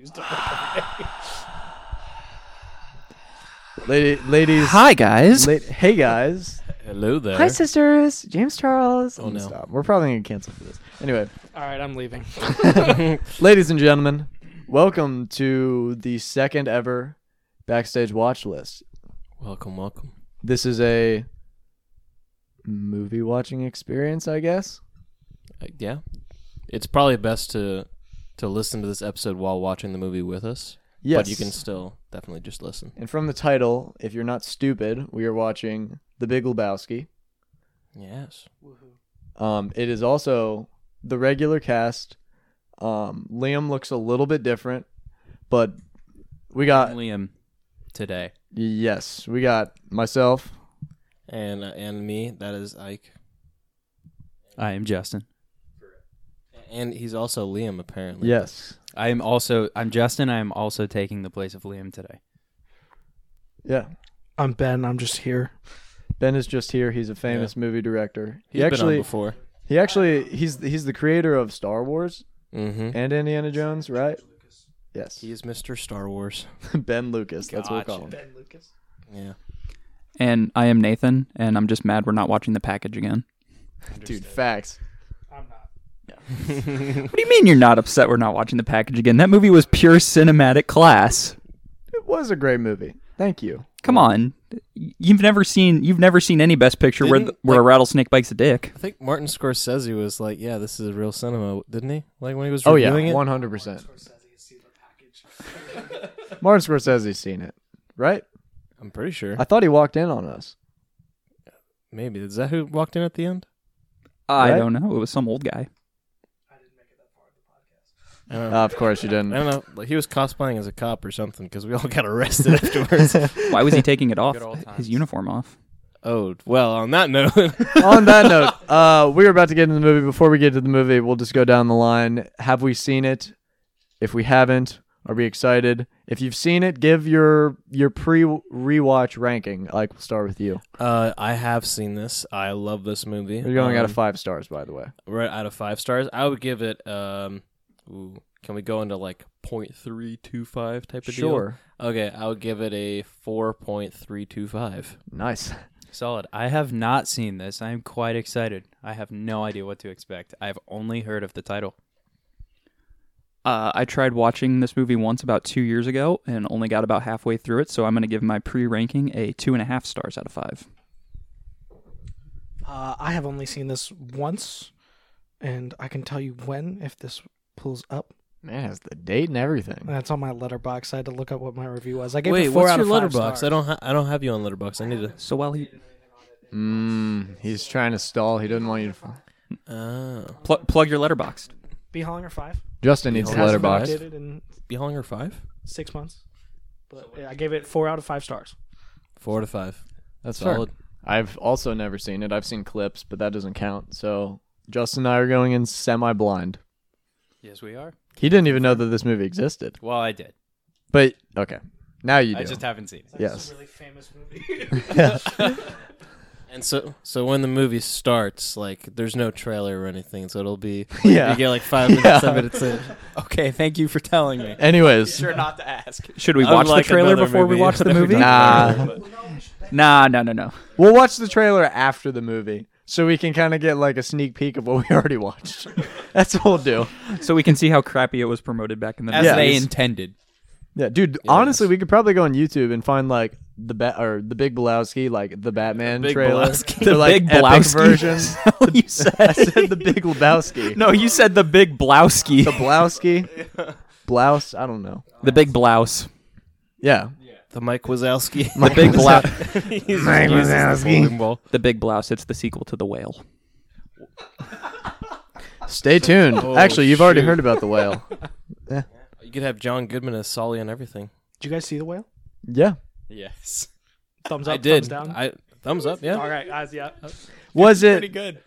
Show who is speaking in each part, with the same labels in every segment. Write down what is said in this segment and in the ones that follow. Speaker 1: used to work every day.
Speaker 2: Lady, ladies.
Speaker 3: Hi, guys.
Speaker 2: la- hey, guys.
Speaker 3: Hello there.
Speaker 2: Hi, sisters. James Charles.
Speaker 3: Oh, no.
Speaker 2: Stop. We're probably going to cancel for this. Anyway,
Speaker 1: All right, I'm leaving.
Speaker 2: ladies and gentlemen, welcome to the second ever Backstage Watch List.
Speaker 3: Welcome, welcome.
Speaker 2: This is a movie watching experience, I guess.
Speaker 3: Uh, yeah, it's probably best to to listen to this episode while watching the movie with us.
Speaker 2: Yes.
Speaker 3: But you can still definitely just listen.
Speaker 2: And from the title, if you're not stupid, we are watching The Big Lebowski.
Speaker 3: Yes.
Speaker 2: Um, it is also the regular cast. Um, Liam looks a little bit different, but we got
Speaker 4: Liam today.
Speaker 2: yes, we got myself.
Speaker 3: And uh, and me, that is Ike.
Speaker 4: I am Justin.
Speaker 3: And he's also Liam apparently.
Speaker 2: Yes,
Speaker 4: I am also I'm Justin. I am also taking the place of Liam today.
Speaker 2: yeah.
Speaker 1: I'm Ben. I'm just here.
Speaker 2: Ben is just here. He's a famous movie director.
Speaker 3: He's
Speaker 2: he
Speaker 3: been on
Speaker 2: actually,
Speaker 3: before.
Speaker 2: he actually, he's he's the creator of Star Wars
Speaker 3: Mm-hmm.
Speaker 2: and Indiana Jones, right? Yes,
Speaker 3: He is Mr. Star Wars.
Speaker 2: Ben Lucas. That's what we call him.
Speaker 1: Ben Lucas.
Speaker 3: Yeah.
Speaker 5: And I am Nathan, and I'm just mad we're not watching the package again.
Speaker 2: Dude, facts.
Speaker 1: I'm not.
Speaker 5: What do you mean you're not upset we're not watching the package again? That movie was pure cinematic class.
Speaker 2: It was a great movie. Thank you.
Speaker 5: Come on. You've never seen you've never seen any best picture where
Speaker 3: Didn't,
Speaker 5: the, where a
Speaker 3: like-
Speaker 5: rattlesnake bites a dick.
Speaker 3: I think Martin Scorsese was like, yeah, this is real cinema, didn't he? Like when he was
Speaker 2: Oh yeah,
Speaker 3: reviewing it.
Speaker 2: one hundred percent. Martin Scorsese's seen it, right?
Speaker 3: I'm pretty sure.
Speaker 2: I thought he walked in on us.
Speaker 3: Maybe is that who walked in at the end?
Speaker 5: I
Speaker 2: Right?
Speaker 5: don't know. It was some old guy.
Speaker 3: I don't know.
Speaker 2: Uh, of course you
Speaker 3: I
Speaker 2: didn't.
Speaker 3: don't know. Like, he was cosplaying as a cop or something because we all got arrested afterwards.
Speaker 5: Why was he taking it off?
Speaker 4: Good old
Speaker 5: His
Speaker 4: times.
Speaker 5: uniform off.
Speaker 3: oh, well, on that note,
Speaker 2: On that note, uh, we were about to get into the movie. Before we get to the movie, we'll just go down the line. Have we seen it? If we haven't, are we excited? If you've seen it, give your your pre rewatch ranking. Like we'll start with you.
Speaker 3: uh, I have seen this. I love this movie.
Speaker 2: You're going out of
Speaker 3: Um,
Speaker 2: five stars, by the way.
Speaker 3: Right out of five stars. I would give it. Um, ooh, can we go into like 0.325 type of
Speaker 2: Sure,
Speaker 3: deal? Okay, I would give it a 4.325.
Speaker 2: nice.
Speaker 4: Solid. I have not seen this. I am quite excited. I have no idea what to expect. I've only heard of the title.
Speaker 5: Uh, I tried watching this movie once about two years ago and only got about halfway through it, so I'm going to give my pre ranking a two and a half stars out of five.
Speaker 1: Uh, I have only seen this once, and I can tell you when if this pulls up.
Speaker 2: Man, it has the date and everything.
Speaker 1: That's on my letterbox. I had to look up what my review was. I gave
Speaker 3: Wait,
Speaker 1: it four
Speaker 3: what's
Speaker 1: out
Speaker 3: your
Speaker 1: of five
Speaker 3: letterbox? I
Speaker 1: stars.
Speaker 3: don't. Ha- I don't have you on letterbox. I need to.
Speaker 5: So while he
Speaker 2: Mm, he's trying to stall. He doesn't want you to.
Speaker 3: Oh,
Speaker 5: pl- plug your letterbox.
Speaker 1: Be Hollinger five.
Speaker 2: Justin needs
Speaker 3: It's
Speaker 2: the
Speaker 3: Hasn't been
Speaker 2: letterbox.
Speaker 1: Updated in
Speaker 3: be Hollinger five,
Speaker 1: six months, but yeah, I gave it four out of five stars.
Speaker 3: four out of five.
Speaker 2: That's
Speaker 3: Solid.
Speaker 2: I've also never seen it. I've seen clips, but that doesn't count. So Justin and I are going in semi blind.
Speaker 4: Yes, we are.
Speaker 2: He didn't even know that this movie existed.
Speaker 4: Well, I did.
Speaker 2: But okay. Now you do.
Speaker 4: I just haven't seen it.
Speaker 2: yes.
Speaker 1: really famous movie.
Speaker 3: And so, so when the movie starts, like, there's no trailer or anything, so it'll be
Speaker 2: Yeah.
Speaker 3: you get like five minutes,
Speaker 2: Yeah.
Speaker 3: seven minutes in.
Speaker 4: Okay, thank you for telling me.
Speaker 2: Anyways.
Speaker 4: not to ask.
Speaker 5: Should we watch
Speaker 3: Unlike
Speaker 5: the trailer
Speaker 3: another
Speaker 5: before
Speaker 3: movie
Speaker 5: we watch the
Speaker 3: that we
Speaker 5: movie?
Speaker 3: don't
Speaker 2: Nah.
Speaker 3: remember, but-
Speaker 5: Nah, no, no, no.
Speaker 2: We'll watch the trailer after the movie so we can kind of get like a sneak peek of what we already watched. That's what we'll do.
Speaker 5: So we can see how crappy it was promoted back in the
Speaker 4: As
Speaker 2: Yeah.
Speaker 4: they
Speaker 5: days.
Speaker 4: intended.
Speaker 2: Yeah, dude, honestly, we could probably go on YouTube and find like the bat or the Big Blowski, like the Batman
Speaker 3: Big
Speaker 2: trailer.
Speaker 3: Lebowski.
Speaker 2: They're, like,
Speaker 5: Big
Speaker 2: epic
Speaker 5: Blowski.
Speaker 2: version.
Speaker 5: Oh, you
Speaker 2: I
Speaker 5: said.
Speaker 2: said the Big Lebowski.
Speaker 5: No, you said the big blowski.
Speaker 2: The Blowski. Blouse, I don't know.
Speaker 5: The big blouse.
Speaker 2: Yeah.
Speaker 3: The Mike Wazowski.
Speaker 5: The big blouse.
Speaker 3: He's- he uses the bowling ball.
Speaker 5: the big blouse. It's the sequel to The Whale.
Speaker 2: Stay tuned.
Speaker 3: Oh,
Speaker 2: Actually, you've already
Speaker 3: shoot.
Speaker 2: heard about the whale.
Speaker 3: You could have John Goodman as Sully and everything.
Speaker 1: Did you guys see the whale?
Speaker 2: yeah.
Speaker 3: Yes,
Speaker 1: Thumbs up.
Speaker 3: I did.
Speaker 1: Thumbs down.
Speaker 3: I thumbs up. Yeah.
Speaker 1: All right, guys. Yeah.
Speaker 2: Was it?
Speaker 4: good.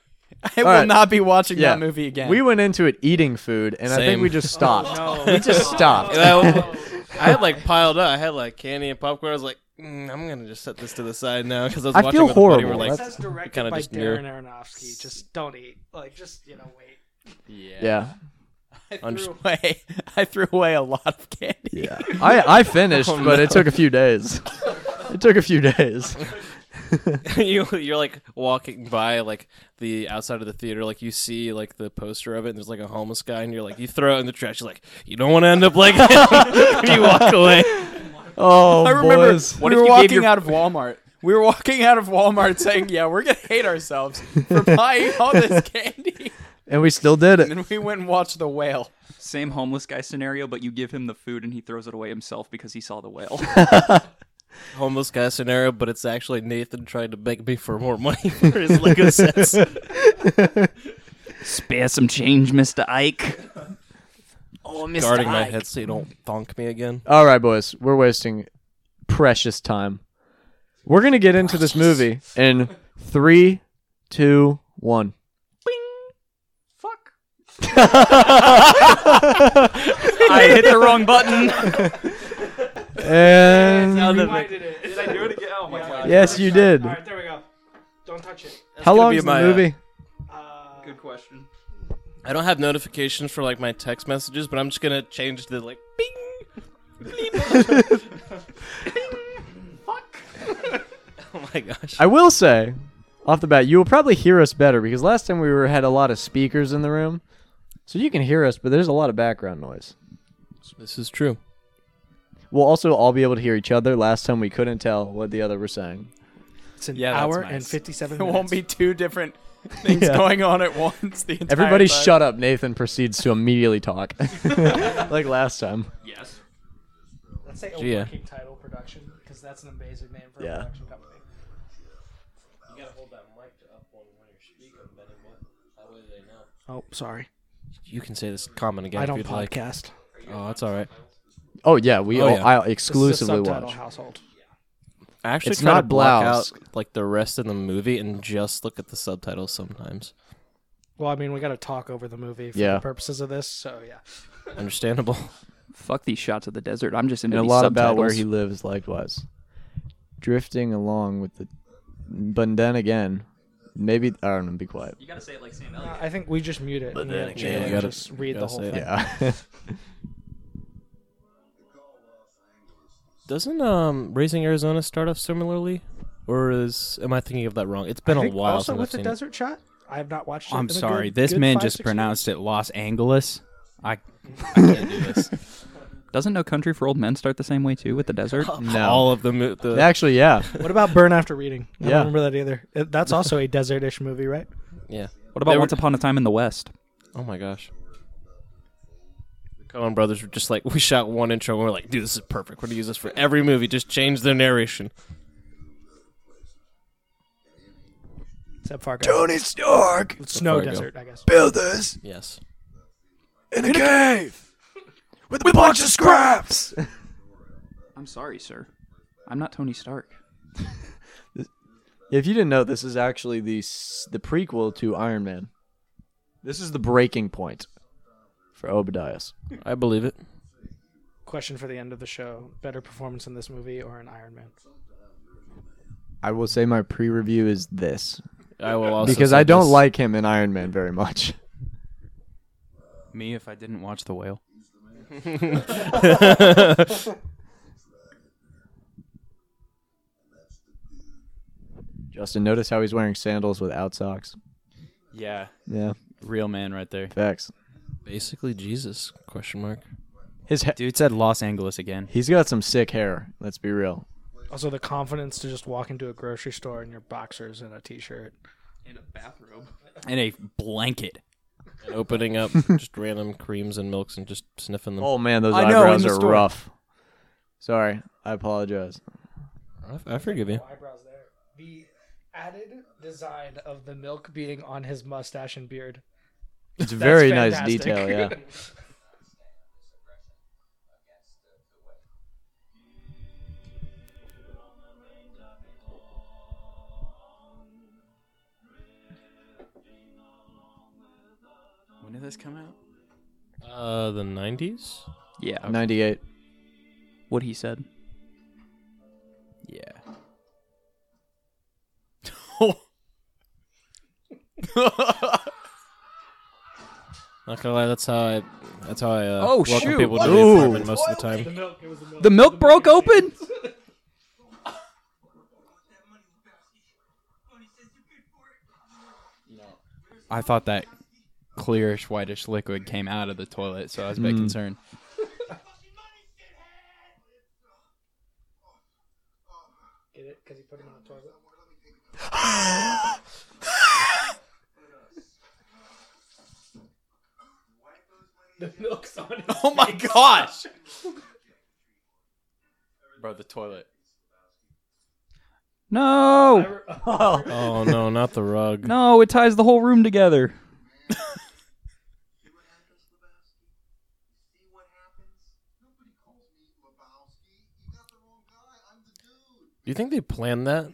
Speaker 4: I
Speaker 2: will right.
Speaker 4: not be watching
Speaker 2: Yeah.
Speaker 4: movie again.
Speaker 2: We went into it eating food, and I think
Speaker 3: Same.
Speaker 2: we just stopped.
Speaker 1: Oh,
Speaker 2: We just stopped.
Speaker 3: And I, I had like piled up. I had like candy and popcorn. I was like, mm, I'm gonna just set this to the side now because I was
Speaker 2: I
Speaker 3: watching
Speaker 2: feel
Speaker 3: with a buddy. We're
Speaker 2: horrible.
Speaker 3: like,
Speaker 2: That's-
Speaker 1: As directed
Speaker 3: kinda
Speaker 1: by
Speaker 3: just knew.
Speaker 1: Darren Aronofsky, just don't eat. Like, just you know, wait.
Speaker 2: yeah.
Speaker 3: I'm just-
Speaker 5: threw away, I threw away a lot of candy.
Speaker 2: Yeah. I, I finished,
Speaker 3: Oh,
Speaker 2: but
Speaker 3: no.
Speaker 2: it took a few days. it took a few days.
Speaker 3: you you're like walking by like the outside of the theater, like you see like the poster of it, and there's like a homeless guy, and you're like you throw it in the trash. You're like you don't want to end up like him." you walk away.
Speaker 2: Oh,
Speaker 5: I remember
Speaker 2: boys.
Speaker 5: we
Speaker 4: if
Speaker 5: were
Speaker 4: you gave
Speaker 5: walking
Speaker 4: your-
Speaker 5: out of Walmart. We were walking out of Walmart saying, "Yeah, we're gonna hate ourselves for buying all this candy."
Speaker 2: And we still did it.
Speaker 5: And then we went and watched the whale. Same homeless guy scenario, but you give him the food and he throws it away himself because he saw the whale.
Speaker 3: Homeless guy scenario, but it's actually Nathan trying to beg me for more money for his Lego sets.
Speaker 5: Spare some change, Mister Ike. Oh, Mister
Speaker 3: Guarding my head so you don't thonk me again.
Speaker 2: All right, boys, we're wasting precious time. We're gonna get into this movie in three, two, one.
Speaker 5: Fuck.
Speaker 2: I
Speaker 5: hit the wrong button.
Speaker 3: Um,
Speaker 2: And
Speaker 1: Did I do it again? Oh my god.
Speaker 2: yes, you did.
Speaker 1: there we go. Don't touch it.
Speaker 2: How
Speaker 3: gonna
Speaker 2: long
Speaker 3: be
Speaker 2: is the
Speaker 3: my, uh,
Speaker 2: movie?
Speaker 1: Uh,
Speaker 5: Good question.
Speaker 3: I don't have notifications for like my text messages, but I'm just gonna change the like bing. Fuck. oh my gosh.
Speaker 2: I will say, off the bat, you will probably hear us better because last time we were had a lot of speakers in the room, so you can hear us, but there's a lot of background noise.
Speaker 3: This is true.
Speaker 2: We'll also all be able to hear each other. Last time we couldn't tell what the other were saying.
Speaker 1: It's an
Speaker 4: Yeah, that's
Speaker 1: hour
Speaker 4: nice.
Speaker 1: and 57
Speaker 5: There
Speaker 1: minutes.
Speaker 5: won't be two different things
Speaker 2: Yeah.
Speaker 5: going on at once. The entire
Speaker 2: Everybody
Speaker 5: time.
Speaker 2: shut up. Nathan proceeds to immediately talk. like last time.
Speaker 5: Yes.
Speaker 1: Let's say a
Speaker 3: Yeah.
Speaker 1: working title production because that's an amazing name for a
Speaker 2: Yeah.
Speaker 1: production company.
Speaker 3: You gotta hold that mic up on when you're speaking, That way they know.
Speaker 1: Oh, sorry.
Speaker 3: You can say this comment again
Speaker 1: I
Speaker 3: if
Speaker 1: don't
Speaker 3: you'd like.
Speaker 1: podcast.
Speaker 3: Oh, that's all right.
Speaker 2: Oh yeah, we
Speaker 3: Oh,
Speaker 2: all,
Speaker 3: yeah.
Speaker 2: I
Speaker 1: This is a
Speaker 2: exclusively
Speaker 1: subtitle
Speaker 2: watch.
Speaker 1: household.
Speaker 3: I actually
Speaker 2: It's
Speaker 3: try
Speaker 2: not
Speaker 3: to block
Speaker 2: blouse.
Speaker 3: out like the rest of the movie and just look at the subtitles sometimes.
Speaker 1: Well, I mean, we got to talk over the movie for
Speaker 2: Yeah.
Speaker 1: the purposes of this, so yeah.
Speaker 3: Understandable.
Speaker 5: Fuck these shots of the desert. I'm just into
Speaker 2: And a
Speaker 5: these
Speaker 2: lot about where he
Speaker 5: subtitles.
Speaker 2: lives likewise. Drifting along with the but then again, maybe I don't know, be quiet.
Speaker 5: You gotta say it like Sam
Speaker 1: Uh, I think we just mute it and
Speaker 3: then
Speaker 1: let
Speaker 3: again,
Speaker 1: Jalen
Speaker 3: you gotta-
Speaker 1: just read the
Speaker 3: gotta
Speaker 1: whole
Speaker 3: say it.
Speaker 1: thing.
Speaker 2: Yeah.
Speaker 3: Doesn't um Raising Arizona start off similarly? Or is am I thinking of that wrong? It's been
Speaker 1: I
Speaker 3: a
Speaker 1: think
Speaker 3: while
Speaker 1: also
Speaker 3: since
Speaker 1: with
Speaker 3: I've
Speaker 1: the
Speaker 3: seen it.
Speaker 1: desert shot, I have not watched. it
Speaker 4: I'm
Speaker 1: in a
Speaker 4: sorry.
Speaker 1: good-
Speaker 4: this
Speaker 1: good
Speaker 4: man
Speaker 1: five,
Speaker 4: just
Speaker 1: six
Speaker 4: pronounced it Los Angeles. I
Speaker 5: Doesn't No Country for Old Men start the same way too with the desert?
Speaker 2: No.
Speaker 3: All of the, mo- the
Speaker 2: Actually, yeah.
Speaker 1: years. What about Burn After Reading? I
Speaker 2: Yeah.
Speaker 1: don't remember that either. It- That's also a desert-ish movie, right?
Speaker 3: yeah.
Speaker 5: What about
Speaker 3: They were-
Speaker 5: Once Upon a Time in the West?
Speaker 3: Oh my gosh. The Coen brothers were just like, we shot one intro and we're like, dude, this is perfect. We're going to use this for every movie. Just change their narration.
Speaker 1: Except Fargo.
Speaker 2: Tony Stark
Speaker 1: Snow
Speaker 3: Fargo.
Speaker 1: desert, I guess.
Speaker 2: built this
Speaker 3: Yes.
Speaker 2: in a cave with a bunch of scraps.
Speaker 5: I'm sorry, sir. I'm not Tony Stark.
Speaker 2: If you didn't know, this is actually the s- the prequel to Iron Man. This is the breaking point for Obadiah.
Speaker 3: I believe it.
Speaker 1: Question for the end of the show: Better performance in this movie or in Iron Man?
Speaker 2: I will say my pre-review is this
Speaker 3: I will also
Speaker 2: because
Speaker 3: say
Speaker 2: I don't
Speaker 3: this.
Speaker 2: like him in Iron Man very much.
Speaker 4: me if I didn't watch the whale.
Speaker 2: Justin, notice how he's wearing sandals without socks.
Speaker 4: Yeah,
Speaker 2: Yeah,
Speaker 4: real man right there.
Speaker 2: facts.
Speaker 3: basically Jesus question mark.
Speaker 2: His he-
Speaker 4: Dude said Los Angeles again.
Speaker 2: he's got some sick hair. Let's be real.
Speaker 1: Also, the confidence to just walk into a grocery store in your boxers and a t-shirt.
Speaker 5: In a bathrobe.
Speaker 4: And a blanket.
Speaker 3: And opening up just random creams and milks and just sniffing them.
Speaker 2: Oh man, those
Speaker 5: I know, in
Speaker 2: eyebrows
Speaker 5: the
Speaker 2: are
Speaker 5: store.
Speaker 2: rough. Sorry, I apologize.
Speaker 3: I, I forgive you.
Speaker 1: Eyebrows there. The added design of the milk being on his mustache and beard.
Speaker 2: It's very nice
Speaker 1: fantastic.
Speaker 2: detail. Yeah.
Speaker 5: When did this come out?
Speaker 3: Uh, the 90s?
Speaker 5: Yeah.
Speaker 2: 98.
Speaker 5: What he said.
Speaker 4: Yeah.
Speaker 3: Not gonna lie, that's how I. That's how I. Uh,
Speaker 5: Oh,
Speaker 3: welcome
Speaker 5: shoot.
Speaker 3: people to
Speaker 2: Ooh.
Speaker 3: the apartment most of the time.
Speaker 5: The milk broke open.
Speaker 4: I thought that clearish whitish liquid came out of the toilet, so I was a
Speaker 5: Hmm.
Speaker 4: bit concerned.
Speaker 1: Get it? Because he put him on the toilet. the milk's on it.
Speaker 4: Oh my gosh. Bro, the toilet.
Speaker 5: No,
Speaker 3: Oh no, not the rug.
Speaker 5: no, it ties the whole room together.
Speaker 3: Do you think they planned that?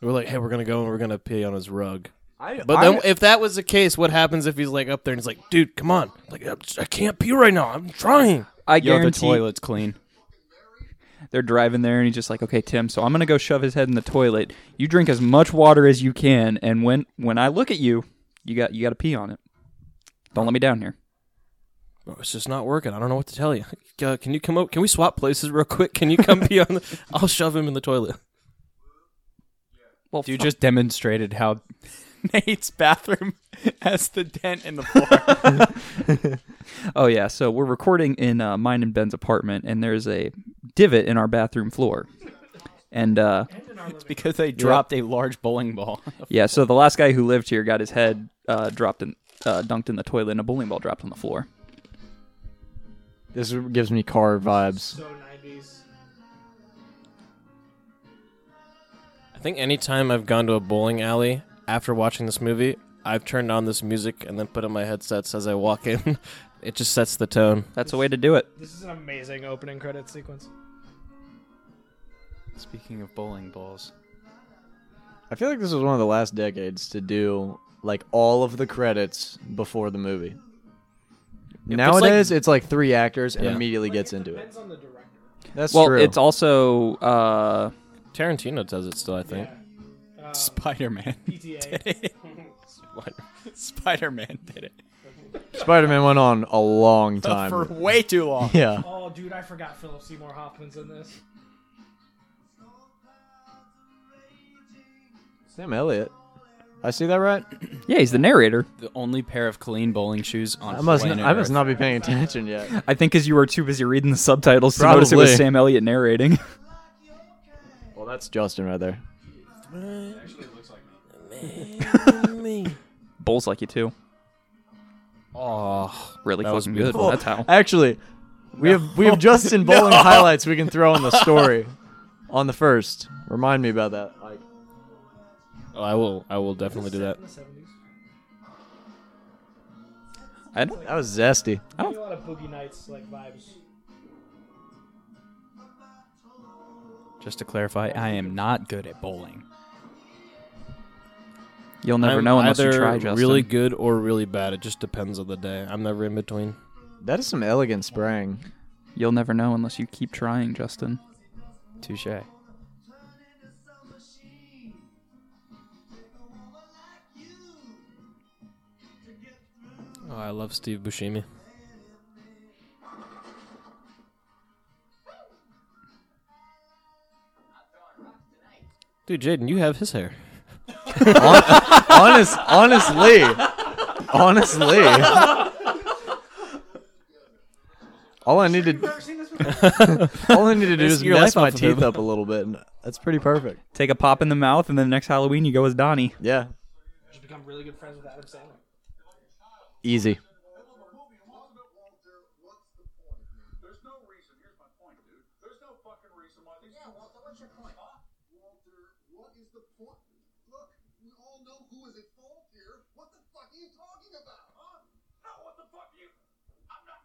Speaker 3: They were like, hey, we're gonna go and we're gonna pee on his rug.
Speaker 2: I,
Speaker 3: But then, if that was the case, what happens if he's like up there and he's like, dude, come on, like I'm just- I can't pee right now. I'm trying.
Speaker 5: I
Speaker 4: Yo, the
Speaker 5: guarantee
Speaker 4: toilet's clean.
Speaker 5: they're driving there, and he's just like, "Okay, Tim, so I'm gonna go shove his head in the toilet. You drink as much water as you can, and when when I look at you, you got you got to pee on it. Don't let me down here."
Speaker 3: "Oh, It's just not working. I don't know what to tell you. Uh, can you come up? Can we swap places real quick? Can you come pee on? The- I'll shove him in the toilet.
Speaker 5: Well,
Speaker 4: You
Speaker 5: fuck.
Speaker 4: just demonstrated how Nate's bathroom has the dent in the floor.
Speaker 5: Oh yeah, so we're recording in uh, mine and Ben's apartment, and there's a divot in our bathroom floor, and uh,
Speaker 4: it's because they dropped a large bowling ball.
Speaker 5: yeah, so the last guy who lived here got his head uh, dropped in, uh, dunked in the toilet, and a bowling ball dropped on the floor.
Speaker 2: this gives me car vibes.
Speaker 1: So 90s.
Speaker 3: I think anytime I've gone to a bowling alley after watching this movie, I've turned on this music and then put in my headsets as I walk in. it just sets the tone.
Speaker 5: That's the way to do it.
Speaker 1: This is an amazing opening credit sequence.
Speaker 4: Speaking of bowling balls,
Speaker 2: I feel like this was one of the last decades to do like all of the credits before the movie. Nowadays, it's like three actors and
Speaker 3: Yeah.
Speaker 2: immediately gets into it.
Speaker 1: on the director.
Speaker 2: That's
Speaker 5: well,
Speaker 2: true.
Speaker 5: it's also uh,
Speaker 3: Tarantino does it still, I think.
Speaker 1: Uh,
Speaker 4: Spider Man.
Speaker 1: PTA.
Speaker 4: Spider Man did it
Speaker 2: Spider-Man went on a long time.
Speaker 4: for way too long.
Speaker 2: yeah,
Speaker 1: oh, dude, I forgot Philip Seymour Hoffman's in this.
Speaker 2: Sam Elliott. I see that right?
Speaker 5: yeah, he's the narrator.
Speaker 4: The only pair of clean bowling shoes on
Speaker 2: I must.
Speaker 4: planet
Speaker 2: I must
Speaker 4: Earth.
Speaker 2: not be paying attention yet.
Speaker 5: I think because you were too busy reading the subtitles to notice it was
Speaker 2: Probably.
Speaker 5: Sam Elliott narrating.
Speaker 2: Well, that's Justin right there.
Speaker 5: Bowls like you too.
Speaker 3: Oh,
Speaker 5: Really
Speaker 3: That was
Speaker 5: fucking good.
Speaker 3: beautiful.
Speaker 5: That's how.
Speaker 2: Actually, we have we have Justin bowling highlights we can throw in the story on the first. Remind me about that. Like,
Speaker 3: oh, I will. I will definitely do that.
Speaker 1: In the 70s.
Speaker 5: I don't,
Speaker 2: that was zesty.
Speaker 1: I do a lot of Boogie Nights like vibes.
Speaker 4: Just to clarify, I am not good at bowling.
Speaker 5: you'll never
Speaker 3: I'm
Speaker 5: know unless
Speaker 3: either
Speaker 5: you try. Justin.
Speaker 3: really good or really bad. It just depends on the day. I'm never in between.
Speaker 2: That is some elegant spraying.
Speaker 5: You'll never know unless you keep trying, Justin.
Speaker 4: Touche.
Speaker 3: Oh, I love Steve Buscemi. Dude, Jaden, you have his hair.
Speaker 2: Honest, honestly, honestly. All I need to, all I need to do is
Speaker 3: your
Speaker 2: mess
Speaker 3: life
Speaker 2: my
Speaker 3: off of him.
Speaker 2: teeth up a little bit, and that's pretty perfect.
Speaker 5: Take a pop in the mouth, and then next Halloween you go as Donnie.
Speaker 2: Yeah,
Speaker 1: Just become really good friends with Adam Sandler.
Speaker 2: easy.
Speaker 6: There's no reason. Here's my point, dude. There's no fucking reason why these. Yeah, Walter, what's your point? Huh? Walter, what is the point? Look, we all know who is at fault here. What the fuck are you talking about? Huh? No, what the fuck are you? I'm not.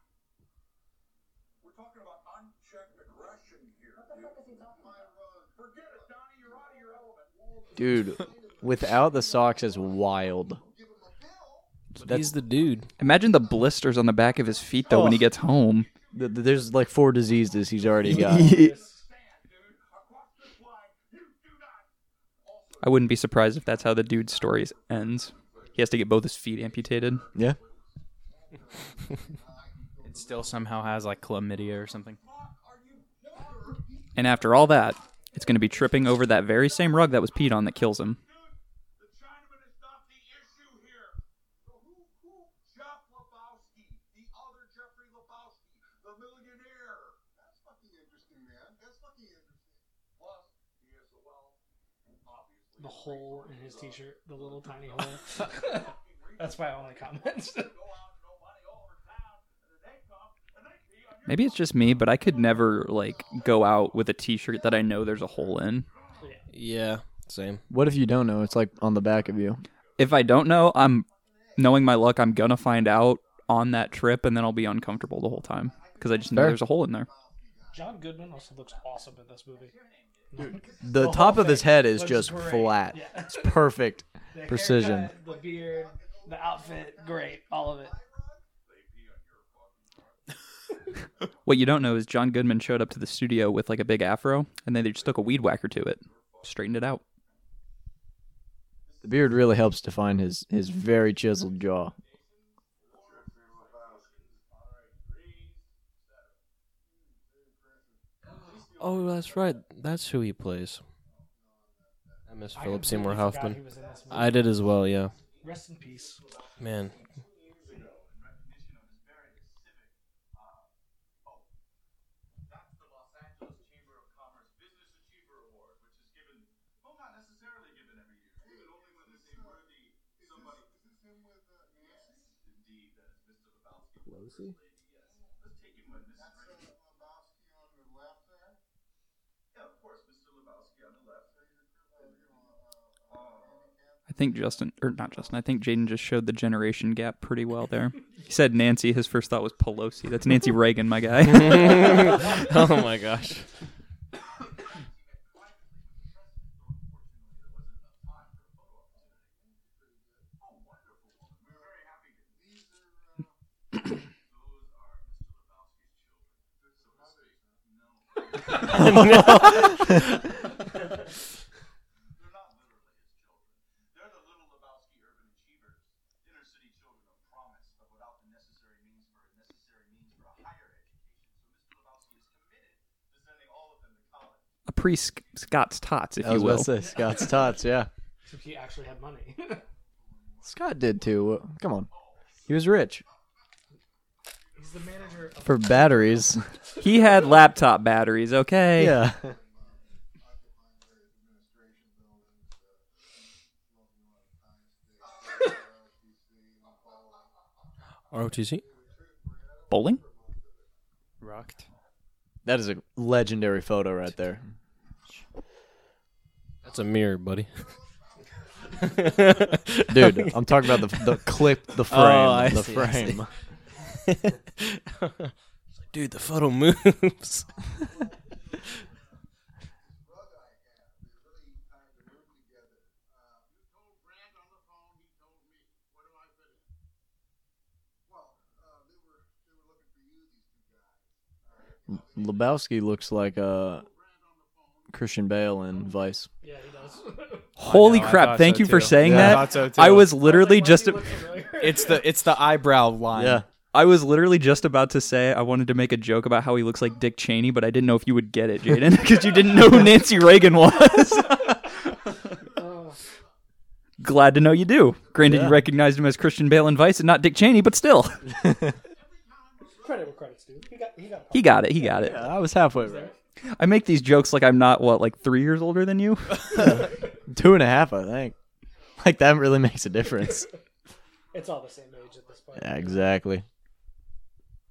Speaker 6: We're talking about unchecked aggression here. What the fuck is he talking about? Forget it, Donnie. You're out of your element. Walter,
Speaker 2: Dude, without the socks is wild.
Speaker 6: give him a hell.
Speaker 3: He's the dude.
Speaker 5: Imagine the blisters on the back of his feet though when he gets home.
Speaker 2: Th- th- There's like four diseases he's already got.
Speaker 6: Stand, dude. Across this line, you do not.
Speaker 5: I wouldn't be surprised if that's how the dude's story ends. He has to get both his feet amputated.
Speaker 2: yeah.
Speaker 4: It still somehow has like chlamydia or something.
Speaker 5: And after all that, it's going to be tripping over that very same rug that was peed on that kills him.
Speaker 6: The Chinaman is not the issue here. So who, who? Jeff Lebowski, the other Jeffrey Lebowski, the millionaire. That's fucking interesting, man. That's fucking interesting. Plus, he has the wealth, and obviously.
Speaker 1: The hole in his t-shirt, the little tiny hole. That's my only comment.
Speaker 6: Go out and nobody all over town, and then they come, and they pee on your.
Speaker 5: Maybe it's just me, but I could never like go out with a T-shirt that I know there's a hole in.
Speaker 3: Yeah, same.
Speaker 2: What if you don't know? It's like on the back of you.
Speaker 5: If I don't know, I'm knowing my luck, I'm gonna find out on that trip, and then I'll be uncomfortable the whole time because I just know
Speaker 2: Fair.
Speaker 5: there's a hole in there.
Speaker 1: John Goodman also looks awesome in this movie.
Speaker 2: The
Speaker 1: The
Speaker 2: top
Speaker 1: whole
Speaker 2: of his
Speaker 1: thing
Speaker 2: head is
Speaker 1: looks
Speaker 2: just
Speaker 1: great.
Speaker 2: flat.
Speaker 1: Yeah.
Speaker 2: It's perfect.
Speaker 1: The
Speaker 2: Precision.
Speaker 1: haircut, the beard, the outfit, great, all of it.
Speaker 5: What you don't know is John Goodman showed up to the studio with like a big afro, and then they just took a weed whacker to it, straightened it out.
Speaker 2: The beard really helps define his his very chiseled jaw.
Speaker 3: Oh, that's right. That's who he plays. I miss
Speaker 1: I
Speaker 3: Philip
Speaker 1: completely
Speaker 3: Seymour
Speaker 1: forgot
Speaker 3: Hoffman.
Speaker 1: he was in this movie.
Speaker 3: I did as well. Yeah,
Speaker 1: Rest in peace.
Speaker 3: man.
Speaker 6: That's the Los Angeles Chamber of Commerce Business Achiever Award, which is given, well, not necessarily given every year, but only when they say worthy somebody. Is this him with uh, Yes, indeed, that is Mr. Lebowski. Lebowski? Yes. Let's take him with Mrs. That's Mr. Lebowski on the left there? Yeah, of course, Mr. Lebowski on the left.
Speaker 5: I think Justin, or not Justin, I think Jaden just showed the generation gap pretty well there. He said Nancy. His first thought was Pelosi. That's Nancy Reagan, my guy.
Speaker 3: Oh my gosh.
Speaker 6: They're not literally his children. They're the little Lebowski urban achievers, inner city children of promise, but without the necessary means for a necessary means for a higher education. So Mr. Lebowski is committed to sending all of them to college.
Speaker 5: a pre Scott's tots, if
Speaker 2: I
Speaker 5: you
Speaker 2: was
Speaker 5: will.
Speaker 2: about to say Scott's tots. Yeah,
Speaker 1: Except he actually had money.
Speaker 2: Scott did too. Uh, Come on, he was rich
Speaker 1: He's the manager of
Speaker 2: for batteries.
Speaker 5: He had laptop batteries. Okay.
Speaker 2: yeah,
Speaker 3: ROTC.
Speaker 5: Bowling.
Speaker 4: Rocked.
Speaker 2: that is a legendary photo right there.
Speaker 3: That's a mirror, buddy.
Speaker 2: Dude, I'm talking about the the clip, the frame,
Speaker 3: I
Speaker 2: the
Speaker 3: see, I see.
Speaker 2: frame.
Speaker 3: Dude, the photo moves.
Speaker 6: Um, uh,
Speaker 2: Lebowski looks like uh, Christian Bale in Vice.
Speaker 1: Yeah, he does.
Speaker 5: Holy
Speaker 7: I
Speaker 5: crap!
Speaker 7: thought
Speaker 5: Thank
Speaker 7: so
Speaker 5: you for
Speaker 7: too.
Speaker 5: saying
Speaker 2: Yeah.
Speaker 5: that.
Speaker 7: I thought so too.
Speaker 5: I was literally just.
Speaker 7: It's the it's the eyebrow line.
Speaker 2: Yeah,
Speaker 5: I was literally just about to say I wanted to make a joke about how he looks like Dick Cheney, but I didn't know if you would get it, Jaden, because you didn't know who Nancy Reagan was. Glad to know you do. Granted, you recognized him as Christian Bale in Vice and not Dick Cheney, but still,
Speaker 1: Credit where credit's due. He got he got
Speaker 5: he got it. He got it.
Speaker 2: I was halfway right.
Speaker 5: I make these jokes like I'm not what, like three years older than you.
Speaker 2: Two and a half, I think. Like that really makes a difference.
Speaker 1: it's all the same age at this point.
Speaker 2: Yeah, exactly.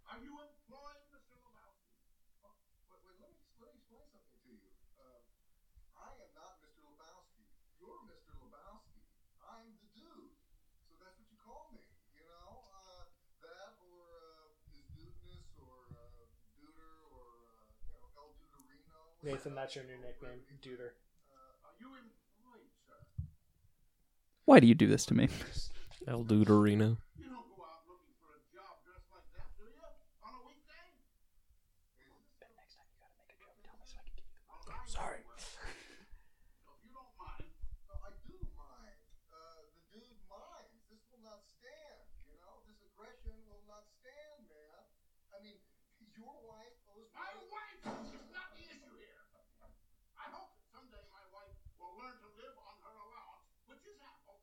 Speaker 6: Are you employed, Mr. Lebowski? Oh, wait, wait, let me explain, explain something to you. Uh, I am not Mr. Lebowski. You're Mr. Lebowski. I'm the dude. So that's what you call me. You know, uh, that or uh, his dudeness or uh, duder or uh, you know, El Duderino.
Speaker 1: Nathan, that's your new nickname, Duder.
Speaker 6: Uh, are you employed, sir?
Speaker 5: Why do you do this to me?
Speaker 3: El Duderino.
Speaker 6: You don't go out looking for a job dressed like that, do you? On a weekday? Sorry. If you don't mind. No, I do mind. Uh, the dude minds. This will not stand, you know? This aggression will not Your wife owes my wife is not the issue here. I hope that someday my wife will learn to live on her allowance, which is apple.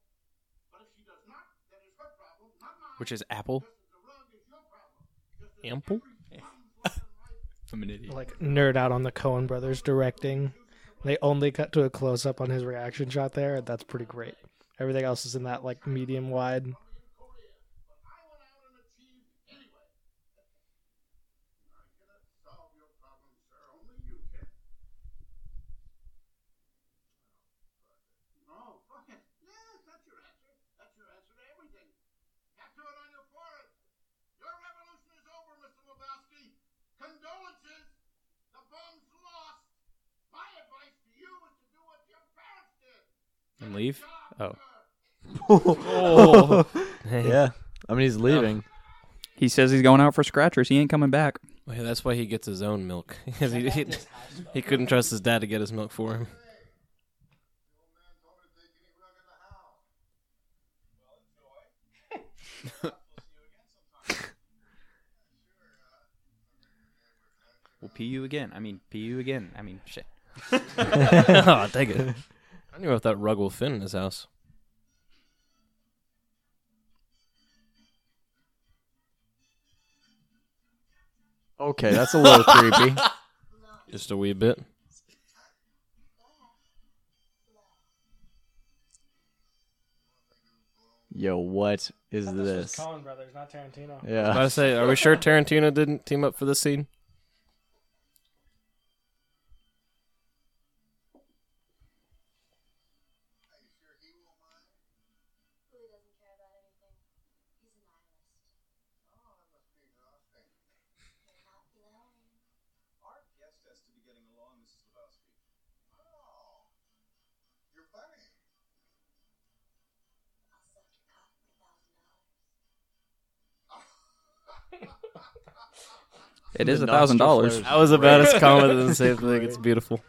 Speaker 6: But if she does not, that is her problem, not mine.
Speaker 4: Which is Apple.
Speaker 6: Just as the rug is your problem. Just as
Speaker 3: Ample?
Speaker 6: every mom's life in life
Speaker 7: I'm an idiot.
Speaker 1: Like nerd out on the Cohen brothers directing. They only cut to a close up on his reaction shot there, and that's pretty great. Everything else is in that like medium wide.
Speaker 6: in Korea. But I went out and achieved anyway. I cannot solve your problem, sir. Only you can. Oh, fuck it. Yes, that's your answer. That's your answer to everything. Tattoo it on your forehead. Your revolution is over, Mr. Lebowski. Condolences. The bum's lost. My advice to you is to do what your parents did.
Speaker 4: And leave? Oh.
Speaker 2: yeah. I mean, he's leaving.
Speaker 5: He says he's going out for scratchers. He ain't coming back.
Speaker 3: Well, yeah, that's why he gets his own milk. 'Cause he, he, he couldn't trust his dad to get his milk for him.
Speaker 4: We'll pee you again. I mean, pee you again. I mean, shit.
Speaker 3: oh, take it. I don't even know if that rug will fit in his house.
Speaker 2: Okay, that's a little creepy.
Speaker 3: Just a wee bit.
Speaker 2: Yo, what is this?
Speaker 1: Cohen brothers, not Tarantino.
Speaker 3: I was about
Speaker 2: yeah.
Speaker 3: to say, are we sure Tarantino didn't team up for this scene?
Speaker 8: who doesn't care about anything. He's a nihilist. You're not glowing.
Speaker 6: Our guest has to be getting along, Mrs. Lebowski. Oh, you're funny.
Speaker 8: I'll suck your cock for a thousand dollars.
Speaker 5: It is
Speaker 2: The
Speaker 5: a thousand
Speaker 2: nostril
Speaker 5: dollars.
Speaker 2: flares.
Speaker 3: I was about as common as the same thing. It's beautiful.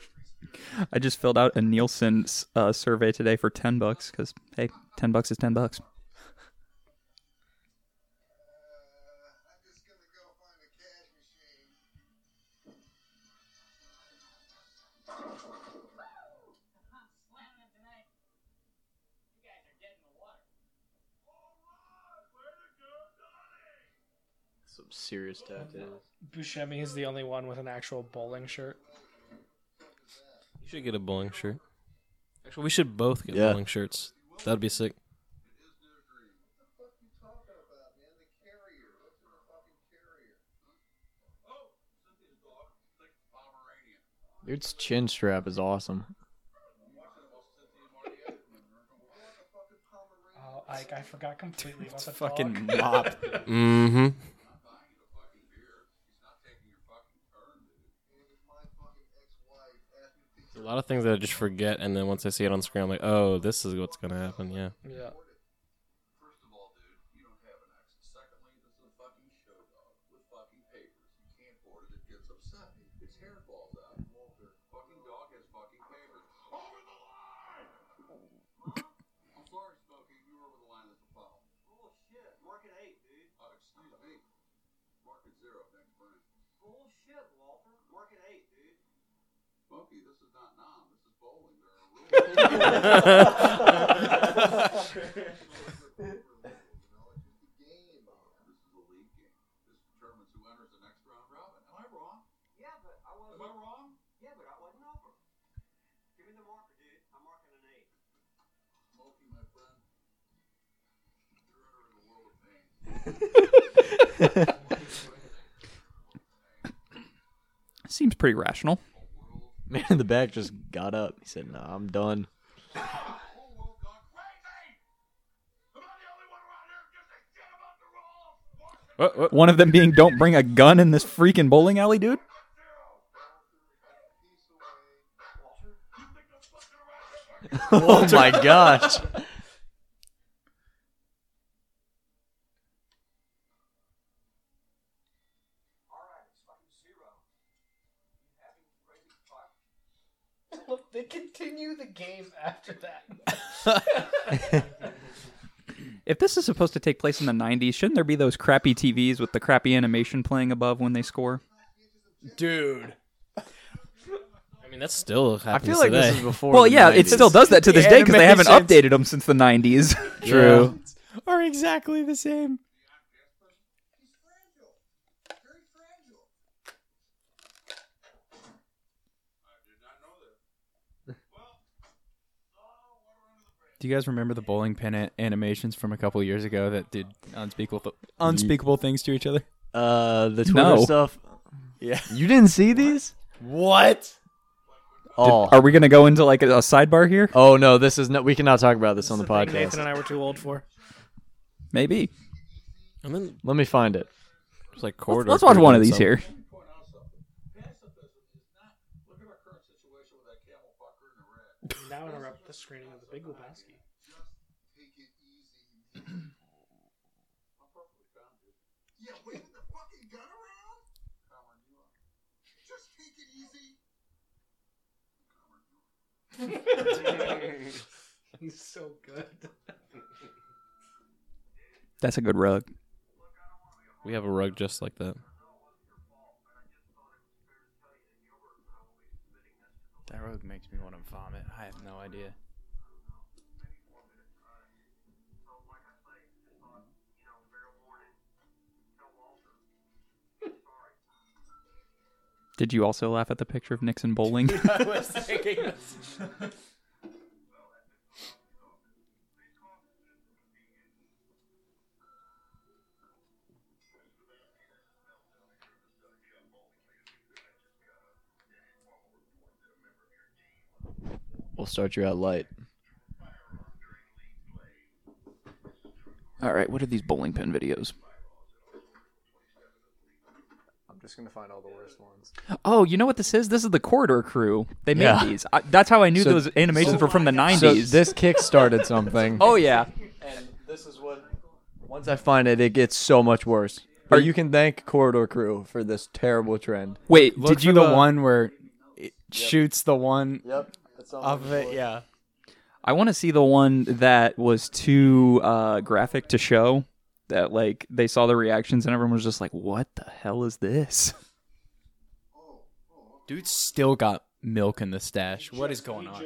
Speaker 5: I just filled out a Nielsen uh, survey today for ten bucks because hey, ten bucks is ten bucks.
Speaker 6: Uh, I'm just gonna go find a cash machine.
Speaker 2: Some serious tattoo.
Speaker 1: Buscemi is the only one with an actual bowling shirt.
Speaker 3: You should get a bowling shirt. Actually, we should both get
Speaker 2: Yeah.
Speaker 3: bowling shirts. That'd be sick.
Speaker 6: What you talking about, man? The carrier. What's in a fucking carrier? Oh, Cynthia's dog. It's like Pomeranian.
Speaker 2: Dude's chin strap is awesome.
Speaker 6: I'm watching about Cynthia Martier. What a fucking Pomeranian.
Speaker 1: Oh, Ike, I forgot completely about the
Speaker 7: Fucking mop.
Speaker 3: Mm-hmm.
Speaker 6: buying you a fucking beer. He's not taking your fucking turn, dude. It was my fucking ex-wife asked me to fix
Speaker 3: A lot of things that I just forget, and then once I see it on screen, I'm like, oh, this is what's gonna happen. Yeah.
Speaker 1: Yeah.
Speaker 6: First of all, dude, you don't have an accent. Secondly, this is a fucking show dog with fucking papers. You can't board it, it gets upset. Its hair falls out. Walter, fucking dog has fucking papers. Over the line! I'm sorry, Smokey, you were over the line as a foul. Bullshit, mark at eight, dude. Uh, excuse me. Mark at zero next Friday. Bullshit, Walter. Mark at eight, dude. Smokey, this is not nom, this is bowling. There are rules. This is a league game. This determines who enters the next round robin. Am I wrong? Yeah, but I wasn't. Am I wrong? Yeah, but I wasn't over. Give me the marker, dude. I'm marking an eight. Smokey, my friend. You're entering a world of pain.
Speaker 5: Seems pretty rational.
Speaker 2: Man in the back just got up. He said, "Nah, I'm done."
Speaker 6: whole world gone crazy! Am I the only one around here who
Speaker 4: Uh,
Speaker 6: gives a shit about the rules? Mark at
Speaker 3: What? What?
Speaker 5: One of them being don't bring a gun in this freaking bowling alley, dude.
Speaker 6: zero. Walter, you think I'm fucking around
Speaker 2: oh
Speaker 6: here?
Speaker 2: my gosh.
Speaker 6: All right, it's fucking zero. You having crazy fuck?
Speaker 1: Look, they continue the game after that.
Speaker 5: If this is supposed to take place in the 90s, shouldn't there be those crappy TVs with the crappy animation playing above when they score?
Speaker 7: dude.
Speaker 3: I mean, that's still
Speaker 2: I
Speaker 3: happens
Speaker 2: feel like
Speaker 3: today.
Speaker 2: this is before.
Speaker 5: Well,
Speaker 2: the
Speaker 5: yeah, it
Speaker 2: 90s.
Speaker 5: still does that to this
Speaker 7: The
Speaker 5: day because they haven't
Speaker 7: animations.
Speaker 5: updated them since the 90s.
Speaker 2: True.
Speaker 7: Are exactly the same.
Speaker 6: He's fragile. Very fragile. I did not know that. Well, oh, water under the bridge.
Speaker 4: Do you guys remember the bowling pin a- animations from a couple years ago that did unspeakable th-
Speaker 7: Unspeakable things to each other.
Speaker 2: Uh, the Twitter
Speaker 5: No.
Speaker 2: stuff.
Speaker 7: Yeah.
Speaker 2: You didn't see these?
Speaker 7: What?
Speaker 2: Oh.
Speaker 5: Are we going to go into like a, a sidebar here?
Speaker 2: oh no, this is not. We cannot talk about this on the podcast.
Speaker 1: Nathan and I were too old for.
Speaker 5: Maybe.
Speaker 3: and then
Speaker 2: Let me find it.
Speaker 3: there's like
Speaker 5: Let's,
Speaker 3: corridor.
Speaker 5: let's watch one of
Speaker 3: breathing
Speaker 5: these here.
Speaker 6: Point out something. Pacifism is not. Look at our current situation with that camel fucker in the red.
Speaker 1: Now interrupt the screening of the Big Lebowski.
Speaker 6: Just take it easy. I'm perfectly calm, dude. Yeah, waving the fucking gun around? Calmer than you are. Just take it easy. Calmer than you are.
Speaker 1: He's so good.
Speaker 5: That's a good rug.
Speaker 3: something. We have a rug just like that.
Speaker 4: That road makes me want to vomit. I have no idea.
Speaker 5: Did you also laugh at the picture of Nixon bowling?
Speaker 2: We'll start you out light.
Speaker 5: All right, what are these bowling pin videos?
Speaker 2: I'm just gonna find all the worst ones.
Speaker 5: Oh, you know what this is? This is the Corridor Crew. They made
Speaker 2: Yeah.
Speaker 5: these. I, that's how I knew
Speaker 2: So-
Speaker 5: those animations were from the 90s.
Speaker 2: So this kick started something.
Speaker 5: oh, yeah.
Speaker 2: and this is what. Once I find it, it gets so much worse. But you can thank Corridor Crew for this terrible trend.
Speaker 5: Wait,
Speaker 4: Look
Speaker 5: did
Speaker 4: for
Speaker 5: you
Speaker 4: the
Speaker 5: uh,
Speaker 4: one where it shoots the one
Speaker 2: Yep. That's all
Speaker 4: of it? Yeah.
Speaker 5: I want to see the one that was too uh, graphic to show. That like they saw the reactions and everyone was just like, "What the hell is this?"
Speaker 4: Dude still got milk in the stash. What is going on?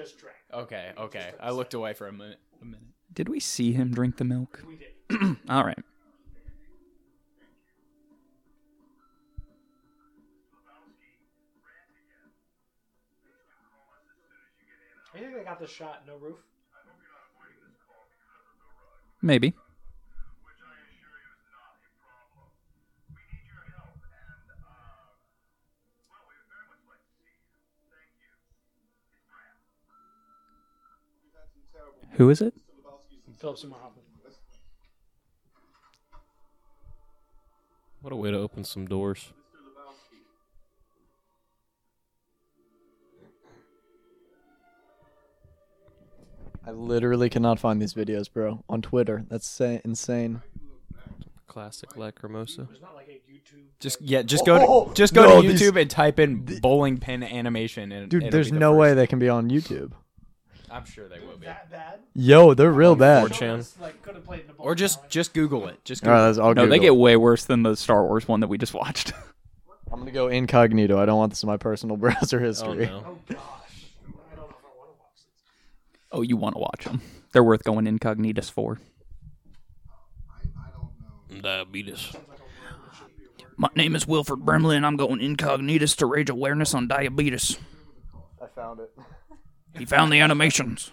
Speaker 4: Okay, okay. I looked away for a minute. A minute.
Speaker 5: Did we see him drink the milk? We did. All right.
Speaker 1: I think they got the shot. No roof.
Speaker 5: Maybe. Who is it?
Speaker 1: Philip Seymour Hoffman.
Speaker 3: What a way to open some doors.
Speaker 2: I literally cannot find these videos, bro, on Twitter. That's sa- insane.
Speaker 3: Classic Lacrimosa.
Speaker 1: There's not like a YouTube.
Speaker 4: Just yeah, just go to, just go
Speaker 2: Oh, no,
Speaker 4: to
Speaker 2: these-
Speaker 4: YouTube and type in bowling pin animation and
Speaker 2: Dude,
Speaker 4: it'll
Speaker 2: there's
Speaker 4: be the
Speaker 2: no
Speaker 4: first.
Speaker 2: way they can be on YouTube.
Speaker 4: I'm sure they will be.
Speaker 1: That bad?
Speaker 2: Yo, they're real bad.
Speaker 3: Or Chan.
Speaker 1: It's like could have played in the
Speaker 4: Or just just Google it. Just
Speaker 2: All
Speaker 4: Google
Speaker 2: right, that's all
Speaker 5: No, they get
Speaker 2: Google.
Speaker 5: way worse than the Star Wars one that we just watched.
Speaker 2: I'm gonna go incognito. I don't want this in my personal browser
Speaker 3: Oh
Speaker 2: history.
Speaker 3: no.
Speaker 5: oh, you want to watch them? They're worth going incognitus for.
Speaker 3: Diabetes.
Speaker 5: My name is Wilford Brimley, and I'm going incognitus to rage awareness on diabetes.
Speaker 2: I found it.
Speaker 5: He found the animations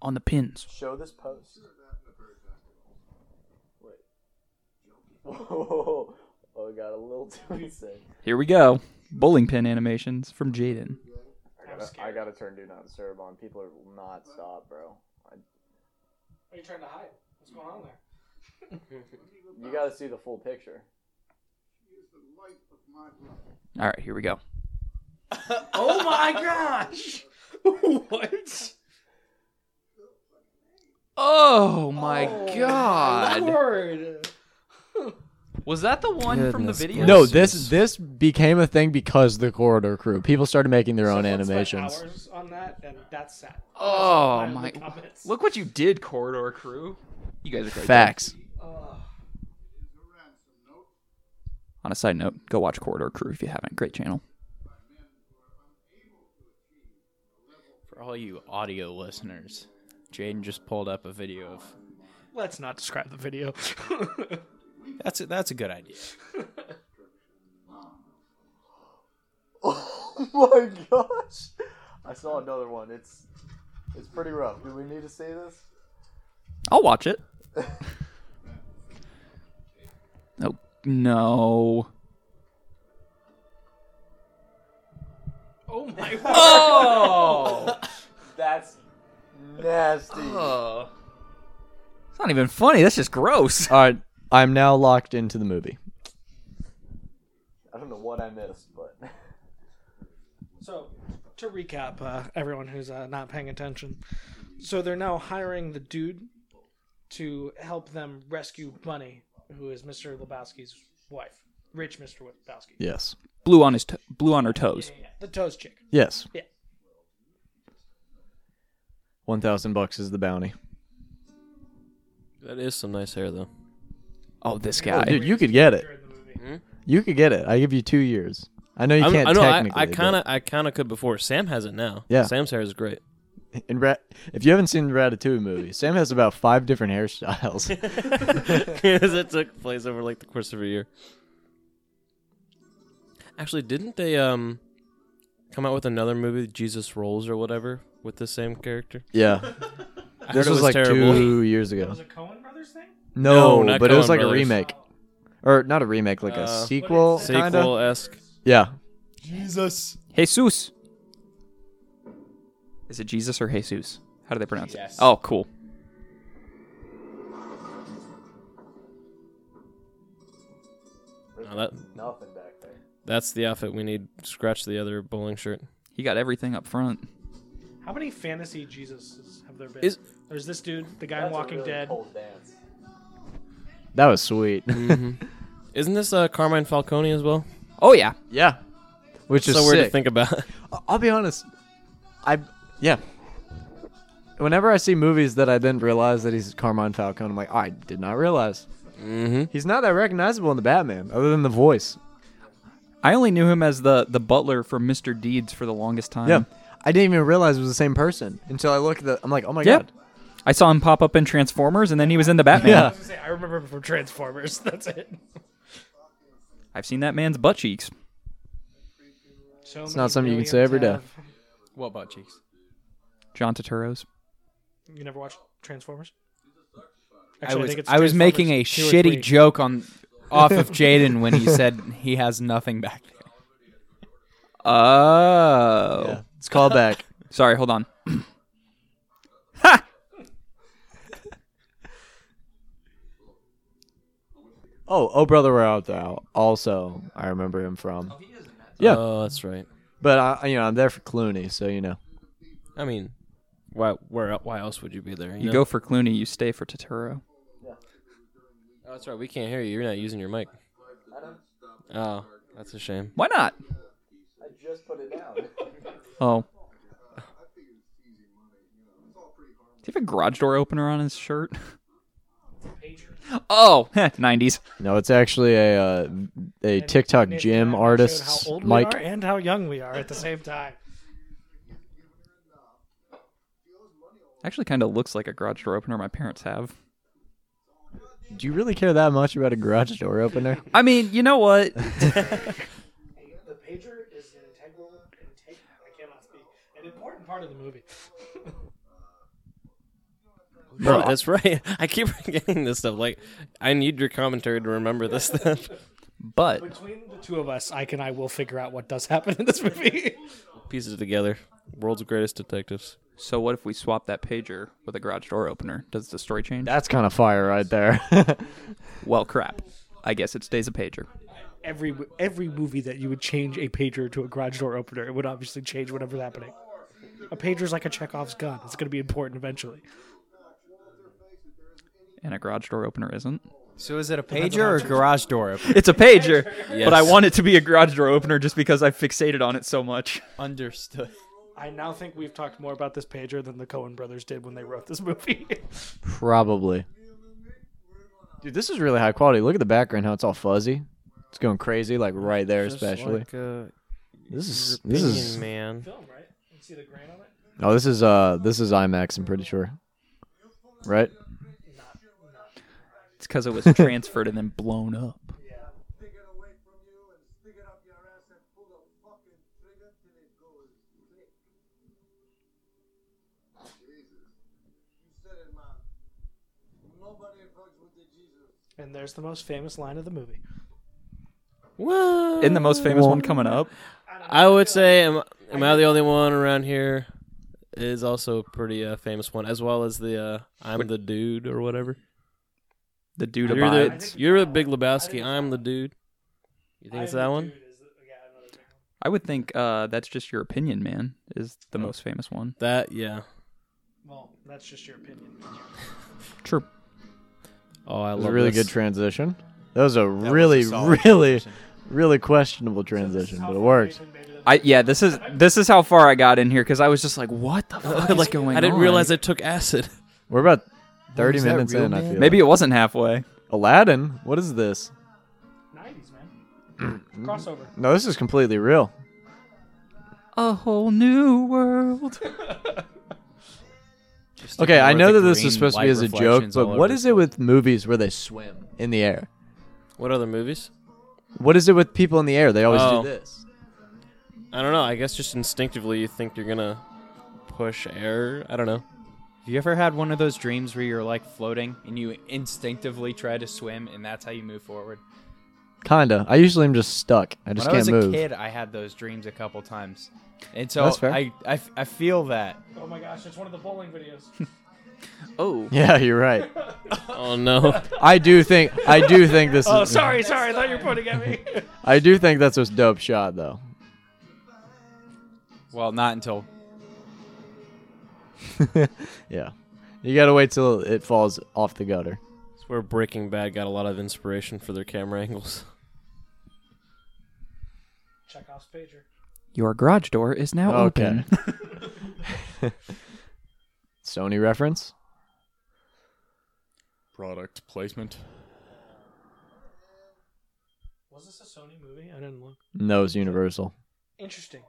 Speaker 5: on the pins.
Speaker 2: Show this post. Wait. Whoa. Oh, it got a little too insane.
Speaker 5: Here we go. Bowling pin animations from Jaden.
Speaker 2: I gotta, I gotta turn do not disturb on. People are will not stop, bro. I,
Speaker 1: Are you trying to hide? What's going on there?
Speaker 2: you gotta see the full picture.
Speaker 5: All right, here we go.
Speaker 1: Oh my gosh! what?
Speaker 5: Oh my god.
Speaker 1: Lord.
Speaker 5: Was that the one from the video?
Speaker 2: No, this this became a thing because the corridor crew. People started making their own
Speaker 1: Someone spent
Speaker 2: animations.
Speaker 1: hours on that, and that's sad.
Speaker 5: Oh
Speaker 1: That's
Speaker 5: my.
Speaker 1: the comments.
Speaker 5: Look what you did, Corridor Crew. You guys are great.
Speaker 2: Facts.
Speaker 1: Ugh.
Speaker 6: ransom note.
Speaker 5: On a side note, go watch Corridor Crew if you haven't. Great channel.
Speaker 4: For all you audio listeners, Jaden just pulled up a video of.
Speaker 1: Let's not describe the video.
Speaker 4: That's a, that's a good idea.
Speaker 2: Oh my gosh! I saw another one. It's it's pretty rough. Do we need to see this?
Speaker 5: I'll watch it. oh no!
Speaker 1: oh my
Speaker 5: Oh!
Speaker 2: That's nasty.
Speaker 5: It's not even funny. That's just gross.
Speaker 2: All right, I'm now locked into the movie. I don't know what I missed, but
Speaker 1: So, to recap, uh, everyone who's uh, not paying attention, so they're now hiring the dude to help them rescue Bunny, who is Mr. Lebowski's wife, rich Mr. Lebowski,
Speaker 2: yes,
Speaker 5: Blue on his to- blue on her toes.
Speaker 1: Yeah, the toast chick.
Speaker 2: yes,
Speaker 1: Yeah.
Speaker 2: one thousand bucks is the bounty.
Speaker 3: That is some nice hair, though.
Speaker 5: Oh, this
Speaker 2: Oh,
Speaker 5: guy.
Speaker 2: dude, you could get it.
Speaker 1: During the movie.
Speaker 2: You could get it. I give you two years. I know you
Speaker 3: I'm-
Speaker 2: can't
Speaker 3: I know. I,
Speaker 2: technically.
Speaker 3: I kind of, I kind of could before. Sam has it now.
Speaker 2: Yeah.
Speaker 3: Sam's hair is great.
Speaker 2: but- In Rat- if you haven't seen the Ratatouille movie, Sam has about five different hairstyles.
Speaker 3: Because it took place over like the course of a year. Actually, didn't they um come out with another movie, Jesus Rolls or whatever, with the same character?
Speaker 2: yeah,
Speaker 3: I
Speaker 2: this
Speaker 3: heard it
Speaker 2: was, like
Speaker 3: terrible.
Speaker 2: two years
Speaker 1: It
Speaker 2: ago.
Speaker 1: was a Cohen Brothers thing.
Speaker 2: No,
Speaker 3: No, not
Speaker 2: but it was
Speaker 3: Coen
Speaker 2: like a
Speaker 3: Brothers.
Speaker 2: remake, or not a remake, like
Speaker 3: Uh,
Speaker 2: a
Speaker 3: what is
Speaker 2: sequel,
Speaker 1: it?
Speaker 2: kind
Speaker 3: sequel
Speaker 2: of.
Speaker 3: esque.
Speaker 2: Yeah,
Speaker 7: Jesus.
Speaker 5: Jesus. Is it Jesus or Jesus? How do they pronounce
Speaker 4: Yes.
Speaker 5: it? Oh, cool.
Speaker 3: that,
Speaker 2: Nothing back there.
Speaker 3: that's the outfit we need. Scratch the other bowling shirt.
Speaker 5: He got everything up front.
Speaker 1: How many fantasy Jesuses have there been?
Speaker 3: Is-
Speaker 1: There's this dude, the guy in Walking Dead.
Speaker 2: That was sweet.
Speaker 3: Isn't this uh, Carmine Falcone as well?
Speaker 5: Oh yeah.
Speaker 2: yeah, which is
Speaker 3: so weird to
Speaker 2: sick.
Speaker 3: think about.
Speaker 2: I'll be honest. I yeah. Whenever I see movies that I didn't realize that he's Carmine Falcone, I'm like, I did not realize.
Speaker 3: mm-hmm.
Speaker 2: He's not that recognizable in the Batman, other than the voice.
Speaker 5: I only knew him as the the butler from Mr. Deeds for the longest time.
Speaker 2: Yeah, I didn't even realize it was the same person until I look at the. I'm like, oh my
Speaker 5: Yeah.
Speaker 2: god.
Speaker 5: I saw him pop up in Transformers, and then he was in the Batman.
Speaker 2: Yeah.
Speaker 1: I was gonna say, I remember him from Transformers. That's it.
Speaker 5: I've seen that man's butt cheeks.
Speaker 1: So
Speaker 2: It's
Speaker 1: many
Speaker 2: not something you can say
Speaker 1: millions
Speaker 2: every day.
Speaker 1: have-
Speaker 4: What about cheeks?
Speaker 5: John Turturro's.
Speaker 1: You never watched Transformers?
Speaker 4: I
Speaker 1: Actually,
Speaker 4: was,
Speaker 1: think it's
Speaker 4: I was making a
Speaker 1: Transformers two or
Speaker 4: shitty
Speaker 1: three.
Speaker 4: joke on off of Jaden when he said he has nothing back there.
Speaker 5: Oh.
Speaker 2: Yeah. It's called back.
Speaker 5: Sorry, hold on.
Speaker 2: oh, oh brother, we're out there. Also, I remember him from. Yeah.
Speaker 3: Oh, that's right.
Speaker 2: But I, you know, I'm there for Clooney, so you know.
Speaker 3: I mean, why? Where? Why else would you be there?
Speaker 5: You
Speaker 3: know?
Speaker 5: go for Clooney, you stay for Turturro.
Speaker 3: Oh, that's right. We can't hear you. You're not using your mic. Oh, that's a shame.
Speaker 5: Why not? Oh. Does he have a garage door opener on his shirt? Oh, heh, 90s.
Speaker 2: No, it's actually a uh, a TikTok
Speaker 1: Nathan
Speaker 2: gym
Speaker 1: and I showed
Speaker 2: artist,
Speaker 1: how old
Speaker 2: Mike.
Speaker 1: we are and how young we are at the same time.
Speaker 5: Actually, kind of looks like a garage door opener my parents have.
Speaker 2: Do you really care that much about a garage door opener?
Speaker 5: I mean, you know what?
Speaker 1: The pager is an integral, I cannot speak, an important part of the movie.
Speaker 3: Bro, that's right. I keep forgetting this stuff. Like, I need your commentary to remember this stuff.
Speaker 5: But
Speaker 1: Between the two of us, Ike and I will figure out what does happen in this movie.
Speaker 3: Piece it together. World's greatest detectives.
Speaker 5: so what if we swap that pager with a garage door opener? Does the story change?
Speaker 2: That's kind of fire right there.
Speaker 5: Well, crap. I guess it stays a pager.
Speaker 1: every every movie that you would change a pager to a garage door opener, it would obviously change whatever's happening. A pager's like a Chekhov's gun. It's going to be important eventually.
Speaker 5: And a garage door opener isn't.
Speaker 4: So is it a pager or a garage door opener?
Speaker 5: It's a pager, but I
Speaker 3: Yes.
Speaker 5: want it to be a garage door opener just because I fixated on it so much.
Speaker 4: Understood.
Speaker 1: I now think we've talked more about this pager than the Coen brothers did when they wrote this movie.
Speaker 2: Probably. Dude, this is really high quality. Look at the background, how it's all fuzzy. It's going crazy, like right there,
Speaker 3: Just
Speaker 2: especially.
Speaker 3: like a
Speaker 2: this is this
Speaker 3: European
Speaker 2: is
Speaker 3: man.
Speaker 1: Film, right? You see the grain on it?
Speaker 2: oh, this is uh, this is IMAX. I'm pretty sure, right?
Speaker 5: It's because it was transferred and then blown up.
Speaker 6: Take it away from you and stick it up your ass and pull the fucking trigger till it goes click. Jesus. You said it, man. Nobody fucks with the Jesus.
Speaker 1: And there's the most famous line of the movie.
Speaker 3: Whoa.
Speaker 5: Isn't the most famous one coming up?
Speaker 3: I would say, am, am I the only one around here? Is also a pretty uh, famous one, as well as the uh, "I'm the dude" or whatever.
Speaker 5: The dude
Speaker 3: You're
Speaker 5: abides.
Speaker 3: the, you're the Big Lebowski. I'm the dude. You think it's that one?
Speaker 5: I would think uh, that's just your opinion, man. Is the most famous one.
Speaker 3: That yeah.
Speaker 1: Well, that's just your opinion.
Speaker 5: True.
Speaker 3: Oh, I
Speaker 2: That
Speaker 3: love
Speaker 2: was a really
Speaker 3: this.
Speaker 2: good transition. That was a
Speaker 7: was a
Speaker 2: really,
Speaker 7: solid
Speaker 2: really,
Speaker 7: transition.
Speaker 2: really questionable transition, but it worked.
Speaker 5: I yeah. This is this is how far I got in here because I was just like, what the fuck is
Speaker 3: like,
Speaker 5: going on?
Speaker 3: I didn't realize I took acid.
Speaker 2: We're about thirty
Speaker 7: Was that
Speaker 2: minutes
Speaker 7: real,
Speaker 2: in. I
Speaker 7: man?
Speaker 2: feel
Speaker 5: Maybe
Speaker 2: like.
Speaker 5: it wasn't halfway.
Speaker 2: Aladdin. What is this?
Speaker 1: 90s, man. Crossover.
Speaker 2: No, this is completely real.
Speaker 5: A whole new world.
Speaker 2: Okay, I
Speaker 4: ignore
Speaker 2: know that
Speaker 4: the
Speaker 2: this
Speaker 4: green
Speaker 2: is supposed to be
Speaker 4: light
Speaker 2: as a joke,
Speaker 4: reflections
Speaker 2: but
Speaker 4: all
Speaker 2: what
Speaker 4: over
Speaker 2: is it with movies where they swim in the air?
Speaker 3: What other movies?
Speaker 2: What is it with people in the air? They always
Speaker 3: Oh.
Speaker 2: do this.
Speaker 3: I don't know. I guess just instinctively you think you're gonna push air. I don't know.
Speaker 4: Have you ever had one of those dreams where you're like floating and you instinctively try to swim and that's how you move forward?
Speaker 2: Kinda. I usually am just stuck. I just
Speaker 4: when I was
Speaker 2: can't
Speaker 4: a
Speaker 2: move.
Speaker 4: kid, I had those dreams a couple times, and so
Speaker 2: That's fair.
Speaker 4: I, I f- I feel that.
Speaker 1: Oh my gosh, it's one of the bowling videos.
Speaker 5: Oh.
Speaker 2: Yeah, you're right.
Speaker 3: Oh no.
Speaker 2: I do think I do think this
Speaker 1: oh,
Speaker 2: is
Speaker 1: sorry, sorry. I thought you were pointing at me.
Speaker 2: I do think that's a dope shot though.
Speaker 4: Well, not until
Speaker 2: Yeah. You gotta wait till it falls off the gutter.
Speaker 3: It's where Breaking Bad got a lot of inspiration for their camera angles.
Speaker 1: Chekhov's pager.
Speaker 5: Your garage door is now
Speaker 2: Okay.
Speaker 5: open.
Speaker 2: Sony reference?
Speaker 7: Product placement.
Speaker 1: Was this a Sony movie? I didn't look.
Speaker 2: No, it's universal.
Speaker 1: Interesting.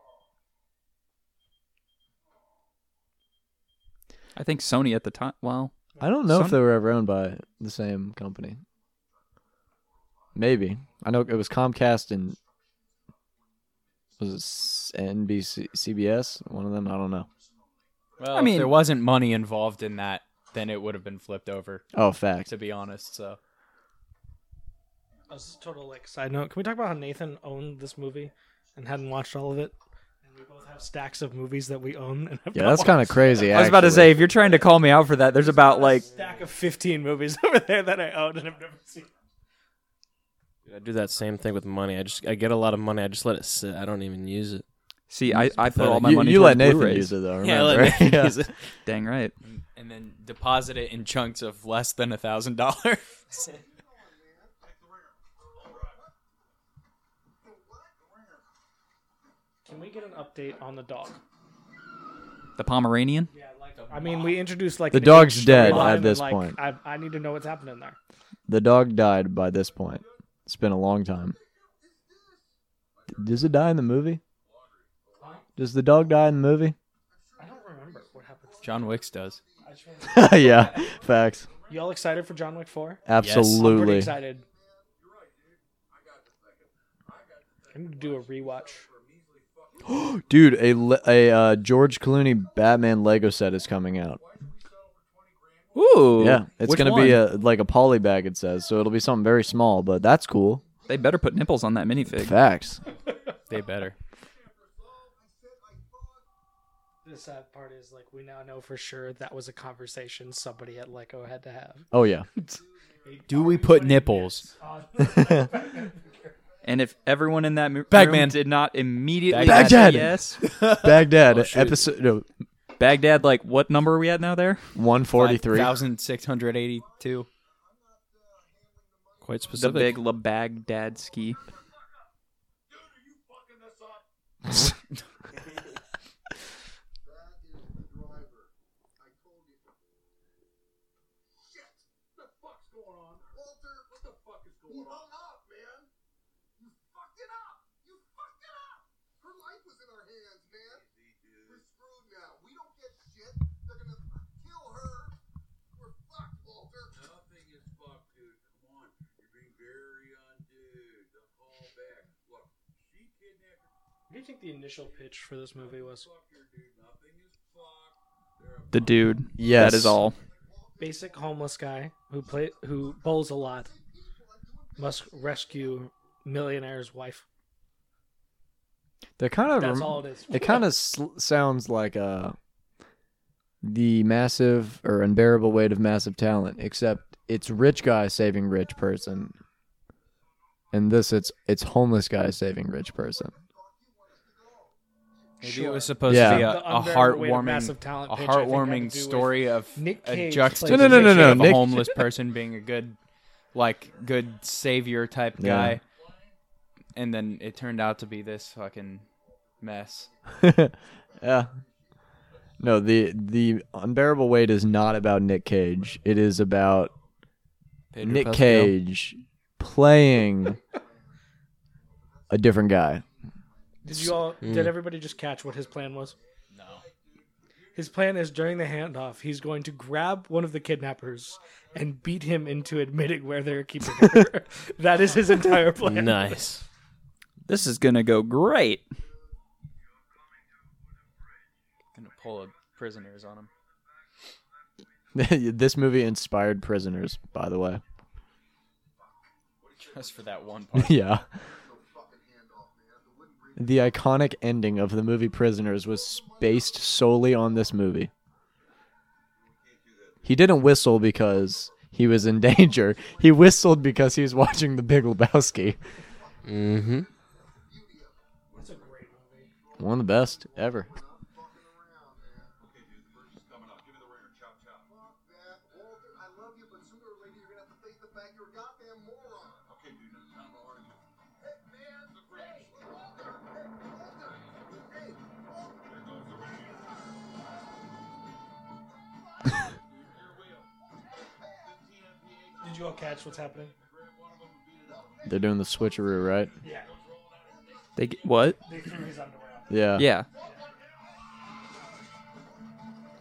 Speaker 5: I think Sony at the time. Well,
Speaker 2: I don't know if
Speaker 5: Sony-
Speaker 2: they were ever owned by the same company. Maybe. I know it was Comcast and was it S- NBC CBS? One of them, I don't know.
Speaker 4: well,
Speaker 5: I
Speaker 4: if
Speaker 5: mean-
Speaker 4: there wasn't money involved in that, then it would have been flipped over.
Speaker 2: Oh, fact.
Speaker 4: To be honest, so
Speaker 1: Oh, this is a total like side note. Can we talk about how Nathan owned this movie and hadn't watched all of it? And we both have stacks of movies that we own and have
Speaker 2: Yeah,
Speaker 1: not
Speaker 2: that's kind of
Speaker 1: watched.
Speaker 2: crazy.
Speaker 5: I was about to say
Speaker 2: actually.
Speaker 5: if you're trying to call me out for that, there's about like
Speaker 1: stack of 15 movies over there that I own and have never seen.
Speaker 3: Dude, I do that same thing with money. I just I get a lot of money. I just let it sit. I don't even use it.
Speaker 5: See, I, I put all my
Speaker 2: you,
Speaker 5: money.
Speaker 2: you let
Speaker 5: towards
Speaker 2: Nathan
Speaker 5: Blu-rays.
Speaker 2: use it though. Remember,
Speaker 3: I let
Speaker 2: right?
Speaker 3: Nathan
Speaker 2: Yeah.
Speaker 3: use it.
Speaker 5: Dang right.
Speaker 4: and then deposit it in chunks of less than a thousand dollars.
Speaker 1: Can we get an update on the dog?
Speaker 5: The Pomeranian.
Speaker 1: Yeah, like I mean, we introduced like
Speaker 2: The
Speaker 1: an
Speaker 2: dog's
Speaker 1: age
Speaker 2: dead
Speaker 1: storyline
Speaker 2: at
Speaker 1: and,
Speaker 2: this
Speaker 1: like,
Speaker 2: point.
Speaker 1: I, I need to know what's happening there.
Speaker 2: The dog died by this point. It's been a long time. Does it die in the movie? Does the dog die in the movie?
Speaker 1: I don't remember what happens.
Speaker 4: John Wicks does.
Speaker 1: I just remember.
Speaker 2: yeah, facts.
Speaker 1: Y'all excited for John Wick 4? I'm pretty
Speaker 2: Absolutely.
Speaker 1: excited. I'm gonna do a rewatch.
Speaker 2: Dude, a le- a uh, George Clooney Batman Lego set is coming out.
Speaker 5: Ooh.
Speaker 2: yeah, it's
Speaker 5: Which
Speaker 2: gonna be
Speaker 5: one?
Speaker 2: a like a poly bag. It says so. It'll be something very small, but that's cool.
Speaker 5: They better put nipples on that minifig.
Speaker 2: Facts.
Speaker 4: They better.
Speaker 1: The sad part is like we now know for sure that was a conversation somebody at Lego had to have.
Speaker 2: Oh yeah.
Speaker 4: Do we put nipples?
Speaker 5: And if everyone in that mo-
Speaker 4: Bagman.
Speaker 5: room did not immediately
Speaker 4: Baghdad.
Speaker 5: say yes,
Speaker 2: Baghdad
Speaker 5: Oh,
Speaker 2: episode no,
Speaker 5: Baghdad. Like, what number are we at now? There.
Speaker 2: 143.
Speaker 4: thousand six hundred eighty-two.
Speaker 3: Quite
Speaker 5: The
Speaker 3: specific.
Speaker 5: big La Baghdad ski.
Speaker 6: That is the driver. I told you. Shit! What the fuck's going on? Walter, what the fuck is going on? He hung up, man!
Speaker 1: What do you think the initial pitch for this movie was?
Speaker 5: The dude.
Speaker 2: Yes.
Speaker 5: That is all.
Speaker 1: Basic homeless guy who play who bowls a lot must rescue millionaire's wife.
Speaker 2: They're kind of
Speaker 1: That's
Speaker 2: rem-
Speaker 1: all it is.
Speaker 2: It kind of sl- sounds like uh, the massive or unbearable weight of massive talent, except it's rich guy saving rich person, and this it's it's homeless guy saving rich person.
Speaker 1: Maybe
Speaker 7: Maybe
Speaker 1: it Sure.
Speaker 7: it
Speaker 1: was
Speaker 7: was supposed
Speaker 2: Yeah.
Speaker 7: to be a,
Speaker 1: The
Speaker 7: a
Speaker 1: unbearable weight of
Speaker 7: heartwarming,
Speaker 1: massive talent
Speaker 7: a
Speaker 1: pitch, I think, had to do
Speaker 7: heartwarming
Speaker 1: with
Speaker 7: story of
Speaker 1: Nick
Speaker 7: a
Speaker 1: Cage
Speaker 7: juxtaposition
Speaker 1: played- No, no,
Speaker 2: no, no,
Speaker 7: of
Speaker 2: Nick-
Speaker 7: a homeless person being a good, like good savior type
Speaker 2: Yeah.
Speaker 7: guy, and then it turned out to be this fucking mess.
Speaker 2: yeah. No, the the unbearable weight is not about Nick Cage. It is about
Speaker 4: Pedro
Speaker 2: Nick
Speaker 4: Pascal.
Speaker 2: Cage playing a different guy.
Speaker 1: Did you all?
Speaker 2: mm.
Speaker 1: Did everybody just catch what his plan was? No. His plan is during the handoff, he's going to grab one of the kidnappers and beat him into admitting where they're keeping her. that is his entire plan.
Speaker 3: Nice.
Speaker 5: This is gonna go great.
Speaker 7: Gonna pull a prisoners on him.
Speaker 2: this movie inspired Prisoners, by the way.
Speaker 7: Just for that one part.
Speaker 2: yeah. The iconic ending of the movie Prisoners was based solely on this movie. He didn't whistle because he was in danger. He whistled because he was watching The Big Lebowski.
Speaker 3: Mm-hmm.
Speaker 2: One of the best ever.
Speaker 6: Walter, I love you, but sooner or later you're gonna have to face the fact you're a goddamn moron. Okay, dude, no time to argue. Hey, man! Hey, Walter! Hey, Walter! Hey, Walter! There goes the radio.
Speaker 1: Did you all catch what's happening?
Speaker 2: They're doing the switcheroo, right?
Speaker 1: Yeah.
Speaker 5: They get, what?
Speaker 1: They threw his underwear out.
Speaker 2: Yeah.
Speaker 5: Yeah.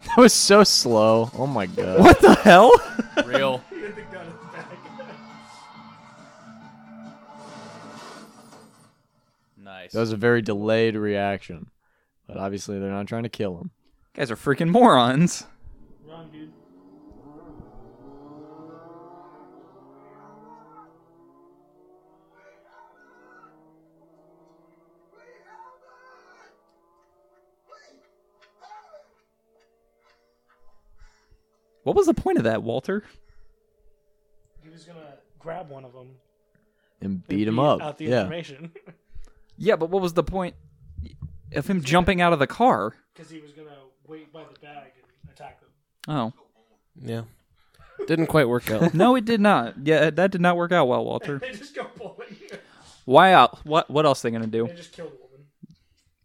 Speaker 2: That was so slow. Oh my god.
Speaker 5: What the hell?
Speaker 3: Real.
Speaker 1: He had the gun in the back.
Speaker 4: Nice.
Speaker 2: That was a very delayed reaction. But obviously they're not trying to kill him.
Speaker 5: guys are freaking morons.
Speaker 1: Wrong, dude.
Speaker 5: What was the point of that, Walter?
Speaker 1: He was gonna grab one of them.
Speaker 2: And beat him up.
Speaker 1: Out the
Speaker 2: yeah.
Speaker 1: information.
Speaker 5: Yeah, but what was the point of him jumping out of the car?
Speaker 1: Because he was gonna wait by the bag and attack them.
Speaker 5: Oh.
Speaker 3: Yeah. Didn't quite work out.
Speaker 5: No, it did not. Yeah, that did not work out well, Walter.
Speaker 1: They just go bowling.
Speaker 5: Why out? What what else they gonna do?
Speaker 1: They just killed a woman.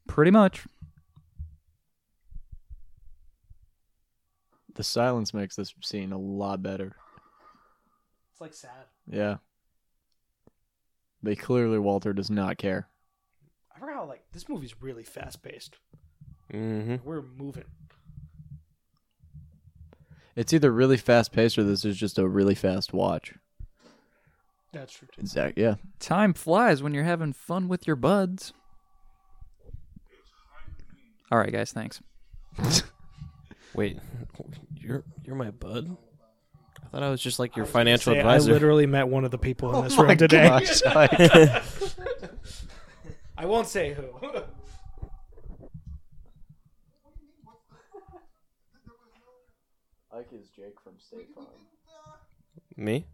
Speaker 5: Pretty much.
Speaker 2: The silence makes this scene a lot better.
Speaker 1: It's like sad.
Speaker 2: Yeah. But clearly Walter does not care.
Speaker 1: I forgot how like this movie's really fast paced.
Speaker 3: Mm-hmm.
Speaker 1: We're moving.
Speaker 2: It's either really fast paced or this is just a really fast watch.
Speaker 1: That's true. Too.
Speaker 2: Exactly. Yeah.
Speaker 5: Time flies when you're having fun with your buds. All right, guys. Thanks.
Speaker 3: Wait, you're you're my bud. I thought I was just like your financial advisor.
Speaker 1: I literally met one of the people in this room today.
Speaker 2: Gosh, I-
Speaker 1: I won't say who.
Speaker 3: Me?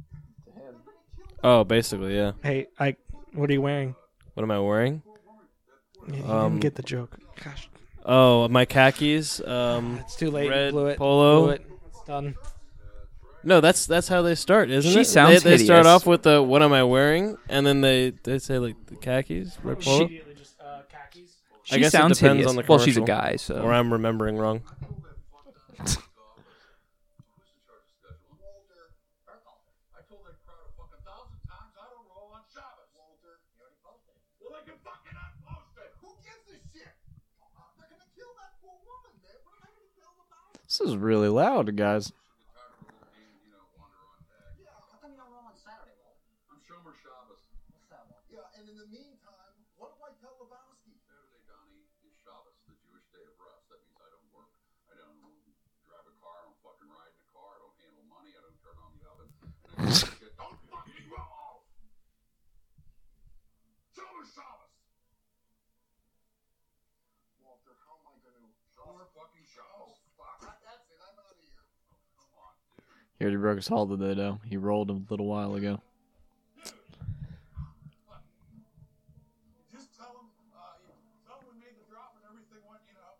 Speaker 3: Oh, basically, yeah.
Speaker 1: hey, I. What are you wearing?
Speaker 3: What am I wearing?
Speaker 1: You
Speaker 3: Um,
Speaker 1: didn't get the joke. Gosh,
Speaker 3: Oh, my khakis. Um,
Speaker 1: it's too late.
Speaker 3: red
Speaker 1: Blew it.
Speaker 3: polo.
Speaker 1: Blew it. It's done.
Speaker 3: no, that's that's how they start, isn't
Speaker 5: She
Speaker 3: it?
Speaker 5: sounds
Speaker 3: they, they start
Speaker 5: hideous.
Speaker 3: off with the "What am I wearing?" and then they they say like the khakis, red polo,
Speaker 1: Immediately just uh, khakis.
Speaker 5: She
Speaker 3: guess it
Speaker 5: sounds
Speaker 3: depends
Speaker 5: hideous.
Speaker 3: on the
Speaker 5: well, she's a
Speaker 3: commercial.
Speaker 5: guy, so
Speaker 3: or I'm remembering wrong.
Speaker 6: Walter. I told that crowd a fucking thousand times I don't roll on Shabbos. Walter, you already posted. Well, they can fucking unpost it. Who gives a shit? They're gonna kill that poor woman, man. What am I gonna tell them about?
Speaker 2: this is really loud, guys.
Speaker 6: Yeah. How come you don't roll on Saturday, Walt? I'm Shomer Shabbos. What's that, Walt? Yeah, and in the meantime, what do I tell Lebowski? Saturday Chavez. Walter, how am I gonna? Walter fucking Chavez. Oh, fuck. That's it. I'm out of here. Come on, dude.
Speaker 2: He already broke his hall today, though. He rolled a little while ago.
Speaker 6: Just tell him, uh, you- tell him we made the drop and everything went, you know.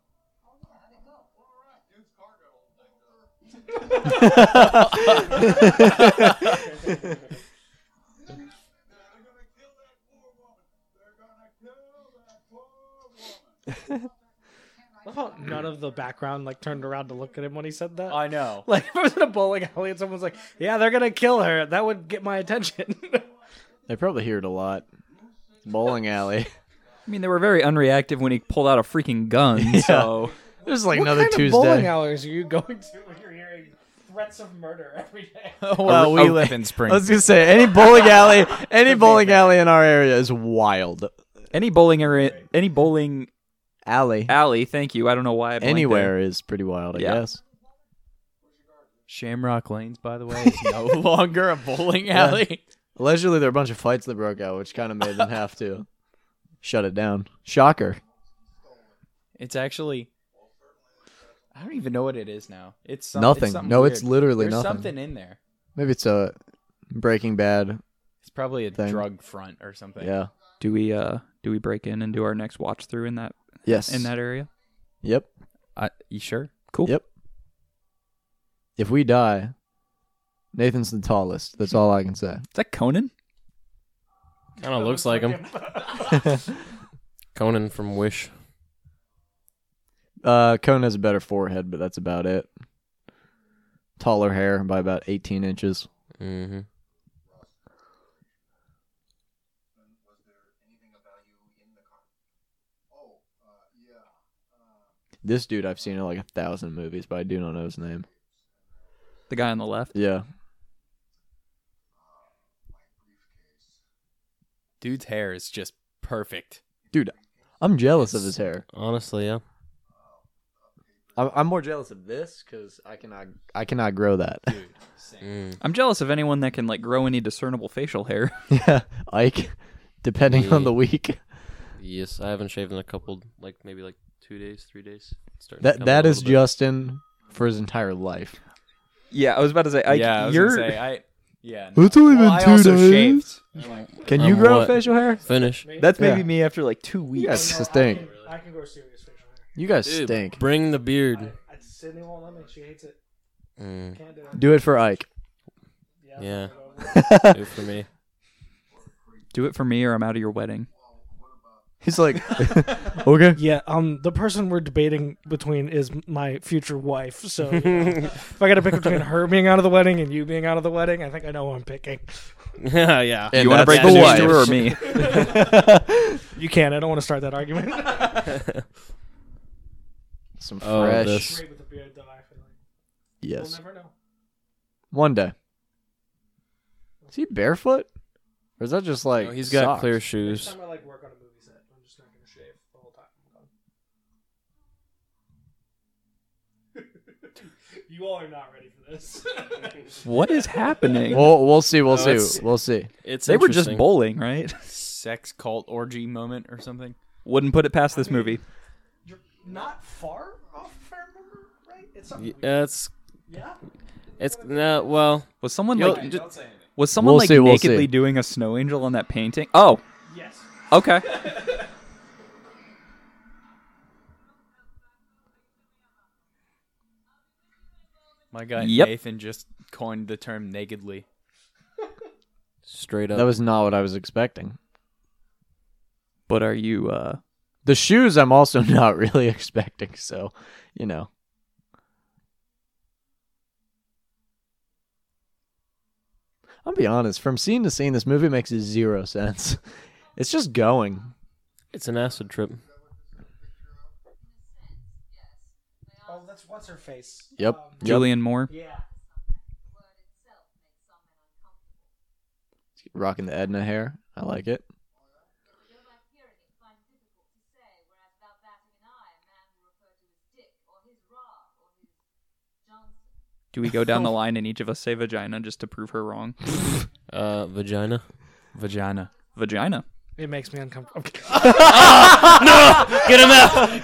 Speaker 6: Oh yeah, how'd it go? Well, all right, dude's car got all thing up. They're gonna kill that poor woman. They're gonna kill that poor woman.
Speaker 1: I love how none of the background like turned around to look at him when he said that.
Speaker 4: I know.
Speaker 1: like if I was in a bowling alley and someone's like, "Yeah, they're gonna kill her," that would get my attention.
Speaker 2: They probably hear it a lot. Bowling alley.
Speaker 5: I mean, they were very unreactive when he pulled out a freaking gun. So
Speaker 2: This is like
Speaker 1: what
Speaker 2: another
Speaker 1: kind
Speaker 2: Tuesday.
Speaker 1: of bowling alleys are you going to when you're hearing threats of murder every day?
Speaker 2: Well, we
Speaker 4: live
Speaker 2: li- I
Speaker 4: in
Speaker 2: was
Speaker 4: Springfield.
Speaker 2: gonna say any bowling alley, any bowling alley in our area is wild.
Speaker 5: any bowling area, any bowling
Speaker 2: Alley
Speaker 5: alley. Thank you. I don't know why. I blanked
Speaker 2: anywhere is pretty wild, I
Speaker 5: Yeah.
Speaker 2: guess.
Speaker 4: Shamrock Lanes, by the way, is no longer a bowling
Speaker 2: Yeah.
Speaker 4: alley.
Speaker 2: Allegedly, there were a bunch of fights that broke out, which kind of made them have to shut it down. Shocker.
Speaker 4: It's actually. I don't even know what it is now. It's some,
Speaker 2: nothing.
Speaker 4: It's something
Speaker 2: no,
Speaker 4: weird.
Speaker 2: it's literally
Speaker 4: There's
Speaker 2: nothing.
Speaker 4: something in there.
Speaker 2: Maybe it's a Breaking Bad.
Speaker 4: It's probably a
Speaker 2: Thing.
Speaker 4: drug front or something.
Speaker 2: Yeah.
Speaker 5: there. Do we uh do we break in and do our next watch through in that
Speaker 2: Yes.
Speaker 5: in that area?
Speaker 2: Yep.
Speaker 4: I, you sure?
Speaker 5: Cool.
Speaker 2: Yep. If we die, Nathan's the tallest. That's all I can say.
Speaker 5: Is that Conan?
Speaker 3: Kind of looks like him. Conan from Wish.
Speaker 2: Uh, Cone has a better forehead, but that's about it. Taller hair by about 18 inches.
Speaker 3: Mm-hmm.
Speaker 6: Was there anything of value in the car? Oh, uh, yeah. Uh,
Speaker 2: This dude I've seen in like a thousand movies, but I do not know his name.
Speaker 5: The guy on the left.
Speaker 2: Yeah.
Speaker 4: Dude's hair is just perfect.
Speaker 2: Dude, I'm jealous of his hair.
Speaker 3: Honestly, yeah.
Speaker 2: I'm, I'm more jealous of this because I cannot, I cannot grow that.
Speaker 3: Mm.
Speaker 5: I'm jealous of anyone that can like grow any discernible facial hair.
Speaker 2: yeah, Ike. Depending on the week,
Speaker 3: Yes, I haven't shaved in a couple, like maybe like two days, three days. It's starting to
Speaker 2: that
Speaker 3: come
Speaker 2: that
Speaker 3: a
Speaker 2: is
Speaker 3: little bit.
Speaker 2: Justin for his entire life.
Speaker 5: Yeah, I was about to say. Ike,
Speaker 4: yeah, I was
Speaker 5: you're
Speaker 4: gonna say, I, yeah. no.
Speaker 2: It's only
Speaker 4: Well, I also shaved.
Speaker 2: Can
Speaker 3: Um,
Speaker 2: you grow
Speaker 3: what?
Speaker 2: facial hair?
Speaker 3: Finish.
Speaker 5: that's
Speaker 2: Yeah.
Speaker 5: maybe me after like two weeks.
Speaker 2: guys stink.
Speaker 1: I can grow serious facial hair.
Speaker 2: You guys
Speaker 3: Dude,
Speaker 2: stink.
Speaker 3: Bring the beard.
Speaker 1: I, Sydney won't let me. She hates it.
Speaker 3: Mm.
Speaker 1: Can't do it.
Speaker 2: Do it for Ike.
Speaker 3: Yeah. Do for me.
Speaker 5: Do it for me, or I'm out of your wedding.
Speaker 2: He's like, okay.
Speaker 1: Yeah, um, the person we're debating between is my future wife. So you know, if I got to pick between her being out of the wedding and you being out of the wedding, I think I know who I'm picking.
Speaker 3: yeah, yeah.
Speaker 2: And
Speaker 5: you want to
Speaker 2: that's
Speaker 5: break the news
Speaker 2: wife.
Speaker 5: to her or me?
Speaker 1: You can. I don't want to start that argument.
Speaker 2: Some
Speaker 3: Oh,
Speaker 2: fresh.
Speaker 3: this.
Speaker 1: with a beard, though, I feel like.
Speaker 2: Yes.
Speaker 1: never know.
Speaker 2: One day. Is he barefoot? Or is that just like
Speaker 3: No, he's got
Speaker 2: socks?
Speaker 3: clear shoes.
Speaker 1: I like work on a movie set, I'm just not gonna shave the whole time. you all are not ready for this.
Speaker 5: What is happening?
Speaker 2: We'll we'll see. We'll
Speaker 3: that's-
Speaker 2: see. We'll see.
Speaker 3: It's
Speaker 5: they were just
Speaker 3: interesting.
Speaker 5: bowling, right?
Speaker 4: Sex cult orgy moment or something.
Speaker 5: Wouldn't put it past this movie.
Speaker 1: You're not far off, if I remember right. It's something.
Speaker 3: Y-
Speaker 1: weird.
Speaker 3: Yeah, it's
Speaker 1: Yeah.
Speaker 3: it's no. Well,
Speaker 5: Was someone
Speaker 3: You'll-
Speaker 5: like was someone
Speaker 2: We'll
Speaker 5: like
Speaker 2: see, we'll
Speaker 5: nakedly
Speaker 2: see.
Speaker 5: doing a snow angel on that painting? Oh,
Speaker 1: Yes.
Speaker 5: okay.
Speaker 4: My guy
Speaker 5: Yep.
Speaker 4: Nathan just coined the term nakedly.
Speaker 3: straight up.
Speaker 2: That was not what I was expecting.
Speaker 5: but are you? uh
Speaker 2: The shoes I'm also not really expecting, so you know. I'll be honest, from scene to scene this movie makes zero sense. It's just going.
Speaker 3: it's an acid trip.
Speaker 1: Oh, that's what's her face.
Speaker 2: Yep.
Speaker 1: Um,
Speaker 5: Julian Moore?
Speaker 1: yeah.
Speaker 2: Rocking the Edna hair. I like it.
Speaker 5: Do we go down the line and each of us say vagina just to prove her wrong?
Speaker 3: Uh, vagina.
Speaker 4: Vagina.
Speaker 5: Vagina.
Speaker 1: It makes me uncomfortable.
Speaker 3: Get him out!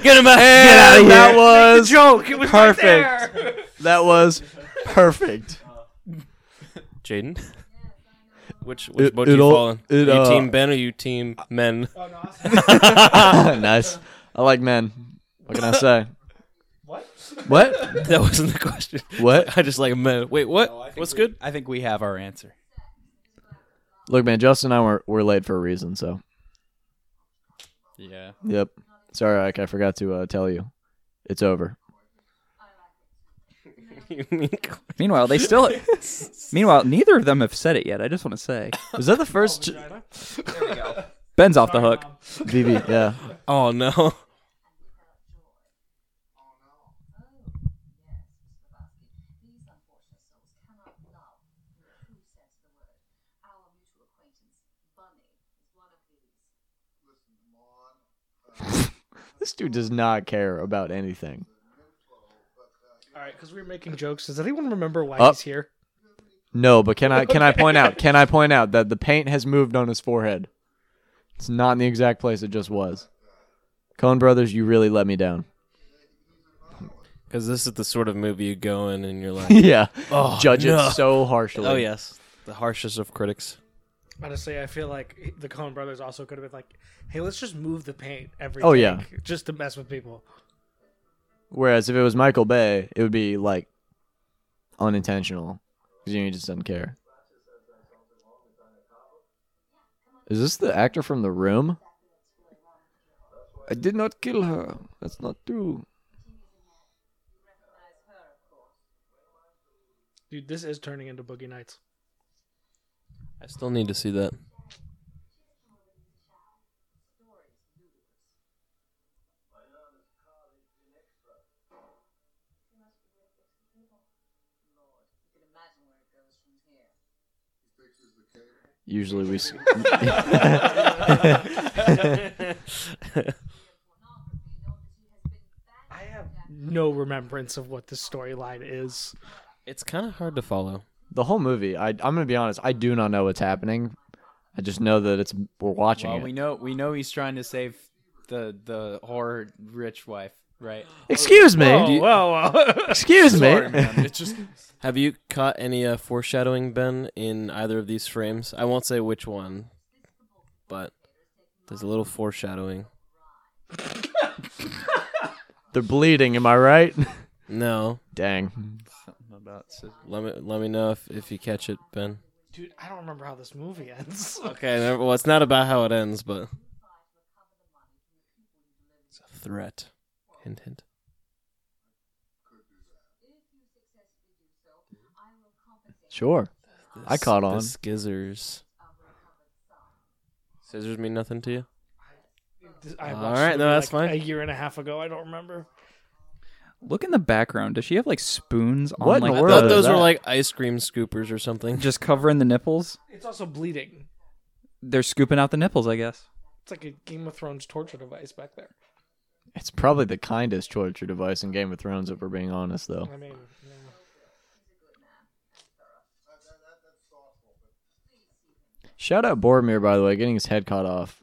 Speaker 3: Get him out!
Speaker 2: And that was
Speaker 1: joke. It was
Speaker 2: perfect. that was perfect.
Speaker 3: Jaden. Which which
Speaker 2: It-
Speaker 3: boat do you
Speaker 2: it'll-
Speaker 3: fall in?
Speaker 2: it,
Speaker 3: Are you
Speaker 2: uh,
Speaker 3: team Ben or you team men?
Speaker 1: Oh, no, I-
Speaker 2: nice. I like men. What can I say?
Speaker 1: what?
Speaker 2: What?
Speaker 3: That wasn't the question.
Speaker 2: What?
Speaker 3: I just like men. Wait, what? What's good?
Speaker 4: I think we have our answer.
Speaker 2: Look, man, Justin and I were, were late for a reason, so.
Speaker 4: Yeah.
Speaker 2: Yep. Sorry, Ike, I forgot to uh, tell you. It's over.
Speaker 5: Meanwhile, they still. meanwhile, neither of them have said it yet. I just want to say,
Speaker 2: Was that the first
Speaker 1: Vagina?
Speaker 5: Ben's off the hook.
Speaker 2: VB? Yeah.
Speaker 3: oh no!
Speaker 8: These unfortunate souls cannot love in the true sense of the word. Our mutual acquaintance, Bunny, is one of these.
Speaker 2: This dude does not care about anything.
Speaker 1: All right, because we were making jokes. Does anyone remember why
Speaker 2: Up.
Speaker 1: he's here?
Speaker 2: No, but can I can I point out? Can I point out that the paint has moved on his forehead? It's not in the exact place it just was. Coen Brothers, you really let me down.
Speaker 3: Because this is the sort of movie you go in and you're like,
Speaker 2: yeah.
Speaker 3: oh,
Speaker 2: Judge
Speaker 3: no.
Speaker 2: it so harshly.
Speaker 3: Oh yes, the harshest of critics.
Speaker 1: Honestly, I feel like the Coen brothers also could have been like, hey, let's just move the paint every
Speaker 2: Oh, yeah.
Speaker 1: take just to mess with people.
Speaker 2: Whereas if it was Michael Bay, it would be like unintentional because you know, he just doesn't care. Is this the actor from The Room? I did not kill her. That's not true.
Speaker 1: Dude, this is turning into Boogie Nights.
Speaker 3: I still need to see that.
Speaker 2: Usually we. s-
Speaker 1: I have no remembrance of what the storyline is.
Speaker 3: It's kind of hard to follow.
Speaker 2: the whole movie. I, I'm gonna be honest. I do not know what's happening. I just know that it's we're watching
Speaker 4: Well,
Speaker 2: it.
Speaker 4: we know we know he's trying to save the the horror rich wife, right?
Speaker 2: Excuse me.
Speaker 1: Oh, Whoa, whoa.
Speaker 2: Excuse
Speaker 5: Eh?
Speaker 2: me.
Speaker 4: It's just
Speaker 3: Have you caught any uh, foreshadowing, Ben, in either of these frames? I won't say which one, but there's a little foreshadowing.
Speaker 2: They're bleeding. Am I right?
Speaker 3: No,
Speaker 2: Dang.
Speaker 3: let me let me know if, if you catch it, Ben.
Speaker 1: Dude, I don't remember how this movie ends.
Speaker 3: Okay, never, well, it's not about how it ends, but it's a threat. Hint, hint.
Speaker 2: Sure. I
Speaker 3: This-
Speaker 2: caught
Speaker 3: the
Speaker 2: on.
Speaker 3: Skizzers. Scissors mean nothing to you?
Speaker 1: I
Speaker 3: All
Speaker 1: watched the
Speaker 3: right, no,
Speaker 1: movie,
Speaker 3: that's
Speaker 1: like,
Speaker 3: fine.
Speaker 1: A year and a half ago, I don't remember.
Speaker 5: Look in the background. Does she have like spoons
Speaker 2: What
Speaker 5: on
Speaker 2: in the
Speaker 5: like
Speaker 3: I
Speaker 2: world?
Speaker 3: thought
Speaker 2: Where
Speaker 3: those
Speaker 2: is
Speaker 3: were
Speaker 2: that?
Speaker 3: like ice cream scoopers or something.
Speaker 5: just covering the nipples?
Speaker 1: It's also bleeding.
Speaker 5: They're scooping out the nipples, I guess.
Speaker 1: It's like a Game of Thrones torture device back there.
Speaker 2: It's probably the kindest torture device in Game of Thrones, if we're being honest, though.
Speaker 1: I mean, yeah.
Speaker 2: Shout out Boromir, by the way, getting his head cut off.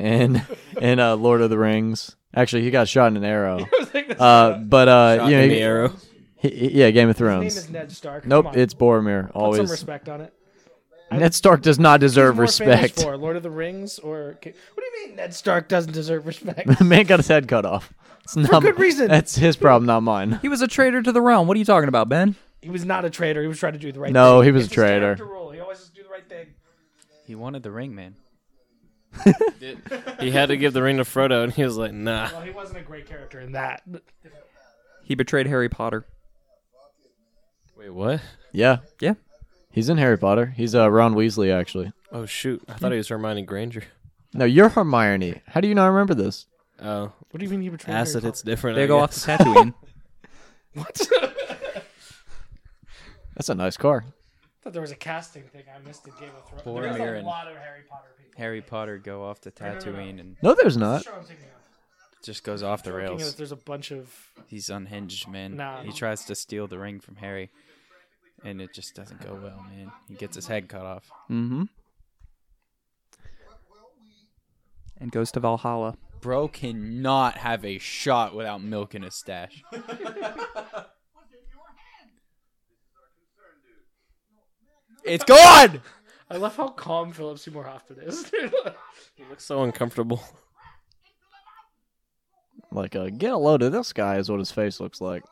Speaker 2: And and uh, Lord of the Rings. Actually, he got shot in an arrow.
Speaker 1: I was like, this
Speaker 2: Uh, but uh, you know,
Speaker 3: in
Speaker 2: he-
Speaker 3: the arrow.
Speaker 2: he- he- yeah, Game of
Speaker 1: name
Speaker 2: Thrones.
Speaker 1: is Ned Stark. Come
Speaker 2: nope,
Speaker 1: on.
Speaker 2: it's Boromir.
Speaker 1: Put some
Speaker 2: Always.
Speaker 1: respect on it.
Speaker 2: Ned Stark does not
Speaker 1: Who's
Speaker 2: deserve
Speaker 1: more famous
Speaker 2: respect.
Speaker 1: For Lord of the Rings or Ki- what do you mean Ned Stark doesn't deserve respect?
Speaker 2: The man got his head cut off. It's not
Speaker 1: good reason.
Speaker 2: That's his problem, not mine.
Speaker 5: He was a traitor to the realm. What are you talking about, Ben?
Speaker 1: he was not a traitor. He was trying to do the right thing.
Speaker 2: No, he was a
Speaker 1: It's his character
Speaker 2: traitor.
Speaker 1: role. He always just do the right thing.
Speaker 4: he wanted the ring, man.
Speaker 3: He had to give the ring to Frodo, and he was like, "Nah."
Speaker 1: Well, he wasn't a great character in that.
Speaker 5: He betrayed Harry Potter.
Speaker 3: Wait, what?
Speaker 2: Yeah,
Speaker 5: Yeah.
Speaker 2: he's in Harry Potter. He's uh, Ron Weasley, actually.
Speaker 3: Oh shoot! I thought he was Hermione Granger.
Speaker 2: No, you're Hermione. How do you not remember this?
Speaker 3: Oh,
Speaker 1: What do you mean he betrayed?
Speaker 3: acid hits different.
Speaker 5: They
Speaker 3: I
Speaker 5: go off
Speaker 3: guess.
Speaker 5: to Tatooine.
Speaker 1: What? I
Speaker 2: That's a nice car.
Speaker 1: thought there was a casting thing I missed in Game of Thrones.
Speaker 4: Boromir
Speaker 1: There's a
Speaker 4: and-
Speaker 1: lot of Harry Potter people.
Speaker 4: Harry Potter go off to Tatooine and
Speaker 2: No, there's not.
Speaker 1: Sure, I'm thinking of.
Speaker 4: just goes off the
Speaker 1: Thinking
Speaker 4: rails.
Speaker 1: of there's a bunch of
Speaker 4: He's unhinged, man.
Speaker 1: Nah.
Speaker 4: He tries to steal the ring from Harry, and it just doesn't go well, man. He gets his head cut off.
Speaker 5: mm-hmm.
Speaker 6: Well, we
Speaker 5: and goes to Valhalla.
Speaker 4: Bro cannot have a shot without milk in his stash. It's gone.
Speaker 1: I love how calm Philip Seymour Hoffman is.
Speaker 3: He looks so uncomfortable.
Speaker 2: Like, uh, get a load of this guy is what his face looks like.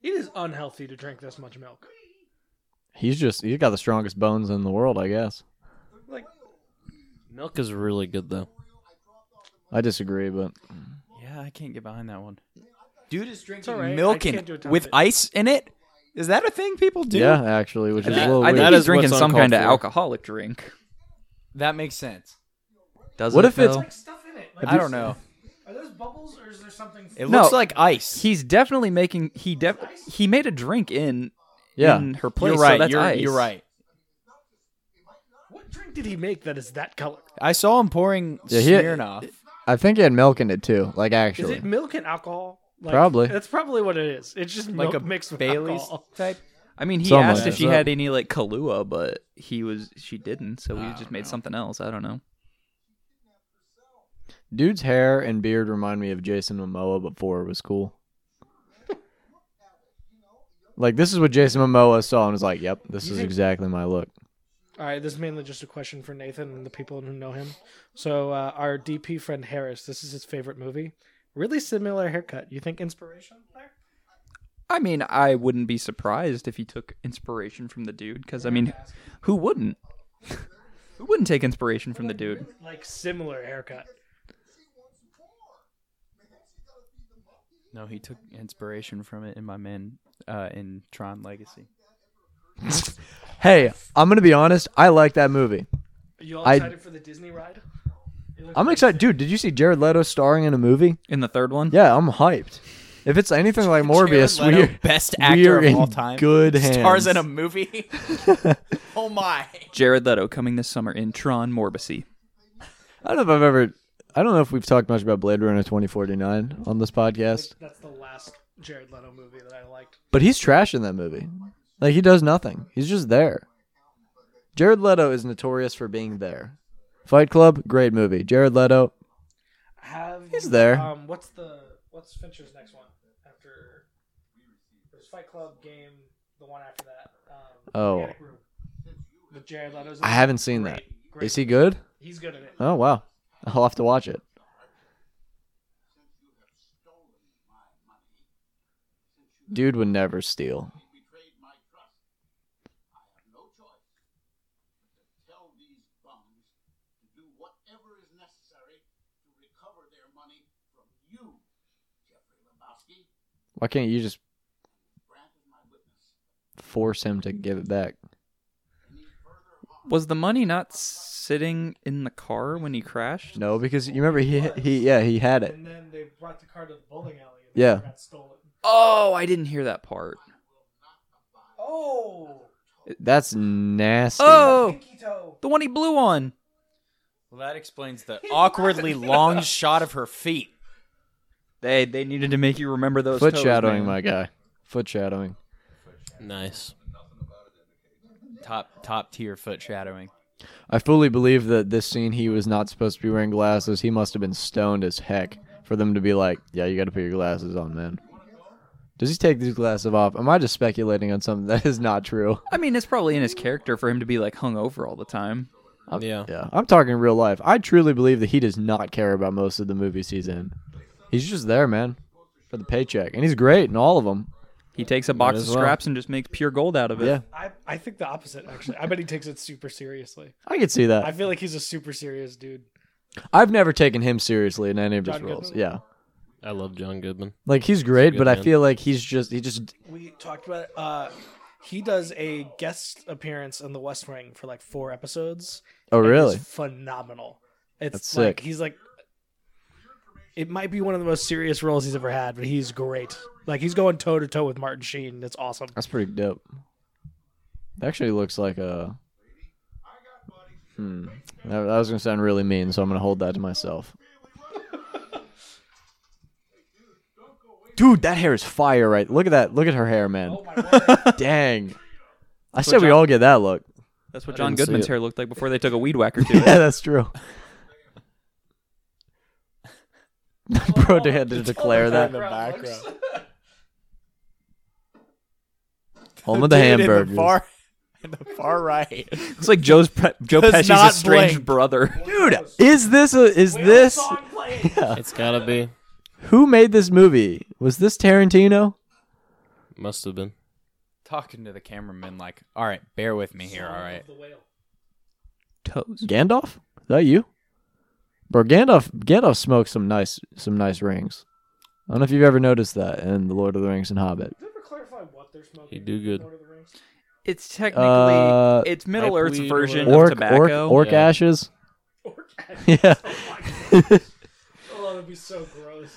Speaker 1: it is unhealthy to drink this much milk.
Speaker 2: He's just he's got the strongest bones in the world, I guess.
Speaker 3: Milk is really good though.
Speaker 2: I disagree, but
Speaker 4: Yeah, I can't get behind that one. Dude is
Speaker 1: It's
Speaker 4: drinking
Speaker 1: all right.
Speaker 4: milk
Speaker 1: I can't
Speaker 4: in,
Speaker 1: do it
Speaker 4: with
Speaker 1: without it.
Speaker 4: ice in it. Is that a thing people do?
Speaker 2: yeah, actually, which is a little
Speaker 5: I
Speaker 2: weird.
Speaker 5: think
Speaker 3: That
Speaker 5: he's
Speaker 3: is
Speaker 5: drinking
Speaker 3: what's
Speaker 5: some kind of
Speaker 3: uncalled for.
Speaker 5: alcoholic drink.
Speaker 4: That makes sense.
Speaker 5: Does
Speaker 2: What if it's-
Speaker 1: Like stuff in it. Like,
Speaker 4: I don't know.
Speaker 1: Are those bubbles or is there something?
Speaker 4: It
Speaker 5: No.
Speaker 4: looks like ice.
Speaker 5: He's definitely making he def he made a drink in
Speaker 2: yeah,
Speaker 5: in her place.
Speaker 4: you're
Speaker 5: so
Speaker 4: right.
Speaker 5: that's
Speaker 4: you're,
Speaker 5: ice.
Speaker 4: you're right.
Speaker 1: What drink did he make that is that color?
Speaker 4: I saw him pouring
Speaker 2: Yeah, he-
Speaker 4: Smirnoff.
Speaker 2: I think he had milk in it too. Like,
Speaker 1: Is
Speaker 2: actually,
Speaker 1: it milk and alcohol? Like,
Speaker 2: Probably.
Speaker 1: That's probably what it is. It's just
Speaker 4: Like
Speaker 1: milk
Speaker 4: a
Speaker 1: mixed with
Speaker 4: Bailey's
Speaker 1: alcohol.
Speaker 4: type.
Speaker 5: I mean, he
Speaker 2: Something
Speaker 5: asked
Speaker 2: like
Speaker 5: if
Speaker 2: that.
Speaker 5: she had any like Kahlua, but he was she didn't, so he just made something else. I don't know.
Speaker 2: dude's hair and beard remind me of Jason Momoa before it was cool. like, this is what Jason Momoa saw and was like, "Yep, this is exactly my look."
Speaker 1: All right, this is mainly just a question for Nathan and the people who know him. So, uh, our DP friend Harris, this is his favorite movie. Really similar haircut. You think inspiration there?
Speaker 5: I mean, I wouldn't be surprised if he took inspiration from the dude, because I mean, who wouldn't? who wouldn't take inspiration from the dude?
Speaker 1: Like similar haircut.
Speaker 4: No, he took inspiration from it in my man uh, in Tron Legacy.
Speaker 2: Hey, I'm gonna be honest. I like that movie.
Speaker 1: Are you all
Speaker 2: I-
Speaker 1: excited for the Disney ride?
Speaker 2: I'm excited, dude. Did you see Jared Leto starring in a movie?
Speaker 5: In the third one,
Speaker 2: Yeah, I'm hyped. If it's anything like Morbius,
Speaker 4: Jared Leto,
Speaker 2: we're
Speaker 4: best
Speaker 2: we're
Speaker 4: actor of
Speaker 2: in
Speaker 4: all time.
Speaker 2: good hands.
Speaker 4: Stars in a movie. oh my!
Speaker 5: Jared Leto coming this summer in Tron Morbicy.
Speaker 2: I don't know if I've ever. I don't know if we've talked much about Blade Runner 2049 on this podcast,
Speaker 1: That's the last Jared Leto movie that I liked.
Speaker 2: but he's trash in that movie. Like he does nothing. He's just there. Jared Leto is notorious for being there. Fight Club, great movie. Jared Leto,
Speaker 1: Have
Speaker 2: He's
Speaker 1: you-
Speaker 2: there.
Speaker 1: Um, what's the what's Fincher's next one after? There's Fight Club, Game, the one after that. Um,
Speaker 2: Oh.
Speaker 1: Panic Room. With Jared Leto's. in
Speaker 2: I
Speaker 1: it.
Speaker 2: haven't seen that.
Speaker 1: Great, great.
Speaker 2: Is he good?
Speaker 1: He's good at it.
Speaker 2: Oh wow, I'll have to watch it. Dude would never steal. Why can't you just force him to give it back?
Speaker 5: Was the money not sitting in the car when he crashed?
Speaker 2: No, because you remember he he yeah he had it.
Speaker 1: And then they brought the car to the bowling alley. And
Speaker 2: Yeah.
Speaker 1: it Got stolen.
Speaker 5: Oh, I didn't hear that part.
Speaker 1: Oh,
Speaker 2: That's nasty.
Speaker 5: Oh,
Speaker 1: pinky toe.
Speaker 5: the one he blew on.
Speaker 4: Well, that explains the awkwardly long shot of her feet.
Speaker 5: They they needed to make you remember those
Speaker 2: foot
Speaker 5: toes,
Speaker 2: shadowing,
Speaker 5: man.
Speaker 2: my guy. Foot shadowing.
Speaker 3: Nice.
Speaker 4: Top top tier foot shadowing.
Speaker 2: I fully believe that this scene he was not supposed to be wearing glasses. He must have been stoned as heck for them to be like, "Yeah, you got to put your glasses on, man." Does he take these glasses off? Am I just speculating on something that is not true?
Speaker 5: I mean, it's probably in his character for him to be like hung over all the time.
Speaker 3: Yeah.
Speaker 2: Yeah, I'm talking real life. I truly believe that he does not care about most of the movies he's in. He's just there, man, for the paycheck, and he's great in all of them.
Speaker 5: He takes a box
Speaker 3: as
Speaker 5: of
Speaker 3: well.
Speaker 5: scraps and just makes pure gold out of it.
Speaker 2: Yeah,
Speaker 1: I I think the opposite actually. I bet he takes it super seriously.
Speaker 2: I could see that.
Speaker 1: I feel like he's a super serious dude.
Speaker 2: I've never taken him seriously in any of his
Speaker 1: John
Speaker 2: roles.
Speaker 1: Goodman?
Speaker 2: Yeah.
Speaker 3: I love John Goodman.
Speaker 2: Like he's great,
Speaker 3: good
Speaker 2: but I
Speaker 3: man.
Speaker 2: feel like he's just he just
Speaker 1: We talked about uh he does a guest appearance in the West Wing for like four episodes.
Speaker 2: Oh
Speaker 1: and
Speaker 2: really?
Speaker 1: It's phenomenal. It's
Speaker 2: That's
Speaker 1: like
Speaker 2: sick.
Speaker 1: he's like it might be one of the most serious roles he's ever had, but he's great. Like he's going toe to toe with Martin Sheen. It's awesome.
Speaker 2: That's pretty dope. That actually looks like a Hmm. That, that was gonna sound really mean, so I'm gonna hold that to myself. Dude, that hair is fire right. Look at that. Look at her hair, man.
Speaker 9: Oh
Speaker 2: Dang. I said we all get that look.
Speaker 5: That's what John
Speaker 2: didn't see
Speaker 5: Goodman's
Speaker 2: it.
Speaker 5: hair looked like before they took a weed whacker to it.
Speaker 2: yeah, that's true. Bro had to declare
Speaker 1: Tell
Speaker 2: that.
Speaker 9: In
Speaker 1: them
Speaker 9: the
Speaker 1: how it
Speaker 9: background.
Speaker 1: looks.
Speaker 2: Home of the
Speaker 9: Dude,
Speaker 2: hamburgers.
Speaker 9: In the far, in the far right.
Speaker 5: It's like Joe's Pre- Joe
Speaker 9: Does
Speaker 5: Pesci's
Speaker 9: not
Speaker 5: estranged
Speaker 9: blink.
Speaker 5: brother.
Speaker 2: Dude, is this a, is this
Speaker 3: It's gotta be.
Speaker 2: who made this movie? Was this Tarantino?
Speaker 3: Must have been.
Speaker 4: Talking to the cameraman, like, all right, bear with me here, all right.
Speaker 5: Toes.
Speaker 2: Gandalf? Is that you? Bro, Gandalf Gandalf smokes some nice some nice rings. I don't know if you've ever noticed that in The Lord of the Rings and Hobbit.
Speaker 1: Did you ever clarify what they're smoking?
Speaker 3: You do good.
Speaker 1: Lord of the Rings?
Speaker 5: It's technically
Speaker 2: Uh,
Speaker 5: it's Middle
Speaker 3: I
Speaker 5: Earth's
Speaker 3: plead
Speaker 5: version
Speaker 3: with-
Speaker 5: of
Speaker 2: Orc, orc,
Speaker 5: tobacco.
Speaker 2: orc
Speaker 3: Yeah.
Speaker 2: ashes.
Speaker 1: Or-
Speaker 2: Yeah.
Speaker 1: oh, that'd be so gross.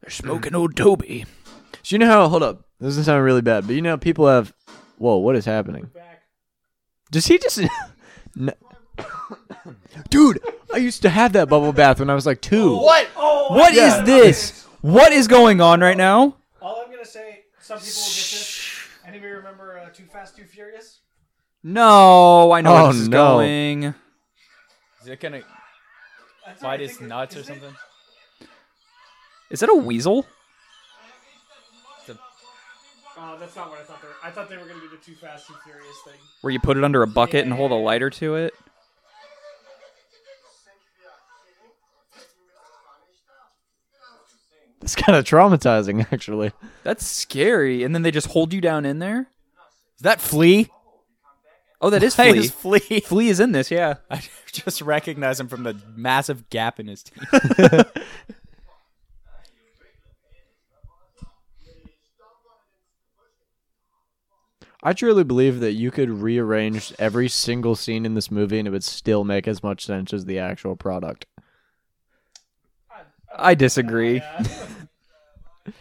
Speaker 5: They're smoking old Toby.
Speaker 2: So you know how? Hold up, this is sound really bad, but you know how people have. Whoa, what is happening? Does he just? No. Dude, I used to have that bubble bath when I was like two.
Speaker 5: What?
Speaker 1: Oh,
Speaker 5: What is
Speaker 2: Yeah.
Speaker 5: this? What is going on right now?
Speaker 1: All I'm gonna say, some people will get this. Anybody remember uh, Too Fast, Too Furious?
Speaker 5: No, I know where
Speaker 2: Oh,
Speaker 5: this is
Speaker 2: no.
Speaker 5: going.
Speaker 4: Is it gonna
Speaker 1: That's what
Speaker 4: bite
Speaker 1: I
Speaker 4: his
Speaker 1: think it-
Speaker 4: nuts or
Speaker 1: isn't it?
Speaker 4: something?
Speaker 5: Is that a weasel?
Speaker 1: Oh, that's not what I thought they were. I thought they were gonna do the Too Fast, Too Furious thing.
Speaker 5: Where you put it under a bucket and hold a lighter to it?
Speaker 2: It's kind of traumatizing, actually.
Speaker 5: That's scary. And then they just hold you down in there?
Speaker 9: Is that Flea?
Speaker 5: Oh, that is
Speaker 9: That
Speaker 5: flea.
Speaker 9: is Flea.
Speaker 5: flea is in this, yeah.
Speaker 9: I just recognize him from the massive gap in his teeth.
Speaker 2: I truly believe that you could rearrange every single scene in this movie, and it would still make as much sense as the actual product.
Speaker 5: I disagree.
Speaker 1: It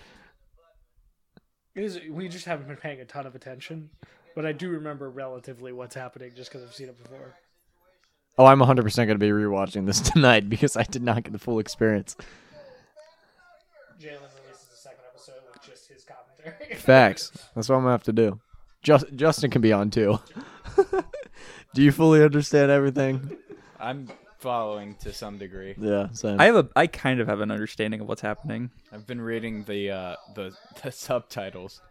Speaker 1: is. We just haven't been paying a ton of attention, but I do remember relatively what's happening just because I've seen it before.
Speaker 2: Oh, I'm 100% going to be rewatching this tonight because I did not get the full experience.
Speaker 1: Jalen releases a second episode with just his commentary.
Speaker 2: Facts. That's what I'm gonna have to do. Just, Justin can be on too. do you fully understand everything?
Speaker 4: I'm following to some degree.
Speaker 2: Yeah. Same.
Speaker 5: I have a I kind of have an understanding of what's happening.
Speaker 4: I've been reading the uh, the the subtitles.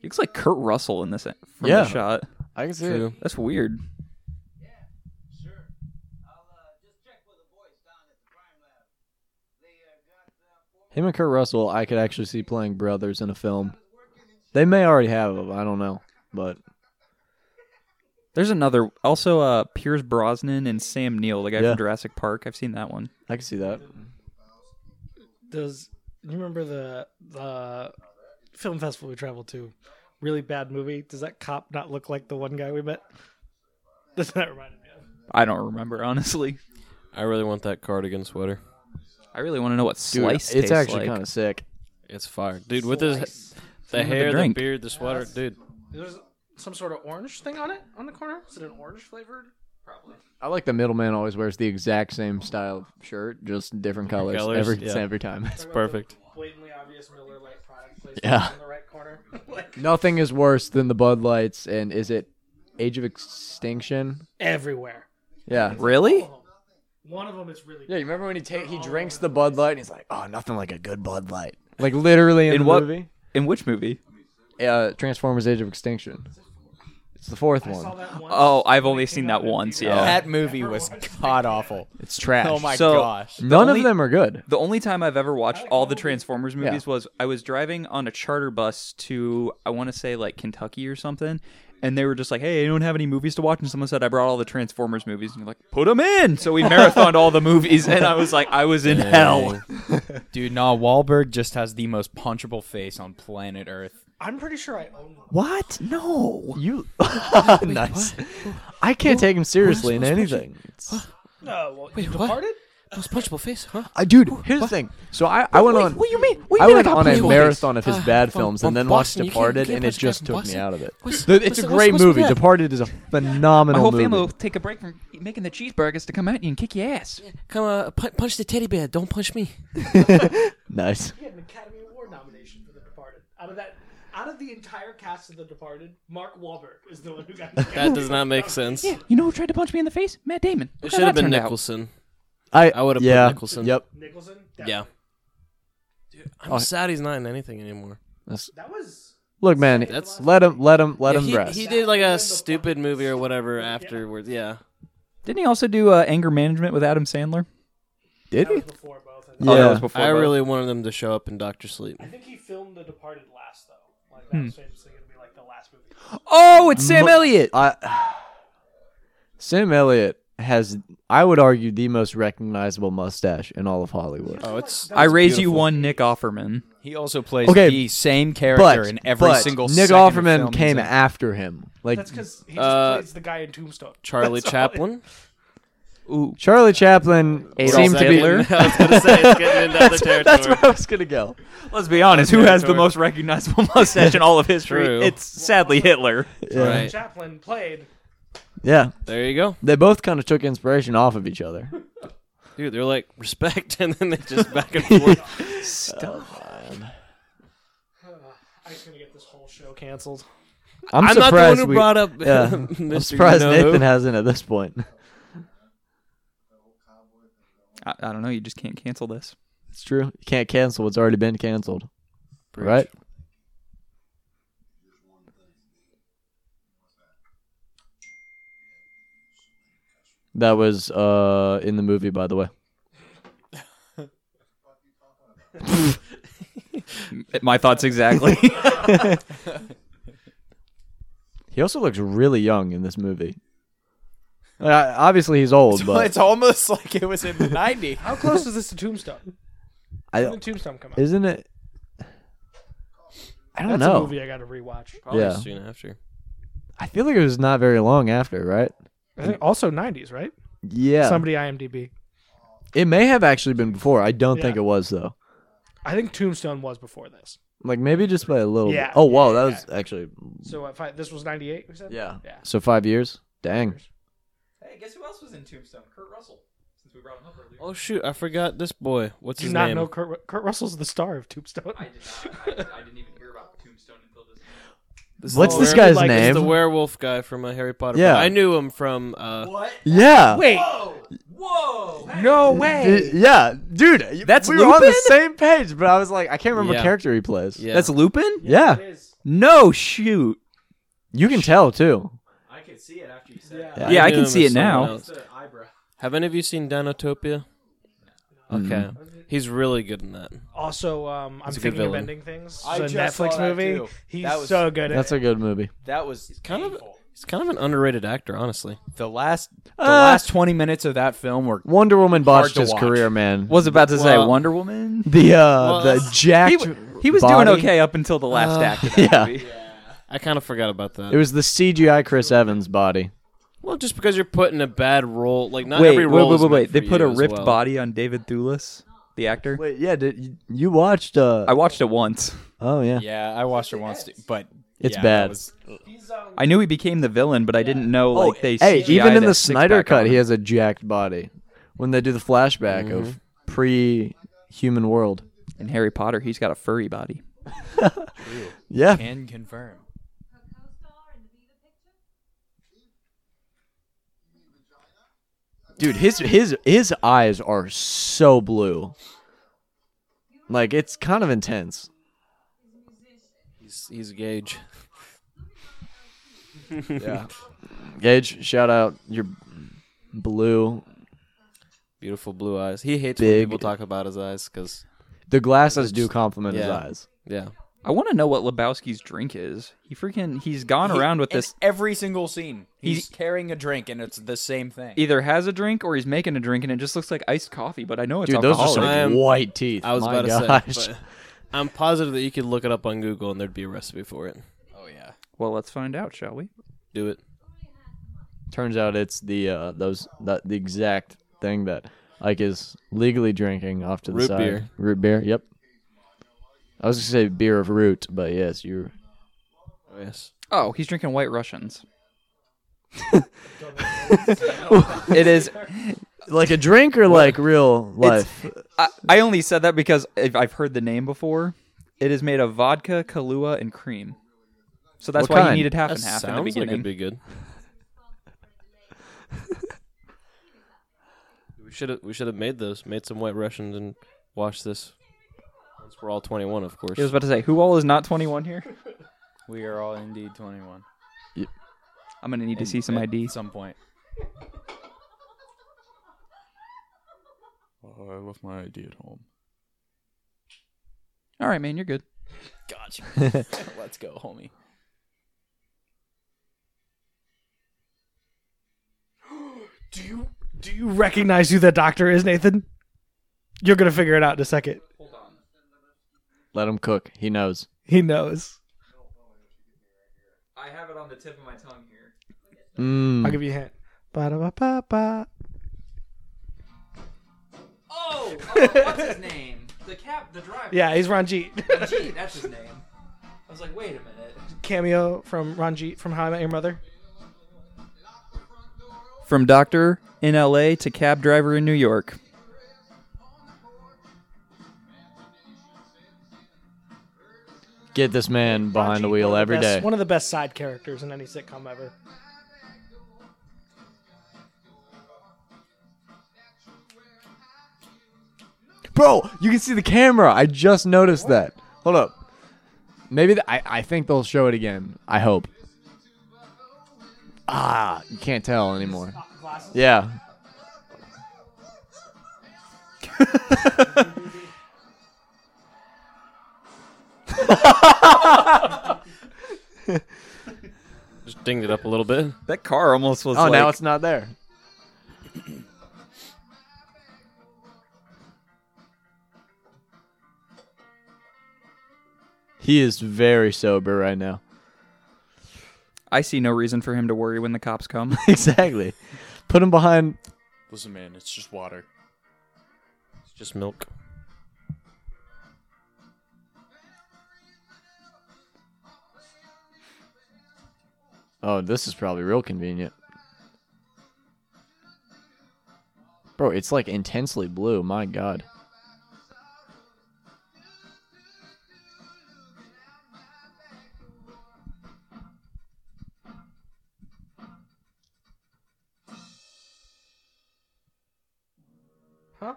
Speaker 5: He looks like Kurt Russell in this e, from
Speaker 2: Yeah.
Speaker 5: the shot.
Speaker 2: I can see
Speaker 3: True.
Speaker 5: That's weird.
Speaker 2: it. Him and Kurt Russell, I could actually see playing brothers in a film. They may already have them. I don't know, but
Speaker 5: There's another also uh Piers Brosnan and Sam Neill, the guy
Speaker 2: Yeah.
Speaker 5: from Jurassic Park. I've seen that one.
Speaker 2: I can see that.
Speaker 1: Does you remember the the film festival we traveled to? Really bad movie. Does that cop not look like the one guy we met? Does that remind me of?
Speaker 5: I don't remember honestly.
Speaker 3: I really want that cardigan sweater.
Speaker 5: I really want to know what
Speaker 2: Dude,
Speaker 5: slice
Speaker 2: it's
Speaker 5: tastes
Speaker 2: actually
Speaker 5: like.
Speaker 2: kind of sick.
Speaker 3: It's fire, dude. With his the
Speaker 5: Someone with a
Speaker 3: hair, the
Speaker 5: drink.
Speaker 3: beard, the sweater, dude.
Speaker 1: There's some sort of orange thing on it on the corner. Is it an orange flavored? Probably.
Speaker 2: I like the middleman always wears the exact same style shirt, just different colors,
Speaker 3: colors,
Speaker 2: every
Speaker 3: yeah.
Speaker 2: every time.
Speaker 3: It's perfect.
Speaker 1: Blatantly obvious Miller Lite product placed
Speaker 2: Yeah.
Speaker 1: in the right corner. like
Speaker 2: Nothing is worse than the Bud Lights and is it Age of Extinction?
Speaker 1: everywhere.
Speaker 2: Yeah.
Speaker 5: Really?
Speaker 1: One of them is really.
Speaker 2: Yeah, you remember when he ta- he drinks the Bud Light and he's like, "Oh, nothing like a good Bud Light." Like literally in,
Speaker 5: In
Speaker 2: the
Speaker 5: what-
Speaker 2: movie,
Speaker 5: In which movie?
Speaker 2: uh, Transformers: Age of Extinction. It's the fourth one.
Speaker 1: that once.
Speaker 5: Oh, I've only seen that once, yeah.
Speaker 9: That movie was god awful.
Speaker 2: It's trash.
Speaker 9: Oh my
Speaker 5: So-
Speaker 9: gosh.
Speaker 2: None
Speaker 5: only-
Speaker 2: of them are good.
Speaker 5: The only time I've ever watched all the Transformers movies
Speaker 2: Yeah.
Speaker 5: was I was driving on a charter bus to I want to say like Kentucky or something, and they were just like, "Hey, I don't have any movies to watch," and someone said, "I brought all the Transformers movies," and you're like, "Put them in!" So we marathoned all the movies, and I was like, "I was in hell."
Speaker 4: Dude, nah, Wahlberg just has the most punchable face on planet Earth.
Speaker 1: I'm pretty sure I own one.
Speaker 5: What? No.
Speaker 2: You nice. I can't take him seriously in anything. It's-
Speaker 1: No, well, Wait,
Speaker 3: what?
Speaker 1: Departed?
Speaker 3: Most punchable face, huh?
Speaker 2: I, dude, here's the thing. So I, I went on.
Speaker 3: you mean? What
Speaker 2: I went on a marathon of his bad films and then watched Departed, and it just took me out of it. The- it's a great movie. Departed is a
Speaker 5: My
Speaker 2: phenomenal
Speaker 5: whole
Speaker 2: movie.
Speaker 5: family will take a break from making the cheeseburgers to come at you and kick your ass.
Speaker 3: Come, uh, punch the teddy bear. Don't punch me.
Speaker 2: Nice.
Speaker 1: He had an Academy Award nomination for The Departed. Out of that, Out of the entire cast of The Departed, Mark Wahlberg is the one who got
Speaker 3: That does not make sense.
Speaker 5: You know who tried to punch me in the face? Matt Damon.
Speaker 3: It
Speaker 5: Look
Speaker 3: should
Speaker 5: how
Speaker 3: have
Speaker 5: that
Speaker 3: been
Speaker 5: turned out.
Speaker 3: Nicholson.
Speaker 2: I
Speaker 3: I would've put
Speaker 2: yeah,
Speaker 3: Nicholson.
Speaker 2: Yep.
Speaker 1: Nicholson.
Speaker 3: Yeah. Oh,
Speaker 1: Definitely.
Speaker 3: Dude, I'm sad he's not in anything anymore.
Speaker 2: That's-
Speaker 1: That was
Speaker 2: look, man.
Speaker 3: That's-
Speaker 2: let him. Let him. Let
Speaker 3: Yeah,
Speaker 2: him
Speaker 3: he,
Speaker 2: rest.
Speaker 3: he did like a stupid movie or whatever afterwards. Yeah.
Speaker 5: Didn't he also do uh, anger management with Adam Sandler?
Speaker 2: did
Speaker 1: that
Speaker 2: he?
Speaker 1: was before both. I think.
Speaker 2: Yeah.
Speaker 5: Oh, that was before.
Speaker 3: I
Speaker 5: both.
Speaker 3: really wanted them to show up in Doctor Sleep.
Speaker 1: I think he filmed The Departed last though. Like that was famously gonna be like the last movie.
Speaker 5: Oh, it's Sam
Speaker 2: Mo-
Speaker 5: Elliott.
Speaker 2: I, Sam Elliott has, I would argue, the most recognizable mustache in all of Hollywood.
Speaker 3: Oh, it's
Speaker 5: I raise you one, Nick Offerman.
Speaker 7: He also plays
Speaker 2: Okay,
Speaker 7: the same character
Speaker 2: But
Speaker 7: in every
Speaker 2: but
Speaker 7: single.
Speaker 2: Nick
Speaker 7: second of
Speaker 2: Offerman
Speaker 7: film he's
Speaker 2: came
Speaker 7: in.
Speaker 2: after him. Like
Speaker 1: That's because he just
Speaker 3: Uh,
Speaker 1: plays the guy in Tombstone.
Speaker 3: Charlie Chaplin.
Speaker 2: Charlie Chaplin
Speaker 5: Adolf
Speaker 2: seemed to be.
Speaker 5: Hitler.
Speaker 3: I was gonna say it's getting into other territory.
Speaker 2: That's where I was gonna go.
Speaker 5: Let's be honest. Who has the
Speaker 3: Mandatory.
Speaker 5: most recognizable mustache in all of history?
Speaker 3: True.
Speaker 5: It's sadly Hitler.
Speaker 2: Yeah.
Speaker 3: Right.
Speaker 1: Chaplin played.
Speaker 2: Yeah,
Speaker 3: There you go,
Speaker 2: they both kind of took inspiration off of each other.
Speaker 3: dude. They're like respect, and then they just back and forth.
Speaker 1: I'm uh, just gonna get this whole show canceled.
Speaker 2: I'm,
Speaker 3: I'm not
Speaker 2: surprised
Speaker 3: the one who
Speaker 2: we,
Speaker 3: brought up.
Speaker 2: Yeah, I'm
Speaker 3: Mr.
Speaker 2: surprised
Speaker 3: You Know Who.
Speaker 2: Nathan hasn't at this point.
Speaker 5: I, I don't know. You just can't cancel this.
Speaker 2: It's true. You can't cancel what's already been canceled.
Speaker 3: Preach.
Speaker 2: Right? That was uh in the movie, by the way.
Speaker 5: My thoughts exactly.
Speaker 2: He also looks really young in this movie. Uh, obviously, he's old, but
Speaker 9: it's almost like it was in the 90s.
Speaker 1: How close is this to Tombstone?
Speaker 2: I
Speaker 1: When did
Speaker 2: don't,
Speaker 1: Tombstone come out?
Speaker 2: isn't it? I don't
Speaker 1: That's a
Speaker 2: know.
Speaker 1: movie I gotta rewatch.
Speaker 3: Probably
Speaker 2: Yeah.
Speaker 3: soon after.
Speaker 2: I feel like it was not very long after, right?
Speaker 1: I think also 90s, right?
Speaker 2: Yeah,
Speaker 1: Somebody IMDb.
Speaker 2: it may have actually been before. I don't think
Speaker 1: Yeah.
Speaker 2: it was though.
Speaker 1: I think Tombstone was before this.
Speaker 2: Like maybe just by a little.
Speaker 1: Yeah.
Speaker 2: Bit. Oh wow, that
Speaker 1: Yeah.
Speaker 2: was actually
Speaker 1: So if I, this was 98, we said?
Speaker 2: Yeah.
Speaker 1: Yeah.
Speaker 2: So five years. Dang.
Speaker 9: Hey, guess who else was in Tombstone? Kurt Russell. Since we brought him up earlier.
Speaker 3: Oh shoot, I forgot this boy. What's
Speaker 1: Do you
Speaker 3: his
Speaker 1: not
Speaker 3: name?
Speaker 1: know Kurt, Kurt Russell's the star of Tombstone?
Speaker 9: I did not. I, I didn't even hear about Tombstone until this.
Speaker 3: This
Speaker 2: What's
Speaker 3: is
Speaker 2: this
Speaker 3: the
Speaker 2: guy's
Speaker 3: like, It's
Speaker 2: name?
Speaker 3: the werewolf guy from uh, Harry Potter.
Speaker 2: Yeah.
Speaker 3: Yeah, I knew him from. Uh,
Speaker 9: What?
Speaker 2: Yeah.
Speaker 1: Wait,
Speaker 9: Whoa! Hey,
Speaker 1: no
Speaker 2: D-
Speaker 1: way.
Speaker 2: yeah, dude. That's we were on
Speaker 5: Lupin?
Speaker 2: the same page, but I was like, I can't remember what
Speaker 3: Yeah.
Speaker 2: character he plays.
Speaker 3: yeah,
Speaker 5: That's Lupin.
Speaker 2: Yeah.
Speaker 5: No shoot.
Speaker 2: you can tell too.
Speaker 9: I can see it after you said it.
Speaker 2: Yeah.
Speaker 5: Yeah, I
Speaker 3: knew
Speaker 5: can
Speaker 3: him
Speaker 5: see
Speaker 3: as
Speaker 5: it now.
Speaker 3: someone else.
Speaker 9: The eyebrow.
Speaker 3: Have any of you seen Dinotopia?
Speaker 5: Hmm.
Speaker 3: Okay, he's really good in that.
Speaker 1: Also, um, I'm
Speaker 3: He's a good
Speaker 1: thinking of
Speaker 3: villain.
Speaker 1: ending things.
Speaker 7: I
Speaker 1: It's a
Speaker 7: just
Speaker 1: Netflix
Speaker 7: saw that
Speaker 1: movie.
Speaker 7: too.
Speaker 1: He's
Speaker 7: That was-
Speaker 1: so good.
Speaker 2: That's
Speaker 1: at
Speaker 2: a good movie.
Speaker 7: That was
Speaker 3: kind of-
Speaker 7: painful.
Speaker 3: He's kind of an underrated actor, honestly.
Speaker 7: the last the
Speaker 2: Uh,
Speaker 7: last twenty minutes of that film were
Speaker 2: Wonder Woman botched
Speaker 7: to
Speaker 2: his
Speaker 7: watch.
Speaker 2: career, man.
Speaker 5: Was about to say
Speaker 3: Well-
Speaker 5: Wonder Woman.
Speaker 2: the uh the
Speaker 3: Well,
Speaker 5: He,
Speaker 2: jacked?
Speaker 5: w- he was
Speaker 2: body-
Speaker 5: doing okay up until the last act. Of that
Speaker 2: Yeah.
Speaker 5: movie.
Speaker 3: I kind of forgot about that.
Speaker 2: It was the CGI Chris Evans body.
Speaker 3: well, just because you're put in a bad role, like not
Speaker 5: Wait,
Speaker 3: every
Speaker 5: wait,
Speaker 3: role.
Speaker 5: wait,
Speaker 3: is
Speaker 5: wait,
Speaker 3: meant
Speaker 5: wait. They
Speaker 3: for
Speaker 5: put
Speaker 3: you
Speaker 5: a
Speaker 3: as
Speaker 5: ripped
Speaker 3: well.
Speaker 5: body on David Thewlis, the actor.
Speaker 2: Wait, yeah, did you, you watched? uh
Speaker 5: I watched it once.
Speaker 2: Oh yeah,
Speaker 7: yeah. I watched it once, too, but
Speaker 2: it's
Speaker 7: yeah,
Speaker 2: bad.
Speaker 7: that was-
Speaker 5: I knew he became the villain, but I didn't know like they.
Speaker 2: Oh, hey,
Speaker 5: CGI'd
Speaker 2: even in
Speaker 5: that
Speaker 2: the
Speaker 5: six
Speaker 2: Snyder
Speaker 5: pack
Speaker 2: cut,
Speaker 5: on
Speaker 2: he
Speaker 5: him.
Speaker 2: has a jacked body. When they do the flashback of pre-human world,
Speaker 5: in Harry Potter, he's got a furry body.
Speaker 2: yeah,
Speaker 7: can confirm.
Speaker 8: Her co-star in the Viva picture?
Speaker 2: dude his his his eyes are so blue like it's kind of intense
Speaker 3: He's, he's Gage.
Speaker 2: yeah gage shout out your blue
Speaker 3: Beautiful blue eyes. He hates
Speaker 2: Big.
Speaker 3: when people talk about his eyes because
Speaker 2: the glasses do compliment his
Speaker 3: Yeah.
Speaker 2: eyes
Speaker 3: yeah,
Speaker 5: I want to know what Lebowski's drink is. He freaking he's gone around with
Speaker 7: In
Speaker 5: this.
Speaker 7: every single scene. He's,
Speaker 5: He's-
Speaker 7: carrying a drink, and it's the same thing.
Speaker 5: Either has a drink or he's making a drink, and it just looks like iced coffee. But I know it's
Speaker 2: dude those are
Speaker 5: alcoholic.
Speaker 2: some
Speaker 3: I am-
Speaker 2: white teeth
Speaker 3: I was
Speaker 2: My
Speaker 3: about
Speaker 2: gosh.
Speaker 3: to say. But I'm positive that you could look it up on Google and there'd be a recipe for it.
Speaker 7: Oh yeah.
Speaker 5: well, let's find out, shall we?
Speaker 3: Do it.
Speaker 2: turns out it's the uh those that the exact thing that ike is legally drinking off to the
Speaker 3: Root
Speaker 2: side
Speaker 3: beer.
Speaker 2: root beer yep i was gonna say beer of root but yes you're
Speaker 3: Oh, yes.
Speaker 5: Oh, he's drinking White Russians. it is.
Speaker 2: like a drink or like real life
Speaker 5: I, I only said that because if I've heard the name before. It is made of vodka, Kahlua, and cream. So that's
Speaker 2: What
Speaker 5: why
Speaker 2: kind?
Speaker 5: you needed half
Speaker 3: That
Speaker 5: and half in the
Speaker 3: sounds like
Speaker 5: beginning.
Speaker 3: it'd be good. we should have we should have made those, made some White Russians, and watched this. Once we're all twenty one, of course.
Speaker 5: I was about to say, who all is not 21 here?
Speaker 4: We are all indeed 21.
Speaker 5: I'm gonna need to see some
Speaker 4: At
Speaker 5: ID.
Speaker 4: some point. Oh, I left my ID at home.
Speaker 5: All right, man, you're good.
Speaker 9: Gotcha. Let's go, homie.
Speaker 1: Do you do you recognize who the doctor is, Nathan? You're gonna figure it out in a second.
Speaker 2: Let him cook. He knows.
Speaker 1: He knows.
Speaker 5: I have it on the tip of my tongue here.
Speaker 1: I'll
Speaker 2: Mm.
Speaker 1: give you a hint. Ba-da-ba-ba-ba.
Speaker 9: Oh, oh, what's his name? The cap, the driver.
Speaker 1: Yeah, he's Ranjit.
Speaker 9: Gee, that's his name. I was like, wait a minute.
Speaker 1: Cameo from Ranjit from How I Met Your Mother.
Speaker 5: From doctor in L.A. to cab driver in New York.
Speaker 2: Get this man behind the
Speaker 1: Ranjit,
Speaker 2: wheel
Speaker 1: one of
Speaker 2: every
Speaker 1: best-
Speaker 2: day.
Speaker 1: One of the best side characters in any sitcom ever.
Speaker 2: Bro, you can see the camera. I just noticed that. Hold up. Maybe th- I, I think they'll show it again. I hope. Ah, you can't tell anymore. Yeah.
Speaker 3: Just dinged it up a little bit.
Speaker 5: That car almost was.
Speaker 2: oh,
Speaker 5: like,
Speaker 2: now it's not there. He is very sober right now.
Speaker 5: I see no reason for him to worry when the cops come.
Speaker 2: exactly. Put him behind.
Speaker 7: Listen, man, it's just water.
Speaker 3: It's just milk.
Speaker 2: Oh, this is probably real convenient. Bro, it's like intensely blue. My God.
Speaker 1: Huh?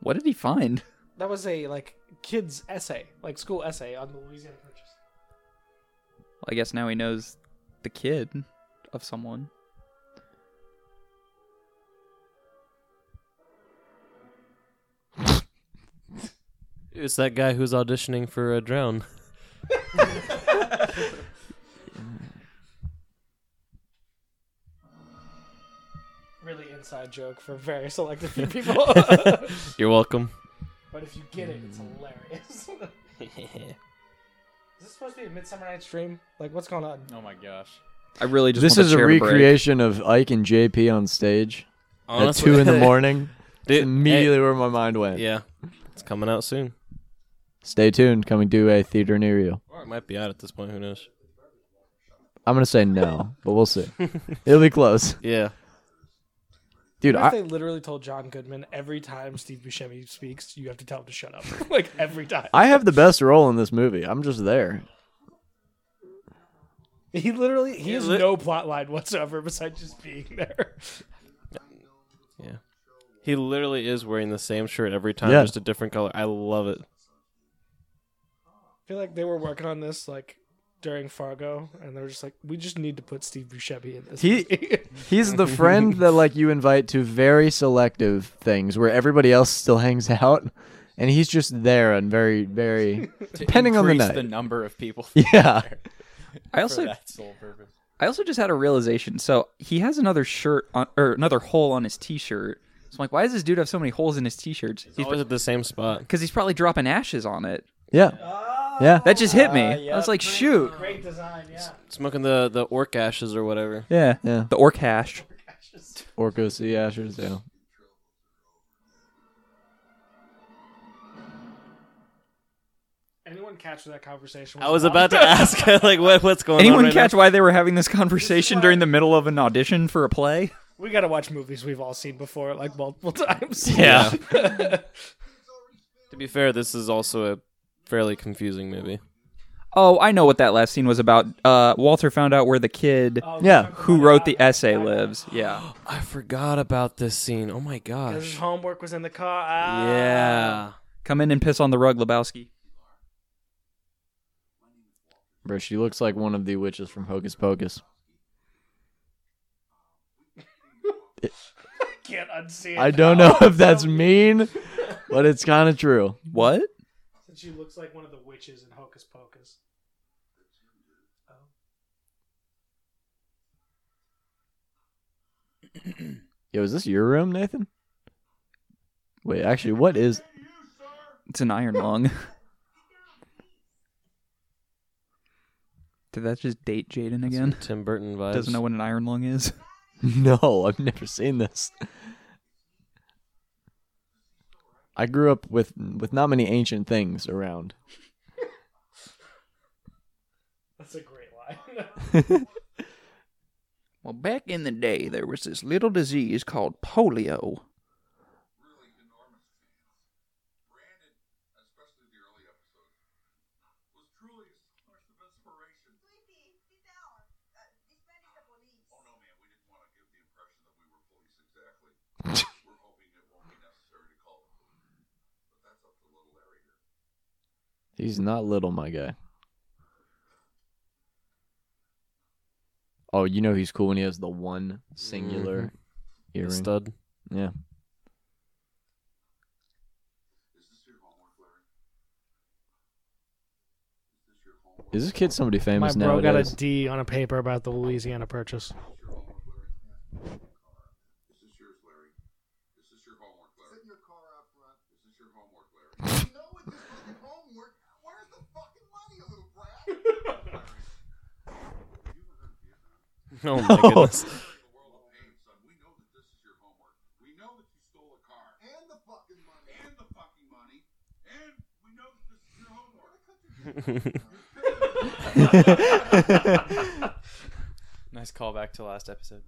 Speaker 5: what did he find?
Speaker 1: That was a like kids essay, like school essay on the Louisiana Purchase.
Speaker 5: Well, I guess now he knows the kid of someone.
Speaker 3: It's that guy who's auditioning for a drown.
Speaker 1: Really inside joke for very select few people.
Speaker 3: You're welcome.
Speaker 1: but if you get it, it's hilarious. Is this supposed to be a Midsummer Night's Dream? Like, what's going on?
Speaker 4: Oh my gosh.
Speaker 5: I really just.
Speaker 2: This
Speaker 5: want
Speaker 2: is
Speaker 5: the
Speaker 2: a
Speaker 5: chair to break.
Speaker 2: recreation of Ike and JP on stage at two in the morning. It's
Speaker 3: Dude,
Speaker 2: immediately where my mind
Speaker 3: hey,
Speaker 2: went.
Speaker 3: yeah, it's coming out soon.
Speaker 2: Stay tuned. Coming to a theater near you.
Speaker 3: Or it might be out at this point. Who knows?
Speaker 2: I'm gonna say no, but we'll see. It'll be close,
Speaker 3: Yeah.
Speaker 2: dude.
Speaker 1: What if
Speaker 2: I,
Speaker 1: they literally told John Goodman every time Steve Buscemi speaks, you have to tell him to shut up? like, every time.
Speaker 2: I have the best role in this movie. I'm just there.
Speaker 1: He literally, he has
Speaker 3: lit-
Speaker 1: no plot line whatsoever besides just being there.
Speaker 3: Yeah. He literally is wearing the same shirt every time,
Speaker 2: Yeah.
Speaker 3: just a different color. I love it.
Speaker 1: I feel like they were working on this, like, during Fargo, and they were just like, we just need to put Steve Buscemi in this.
Speaker 2: He-
Speaker 1: movie."
Speaker 2: He's the friend that like you invite to very selective things where everybody else still hangs out, and he's just there and very, very depending on the
Speaker 7: Increase
Speaker 2: night.
Speaker 7: the number of people
Speaker 2: yeah,
Speaker 5: I
Speaker 7: for
Speaker 5: also
Speaker 7: that sole purpose.
Speaker 5: I also just had a realization. So he has another shirt on, or another hole on his t-shirt. So I'm like, why does this dude have so many holes in his t-shirts?
Speaker 3: He's always at the same spot.
Speaker 5: Because he's probably dropping ashes on it.
Speaker 2: yeah,
Speaker 7: Ah.
Speaker 2: yeah.
Speaker 5: That just hit me. I was like, shoot.
Speaker 1: Great design, yeah.
Speaker 3: Smoking the, the orc ashes or whatever.
Speaker 5: Yeah.
Speaker 2: Yeah.
Speaker 5: The orc hash.
Speaker 2: Orco Sea Ashers. Yeah.
Speaker 1: Anyone catch that conversation?
Speaker 3: I was about to ask, like, what what's going on?
Speaker 5: Anyone
Speaker 3: right
Speaker 5: catch why they were having this conversation during the middle of an audition for a play?
Speaker 1: We gotta watch movies we've all seen before, like multiple times.
Speaker 3: now? Yeah. to be fair, this is also a fairly confusing movie.
Speaker 5: Oh, I know what that last scene was about. Uh, Walter found out where the kid
Speaker 1: Oh
Speaker 2: Yeah.
Speaker 5: who wrote
Speaker 1: uh,
Speaker 5: the essay lives. Yeah.
Speaker 3: I forgot about this scene. Oh my
Speaker 1: His
Speaker 3: gosh.
Speaker 1: homework was in the car. Ah.
Speaker 3: Yeah.
Speaker 5: Come in and piss on the rug, Lebowski.
Speaker 2: Bro, she looks like one of the witches from Hocus Pocus.
Speaker 1: Can't unsee it.
Speaker 2: I don't know
Speaker 7: Oh,
Speaker 2: if that's mean, but it's kind of true.
Speaker 5: What?
Speaker 1: Since she looks like one of the witches in Hocus Pocus.
Speaker 2: Yo, is this your room, Nathan? Wait, actually, what is?
Speaker 5: It's an iron lung. Did that just date Jaden again?
Speaker 3: Tim Burton vibes.
Speaker 5: Doesn't know what an iron lung is.
Speaker 2: No, I've never seen this. I grew up with with not many ancient things around.
Speaker 1: That's a great line.
Speaker 5: Well, back in the day, there was this little disease called polio.
Speaker 6: really enormous fans. Brandon, especially the early episodes, was truly a source of inspiration. Oh no, man, we didn't want to give the impression that we were police exactly. we're hoping it won't be necessary to call the police, but that's up to little Larry here.
Speaker 2: He's not little, my guy. Oh, you know he's cool when he has the one singular
Speaker 3: Mm-hmm.
Speaker 2: earring.
Speaker 3: Stud.
Speaker 2: Yeah.
Speaker 6: Is this your homework, Larry?
Speaker 2: Is this
Speaker 6: Is this your homework?
Speaker 2: kid somebody
Speaker 1: My
Speaker 2: famous
Speaker 1: bro got a
Speaker 2: nowadays?
Speaker 1: D on a paper about the Louisiana Purchase.
Speaker 6: Is this your homework, Larry? Is this yours, Larry? Is this your homework, Larry? Sit in your car out front. Is this your homework, Larry? I know it's just fucking homework. Where's the fucking money, you little brat? Larry, have you ever heard of Vietnam?
Speaker 3: Oh my goodness.
Speaker 6: in the world of pain, son. We know that this is your homework. We know that you stole a car. And the fucking money. And the fucking money. And we know that this is your homework.
Speaker 4: Nice callback to last episode.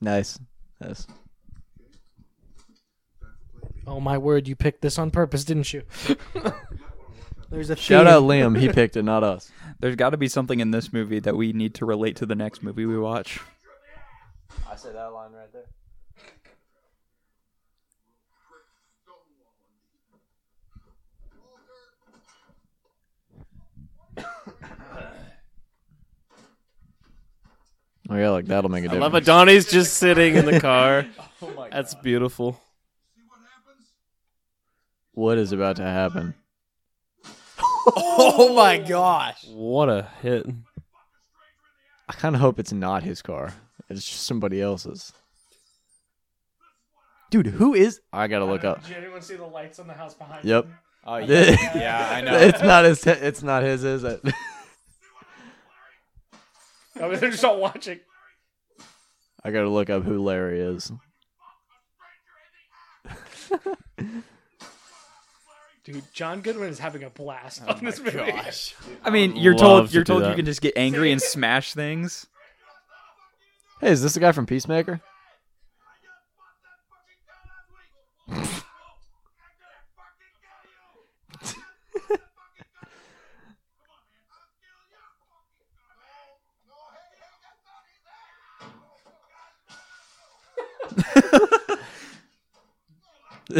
Speaker 2: nice. Nice.
Speaker 1: Oh my word, you picked this on purpose, didn't you? There's a
Speaker 2: Shout
Speaker 1: theme.
Speaker 2: out Liam. He picked it, not us.
Speaker 5: There's got to be something in this movie that we need to relate to the next movie we watch.
Speaker 2: I said that line right there. Oh yeah, like that'll make a
Speaker 3: I
Speaker 2: difference.
Speaker 3: love Adonis just sitting in the car. That's beautiful.
Speaker 2: What is about to happen?
Speaker 9: Oh my gosh.
Speaker 3: What a hit.
Speaker 2: I kind of hope it's not his car. It's just somebody else's. Dude, who is? I gotta look up.
Speaker 1: Did anyone see the lights on the house behind
Speaker 2: Yep.
Speaker 9: Oh
Speaker 2: yeah,
Speaker 9: I
Speaker 2: it's not his. It's not his, is it?
Speaker 1: I mean, they're just all watching.
Speaker 2: I gotta look up who Larry is.
Speaker 1: Dude, John Goodman is having a blast
Speaker 3: Oh
Speaker 1: on this movie.
Speaker 5: I mean,
Speaker 3: would
Speaker 5: you're
Speaker 3: love
Speaker 5: told
Speaker 3: to
Speaker 5: you're
Speaker 3: do
Speaker 5: told
Speaker 3: that.
Speaker 5: you can just get angry and smash things.
Speaker 2: Hey, is this the guy from Peacemaker?
Speaker 1: I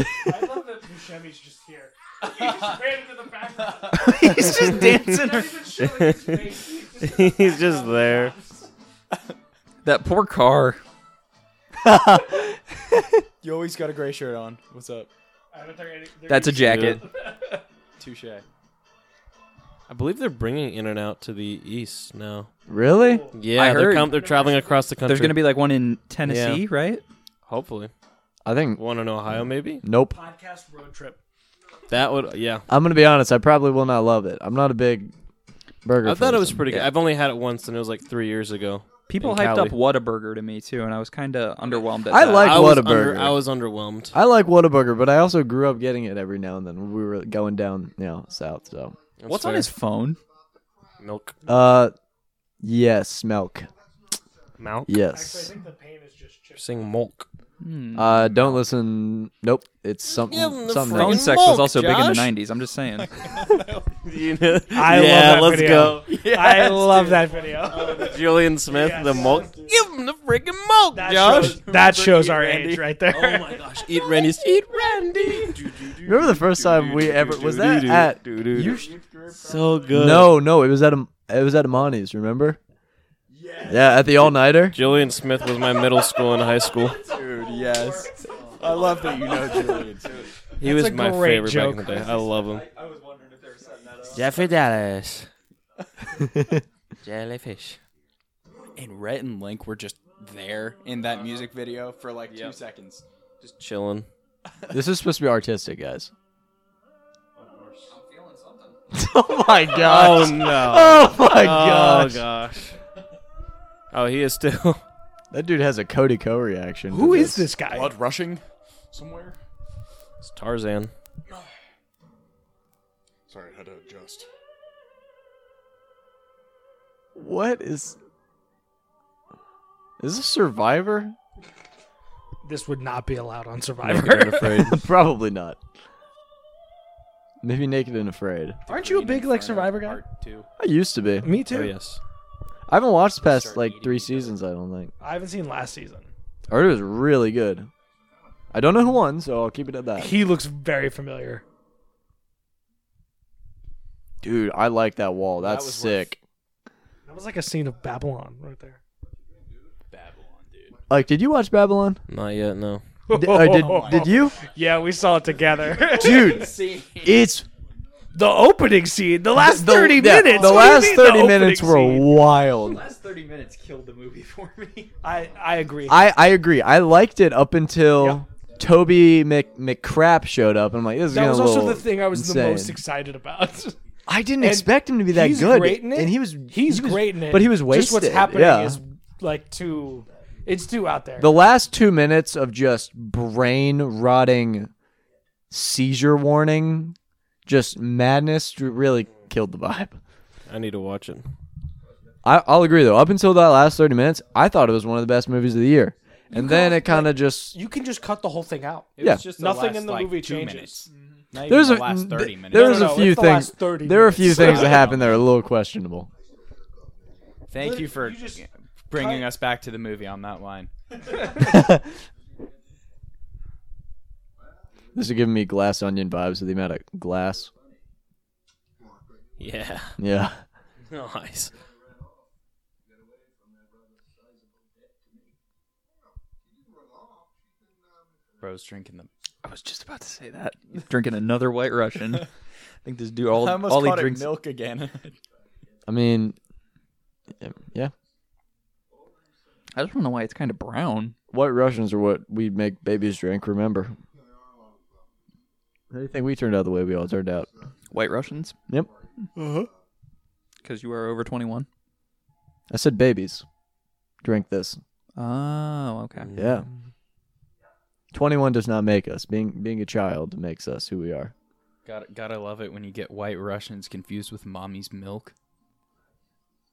Speaker 1: love that Buscemi's just here. He just ran into the background.
Speaker 5: He's just dancing.
Speaker 1: Not even showing his face. He's just in the
Speaker 3: He's just there.
Speaker 5: that poor car.
Speaker 9: You always got a gray shirt on. What's up?
Speaker 1: I don't think any- they're
Speaker 5: That's a
Speaker 1: just-
Speaker 5: jacket.
Speaker 9: Touche.
Speaker 3: I believe they're bringing In and Out to the east now.
Speaker 2: Really?
Speaker 3: Yeah,
Speaker 5: I
Speaker 3: they're
Speaker 5: heard.
Speaker 3: com- they're traveling across the country.
Speaker 5: There's gonna be like one in Tennessee, right?
Speaker 3: hopefully
Speaker 2: I think.
Speaker 3: one in Ohio, maybe.
Speaker 2: Nope.
Speaker 1: Podcast road trip.
Speaker 3: That would yeah.
Speaker 2: I'm gonna be honest. I probably will not love it. I'm not a big burger.
Speaker 3: I thought it was
Speaker 2: person.
Speaker 3: pretty good.
Speaker 5: Yeah.
Speaker 3: I've only had it once, and it was like three years ago.
Speaker 5: People
Speaker 3: In
Speaker 5: hyped
Speaker 3: Cali.
Speaker 5: up Whataburger to me too, and I was kind of underwhelmed. At
Speaker 2: I
Speaker 5: that.
Speaker 2: like
Speaker 3: I was,
Speaker 2: Whataburger.
Speaker 3: under- I was underwhelmed.
Speaker 2: I like Whataburger, but I also grew up getting it every now and then. when We were going down, you know, south. So,
Speaker 3: That's
Speaker 5: What's on
Speaker 3: fair.
Speaker 5: his phone?
Speaker 3: milk?
Speaker 2: uh, yes, milk.
Speaker 3: Mount.
Speaker 1: Actually, I
Speaker 2: Yes.
Speaker 1: think the pain is just chip.
Speaker 3: Sing Mulk.
Speaker 2: Uh, don't listen. Nope. It's something.
Speaker 3: Give 'em the
Speaker 2: something.
Speaker 5: Phone
Speaker 3: Friggin'
Speaker 5: sex
Speaker 3: milk,
Speaker 5: was also big in
Speaker 3: Josh.
Speaker 5: the 90s. I'm just saying.
Speaker 1: I
Speaker 3: yeah,
Speaker 1: love that
Speaker 3: let's
Speaker 1: video.
Speaker 3: go.
Speaker 1: I love that video.
Speaker 3: Julian Smith,
Speaker 1: Yes.
Speaker 3: the Mulk. Give him the friggin' Mulk,
Speaker 1: That
Speaker 3: Josh.
Speaker 1: shows, that shows our age right there.
Speaker 3: Oh my gosh! Eat Randy's. Eat Randy.
Speaker 2: Remember the first time we ever was that at you? sh-
Speaker 3: So good.
Speaker 2: No, no. It was at Im- it was at Imani's. Remember? Yeah. Yeah, at the all nighter.
Speaker 3: Julian Smith was my middle school and high school.
Speaker 9: Dude, yes. I love that you know Julian too.
Speaker 3: He was
Speaker 1: a
Speaker 3: my
Speaker 1: great
Speaker 3: favorite
Speaker 1: joke.
Speaker 3: back in the day. I love him.
Speaker 9: I was wondering if they were setting that up.
Speaker 7: Jeffrey Dallas. Jellyfish.
Speaker 9: And Rhett and Link were just there in that
Speaker 4: Uh-huh.
Speaker 9: music video for like two seconds.
Speaker 3: Just chilling.
Speaker 2: This is supposed to be artistic, guys. oh my
Speaker 3: Oh
Speaker 2: god.
Speaker 3: no!
Speaker 2: Oh my
Speaker 3: Oh
Speaker 2: god.
Speaker 3: gosh. Oh, he is still.
Speaker 2: That dude has a Cody Co reaction.
Speaker 1: Who is this guy?
Speaker 9: Blood rushing somewhere.
Speaker 3: It's Tarzan.
Speaker 6: Sorry, I had to adjust.
Speaker 2: What is Is this Survivor?
Speaker 1: This would not be allowed on Survivor.
Speaker 3: Naked and afraid.
Speaker 2: Probably not. Maybe Naked and Afraid.
Speaker 1: Aren't you a big like Survivor guy?
Speaker 2: I used to be.
Speaker 1: Me too.
Speaker 3: Oh yes.
Speaker 2: I haven't watched past like three seasons, I don't think.
Speaker 1: I haven't seen last season.
Speaker 2: I heard it was really good. I don't know who won, so I'll keep it at that.
Speaker 1: He looks very familiar.
Speaker 2: Dude, I like that wall. That's
Speaker 9: was worth-
Speaker 2: sick.
Speaker 1: That was like a scene of Babylon right there.
Speaker 2: Like, did you watch Babylon?
Speaker 3: Not yet. No.
Speaker 2: Did, uh, did, did you?
Speaker 1: Yeah, we saw it together.
Speaker 2: Dude, it's
Speaker 1: the opening scene, the last
Speaker 2: the-
Speaker 1: thirty
Speaker 2: yeah,
Speaker 1: minutes.
Speaker 2: The
Speaker 1: what do you
Speaker 2: last
Speaker 1: mean
Speaker 2: thirty
Speaker 1: the
Speaker 2: minutes were
Speaker 1: opening scene?
Speaker 2: wild.
Speaker 7: Last 30 minutes killed the movie for me.
Speaker 1: I I agree.
Speaker 2: I, I agree. I liked it up until Toby Mc, McCrap showed up. and I'm like, this is
Speaker 1: that
Speaker 2: gonna
Speaker 1: was also
Speaker 2: little
Speaker 1: the thing I was the
Speaker 2: insane.
Speaker 1: most excited about.
Speaker 2: I didn't
Speaker 1: and
Speaker 2: expect him to be that
Speaker 1: he's
Speaker 2: good.
Speaker 1: great in it.
Speaker 2: And he was
Speaker 1: He's
Speaker 2: he was-
Speaker 1: great in it,
Speaker 2: But he was wasted.
Speaker 1: Just what's happening
Speaker 2: yeah.
Speaker 1: is like too. It's too out there.
Speaker 2: the last two minutes of just brain rotting seizure warning, just madness dr- really killed the vibe.
Speaker 3: I need to watch it.
Speaker 2: I, I'll agree though. Up until that last thirty minutes, I thought it was one of the best movies of the year. And then it kind of just
Speaker 1: you can just cut the whole thing out.
Speaker 2: Yeah.
Speaker 1: Nothing in the movie changes. Mm-hmm.
Speaker 9: Not
Speaker 2: There's
Speaker 9: even
Speaker 2: a-
Speaker 9: the last 30
Speaker 2: th-
Speaker 9: minutes.
Speaker 2: There was
Speaker 1: No, no,
Speaker 2: a
Speaker 1: no,
Speaker 2: few
Speaker 1: it's the
Speaker 2: things.
Speaker 1: last 30
Speaker 2: there were a few
Speaker 1: minutes.
Speaker 2: things that happened that are a little questionable.
Speaker 7: Thank you for
Speaker 1: You just-
Speaker 7: bringing us back to the movie on that line.
Speaker 2: This is giving me glass onion vibes with the amount of glass.
Speaker 3: Yeah.
Speaker 2: Yeah.
Speaker 3: Nice.
Speaker 7: Bro's drinking them.
Speaker 5: I was just about to say that. Drinking another White Russian. I think this dude all,
Speaker 9: I almost
Speaker 5: all he
Speaker 9: called it
Speaker 5: drinks.
Speaker 9: milk again.
Speaker 2: I mean, yeah.
Speaker 5: I just don't know why it's kind of brown.
Speaker 2: White Russians are what we make babies drink. Remember. How do you think we turned out the way we all turned out?
Speaker 5: White Russians,
Speaker 2: Yep.
Speaker 5: because you are over 21.
Speaker 2: I said babies. Drink this.
Speaker 5: Oh, okay.
Speaker 2: Yeah. Twenty-one does not make us. Being being a child makes us who we are.
Speaker 7: Gotta, gotta love it when you get white Russians confused with mommy's milk.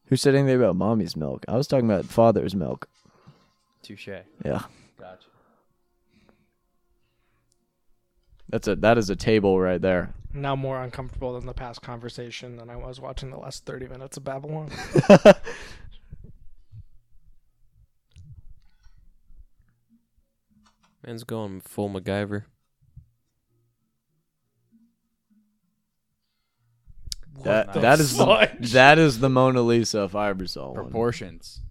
Speaker 2: Who said anything about mommy's milk? I was talking about father's milk.
Speaker 7: Touche.
Speaker 2: Yeah.
Speaker 7: Gotcha.
Speaker 2: That's a that is a table right there.
Speaker 1: now more uncomfortable than the past conversation than I was watching the last 30 minutes of Babylon.
Speaker 3: Man's going full MacGyver.
Speaker 2: That that is the,
Speaker 1: fuck?
Speaker 2: that is the Mona Lisa if I ever saw one.
Speaker 7: Proportions.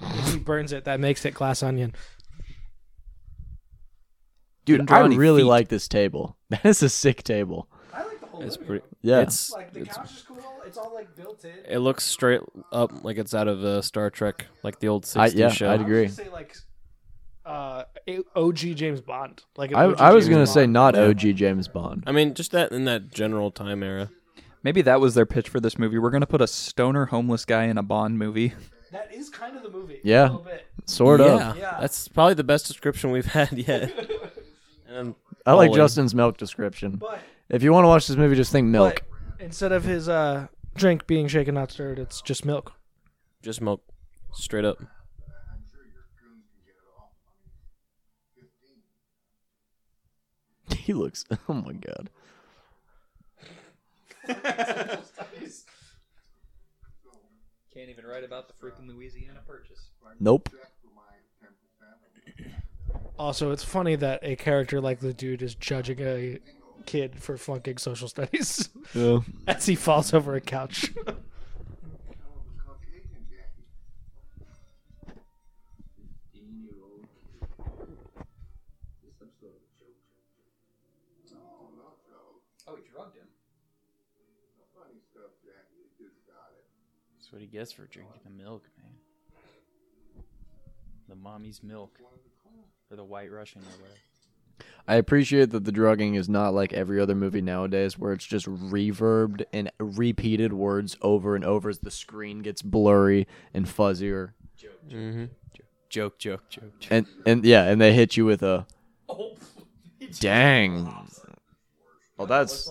Speaker 1: if he burns it, that makes it glass onion.
Speaker 2: Dude, I
Speaker 5: Androni
Speaker 2: really
Speaker 5: feet.
Speaker 2: like this table. That is a sick table.
Speaker 3: It's pretty.
Speaker 2: Yeah.
Speaker 3: It's, it's
Speaker 1: is cool. It's all like built in.
Speaker 3: it looks straight up like it's out of uh, Star Trek, like the old '60s
Speaker 2: I, yeah,
Speaker 3: show.
Speaker 2: I'd agree.
Speaker 1: say like uh, OG James Bond. Like
Speaker 2: I, I was
Speaker 1: going
Speaker 2: gonna
Speaker 1: to
Speaker 2: say not OG James Bond.
Speaker 3: I mean, just that in that general time era.
Speaker 5: Maybe that was their pitch for this movie. We're gonna put a stoner homeless guy in a Bond movie.
Speaker 1: That is kind of the movie.
Speaker 2: Yeah. little
Speaker 1: bit.
Speaker 2: Sort
Speaker 3: yeah,
Speaker 2: of.
Speaker 3: that's probably the best description we've had yet. and
Speaker 2: I like
Speaker 3: Ollie.
Speaker 2: Justin's milk description.
Speaker 1: But,
Speaker 2: If you want to watch this movie, just think milk.
Speaker 1: instead of his uh, drink being shaken, not stirred, it's just milk.
Speaker 3: Just milk, straight up.
Speaker 2: He looks. Oh my god.
Speaker 10: Can't even write about the freaking Louisiana Purchase.
Speaker 2: Nope.
Speaker 1: Also, it's funny that a character like the dude is judging a kid for flunking social studies
Speaker 2: Yeah.
Speaker 1: as he falls over a couch.
Speaker 10: Oh, he drugged him.
Speaker 4: That's what he gets for drinking the milk, man. The mommy's milk. Or the white Russian or whatever.
Speaker 2: I appreciate that the drugging is not like every other movie nowadays where it's just reverbed and repeated words over and over as the screen gets blurry and fuzzier.
Speaker 4: Joke, joke, joke, joke.
Speaker 2: And and yeah, and they hit you with a dang. Well, that's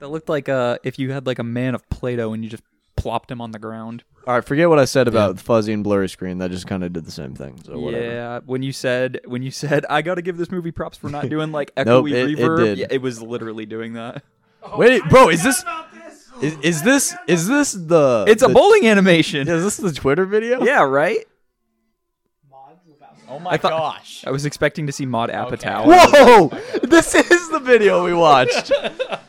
Speaker 5: That looked like uh, if you had like a man of Play-Doh and you just plopped him on the ground.
Speaker 2: all right. Forget what I said about fuzzy and blurry screen. That just kind of did the same thing. So whatever.
Speaker 5: Yeah, when you said when you said I got to give this movie props for not doing like echoey
Speaker 2: Nope, it- it
Speaker 5: reverb.
Speaker 2: did.
Speaker 5: Yeah, it was literally doing that.
Speaker 2: Wait, bro, is this, is is this is this the?
Speaker 5: It's a
Speaker 2: the-
Speaker 5: bowling animation.
Speaker 2: Is this the Twitter video?
Speaker 5: Yeah, right.
Speaker 9: Oh my
Speaker 5: I thought-
Speaker 9: gosh.
Speaker 5: I was expecting to see Maud Apatow.
Speaker 2: Whoa! This is the video we watched. it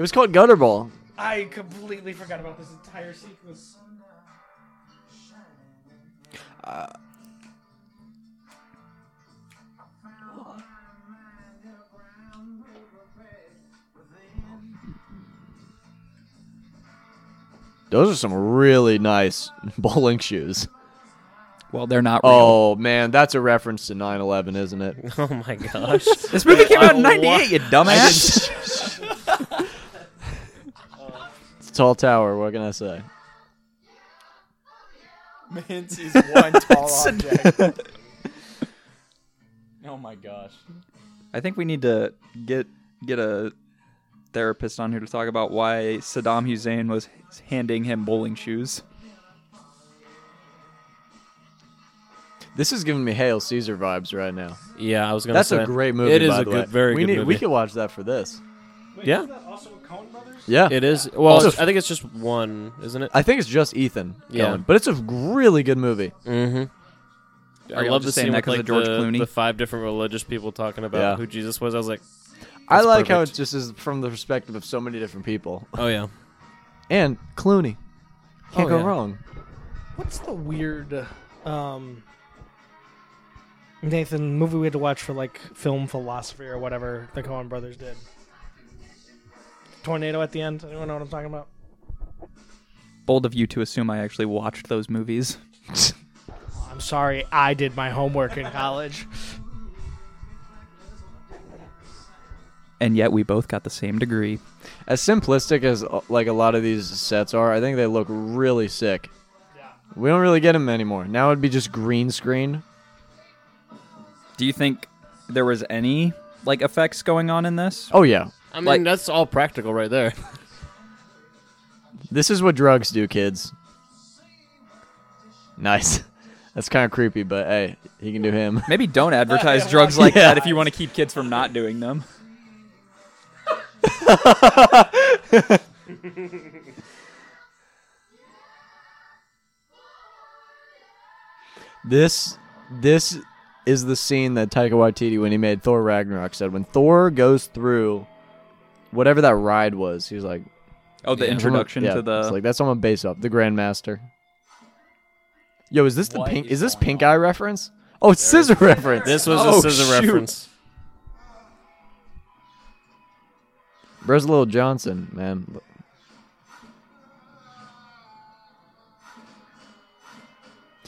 Speaker 2: was called Gutterball.
Speaker 1: I completely forgot about this entire sequence.
Speaker 2: Those are some really nice bowling shoes.
Speaker 5: Well, they're not real.
Speaker 2: Oh man, that's a reference to 9/11, isn't it?
Speaker 3: Oh my gosh.
Speaker 5: This movie came out in '98. You dumbass.
Speaker 2: It's a tall tower. What can I say?
Speaker 9: Mint is one tall object. oh my gosh.
Speaker 5: I think we need to get get a therapist on here to talk about why Saddam Hussein was handing him bowling shoes.
Speaker 2: This is giving me Hail Caesar vibes right now.
Speaker 3: Yeah, I was gonna.
Speaker 2: That's
Speaker 3: say.
Speaker 2: a great movie.
Speaker 3: It is
Speaker 2: by
Speaker 3: a
Speaker 2: the
Speaker 3: good,
Speaker 2: way.
Speaker 3: very
Speaker 2: we
Speaker 3: good
Speaker 2: need,
Speaker 3: movie.
Speaker 2: We could watch that for this.
Speaker 3: yeah,
Speaker 1: Also, Coen Brothers?
Speaker 2: Yeah,
Speaker 3: it is. Well,
Speaker 2: Also-
Speaker 3: it's- I think it's just one, isn't it?
Speaker 2: I think it's just Ethan.
Speaker 3: Yeah.
Speaker 2: Coen, but it's a really good movie.
Speaker 3: Mm-hmm.
Speaker 5: Are
Speaker 3: I
Speaker 5: y'all
Speaker 3: love the
Speaker 5: just
Speaker 3: scene
Speaker 5: saying that
Speaker 3: with
Speaker 5: 'cause
Speaker 3: like
Speaker 5: of George
Speaker 3: the,
Speaker 5: Clooney?
Speaker 3: the five different religious people talking about
Speaker 2: Yeah.
Speaker 3: who Jesus was. I was like,
Speaker 2: I like how it
Speaker 3: perfect.
Speaker 2: just is from the perspective of so many different people.
Speaker 3: oh yeah,
Speaker 2: And Clooney. Can't
Speaker 3: Oh,
Speaker 2: go
Speaker 3: yeah.
Speaker 2: wrong.
Speaker 1: What's the weird um Nathan movie we had to watch for like film philosophy or whatever the Coen brothers did? Tornado at the end. Anyone know what I'm talking about?
Speaker 5: Bold of you to assume I actually watched those movies.
Speaker 1: I'm sorry, I did my homework in college.
Speaker 5: and yet we both got the same degree.
Speaker 2: As simplistic as uh, like a lot of these sets are, I think they look really sick. We don't really get them anymore. Now it'd be just green screen.
Speaker 5: Do you think there was any like effects going on in this?
Speaker 2: Oh yeah,
Speaker 3: I mean
Speaker 5: Like-
Speaker 3: that's all practical right there.
Speaker 2: this is what drugs do, kids. Nice. That's kind of creepy, but hey, he can do him.
Speaker 5: Maybe don't advertise drugs like that if you want to keep kids from not doing them.
Speaker 2: This this is the scene that Taika Waititi when he made Thor Ragnarok said when Thor goes through whatever that ride was, he was like
Speaker 5: Oh, the
Speaker 2: Yeah.
Speaker 5: introduction
Speaker 2: Yeah,
Speaker 5: to the
Speaker 2: it's like that's on my base up, the Grandmaster. Yo, is this the pink is, this pink eye reference? Oh, it's scissor reference.
Speaker 3: This was
Speaker 2: oh,
Speaker 3: a scissor
Speaker 2: shoot.
Speaker 3: reference.
Speaker 2: Where's Little Johnson, man?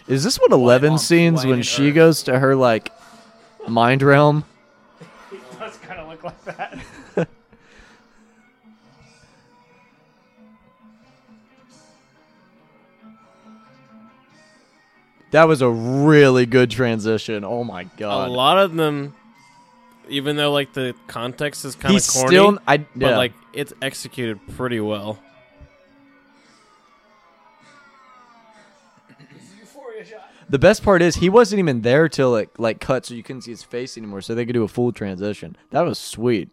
Speaker 2: Is this what Eleven scenes when she goes to her like mind realm?
Speaker 1: does kind of look like that.
Speaker 2: That was a really good transition. Oh my
Speaker 3: A
Speaker 2: god.
Speaker 3: lot of them, even though like the context is kind of
Speaker 2: He's
Speaker 3: corny,
Speaker 2: still I yeah.
Speaker 3: but like it's executed pretty well.
Speaker 1: Euphoria shot.
Speaker 2: The best part is he wasn't even there till it like cut, so you couldn't see his face anymore. So they could do a full transition. That was sweet.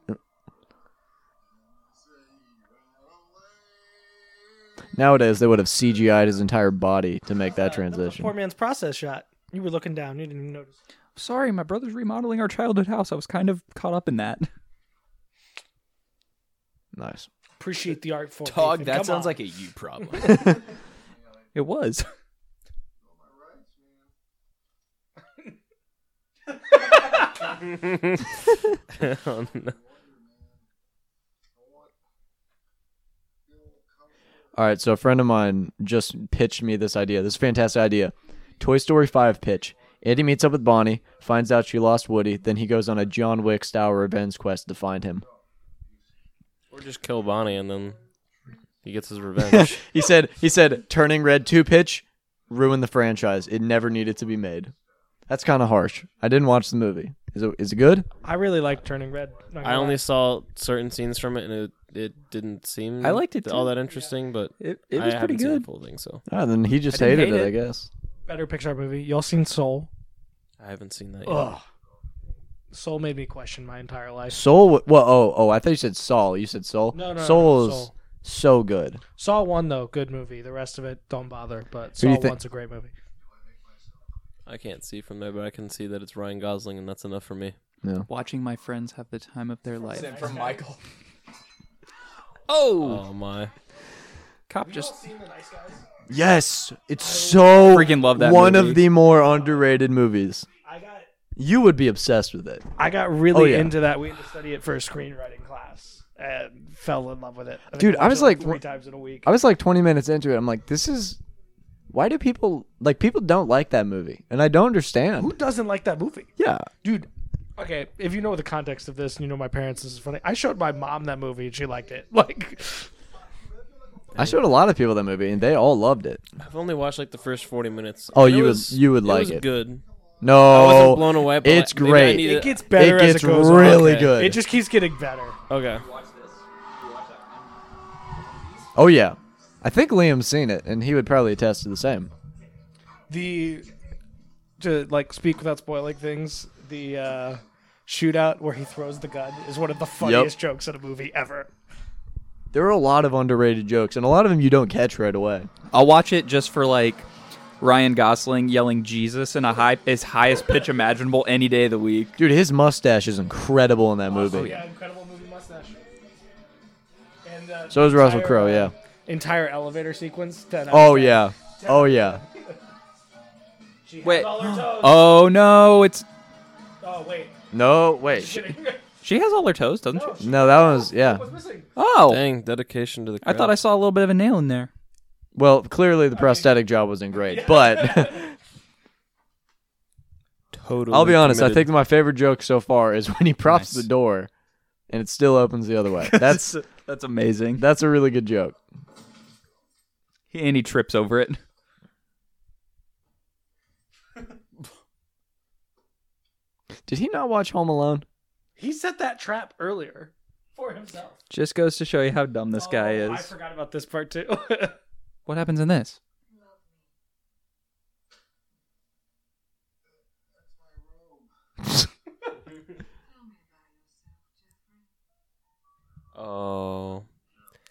Speaker 2: Nowadays they would have CGI'd his entire body to make that
Speaker 1: Poor
Speaker 2: transition.
Speaker 1: man's process shot. You were looking down. You didn't even notice.
Speaker 5: Sorry, my brother's remodeling our childhood house. I was kind of caught up in that.
Speaker 2: Nice.
Speaker 1: Appreciate the art form.
Speaker 9: Dog,
Speaker 1: Nathan.
Speaker 9: that
Speaker 1: Come
Speaker 9: sounds
Speaker 1: on.
Speaker 9: like a you problem.
Speaker 5: It was.
Speaker 3: oh, no.
Speaker 2: All right, so a friend of mine just pitched me this idea. This fantastic idea. Toy Story 5 pitch. Andy meets up with Bonnie, finds out she lost Woody, then he goes on a John Wick style revenge quest to find him.
Speaker 3: Or just kill Bonnie and then he gets his revenge.
Speaker 2: He said he said turning red 2 pitch ruined the franchise. It never needed to be made. That's kind of harsh. I didn't watch the movie. Is it is it good?
Speaker 1: I really like turning red. Not
Speaker 3: I
Speaker 1: gonna
Speaker 3: only
Speaker 1: lie.
Speaker 3: saw certain scenes from it, and it it didn't seem
Speaker 5: I liked it,
Speaker 3: all
Speaker 5: too.
Speaker 3: that interesting. But
Speaker 5: It, it
Speaker 3: I
Speaker 5: was pretty
Speaker 3: haven't seen the
Speaker 5: good.
Speaker 3: full thing, so
Speaker 2: Ah, then he just
Speaker 5: I didn't
Speaker 2: hated
Speaker 5: hate
Speaker 2: it, I
Speaker 5: it.
Speaker 2: guess.
Speaker 1: better Pixar movie. Y'all seen Soul?
Speaker 3: I haven't seen that. Yet.
Speaker 1: Ugh. Soul made me question my entire life.
Speaker 2: Soul wa- well oh oh I thought you said Saul. You said Soul.
Speaker 1: No, no, no,
Speaker 2: Soul is
Speaker 1: Soul.
Speaker 2: so good.
Speaker 1: Saw one though, good movie. The rest of it, don't bother. But
Speaker 2: Who do
Speaker 1: Saw
Speaker 2: you thi-
Speaker 1: one's a great movie.
Speaker 3: I can't see from there, but I can see that it's Ryan Gosling, and that's enough for me.
Speaker 5: Watching my friends have the time of their life.
Speaker 9: from Michael.
Speaker 3: Oh my!
Speaker 5: Cop just
Speaker 2: Yes, it's so
Speaker 5: freaking love that
Speaker 2: one
Speaker 5: movie.
Speaker 2: of the more underrated movies.
Speaker 1: I got
Speaker 2: You would be obsessed with it.
Speaker 1: I got really
Speaker 2: Oh, yeah.
Speaker 1: into that. We had to study it for a screenwriting class and fell in love with it. think
Speaker 2: Dude, I
Speaker 1: watched
Speaker 2: was
Speaker 1: it,
Speaker 2: like-
Speaker 1: three times in a week.
Speaker 2: I was like 20 minutes into it. I'm like, this is why do people like people don't like that movie, and I don't
Speaker 1: Who
Speaker 2: understand.
Speaker 1: doesn't like that movie?
Speaker 2: Yeah,
Speaker 1: Dude, okay, if you know the context of this and you know my parents, this is funny. I showed my mom that movie and she liked it. Like,
Speaker 2: I showed a lot of people that movie, and they all loved it.
Speaker 3: I've only watched like the first forty minutes.
Speaker 2: Oh,
Speaker 3: It
Speaker 2: you would-
Speaker 3: was-
Speaker 2: you would like
Speaker 3: was
Speaker 2: it.
Speaker 3: Good. I
Speaker 2: No,
Speaker 3: wasn't blown away. But
Speaker 2: it's
Speaker 3: like, maybe I
Speaker 2: great.
Speaker 3: needed-
Speaker 1: it gets better
Speaker 2: it
Speaker 1: as
Speaker 2: gets
Speaker 1: it goes
Speaker 2: really
Speaker 1: on.
Speaker 2: good.
Speaker 1: It just keeps getting better.
Speaker 3: okay.
Speaker 2: oh yeah, I think Liam's seen it, and he would probably attest to the same.
Speaker 1: The, to like speak without spoiling things, the uh, shootout where he throws the gun is one of the funniest jokes in a movie ever.
Speaker 2: There are a lot of underrated jokes, and a lot of them you don't catch right away.
Speaker 5: I'll watch it just for like Ryan Gosling yelling Jesus in a high his highest pitch imaginable any day of the week.
Speaker 2: Dude, his mustache is incredible in
Speaker 3: Oh,
Speaker 2: that movie.
Speaker 1: Oh, Yeah, incredible movie mustache. And, uh,
Speaker 2: So is Russell
Speaker 1: entire,
Speaker 2: Crowe, yeah.
Speaker 1: uh, Entire elevator sequence. 10 out
Speaker 2: Oh
Speaker 1: of 10.
Speaker 2: yeah. Oh yeah.
Speaker 1: She has
Speaker 5: Wait.
Speaker 1: all her toes.
Speaker 5: Oh no, it's
Speaker 1: Oh, wait.
Speaker 2: No, wait.
Speaker 1: Kidding.
Speaker 5: she has all her toes, doesn't she?
Speaker 2: No, that one was yeah.
Speaker 1: What's missing?
Speaker 5: Oh,
Speaker 3: Dang, dedication to the.
Speaker 5: I
Speaker 3: Crowd.
Speaker 5: thought I saw a little bit of a nail in there.
Speaker 2: Well, clearly the prosthetic job wasn't great, but
Speaker 3: totally.
Speaker 2: I'll be honest. I
Speaker 3: committed.
Speaker 2: think my favorite joke so far is when he props the door, and it still opens the other way. That's
Speaker 5: That's amazing.
Speaker 2: that's a really good joke.
Speaker 5: And he trips over it.
Speaker 2: Did he not watch Home Alone?
Speaker 1: He set that trap earlier for himself.
Speaker 5: Just goes to show you how dumb this guy
Speaker 1: Oh, I
Speaker 5: is.
Speaker 1: forgot about this part too.
Speaker 5: What happens in this?
Speaker 3: Oh,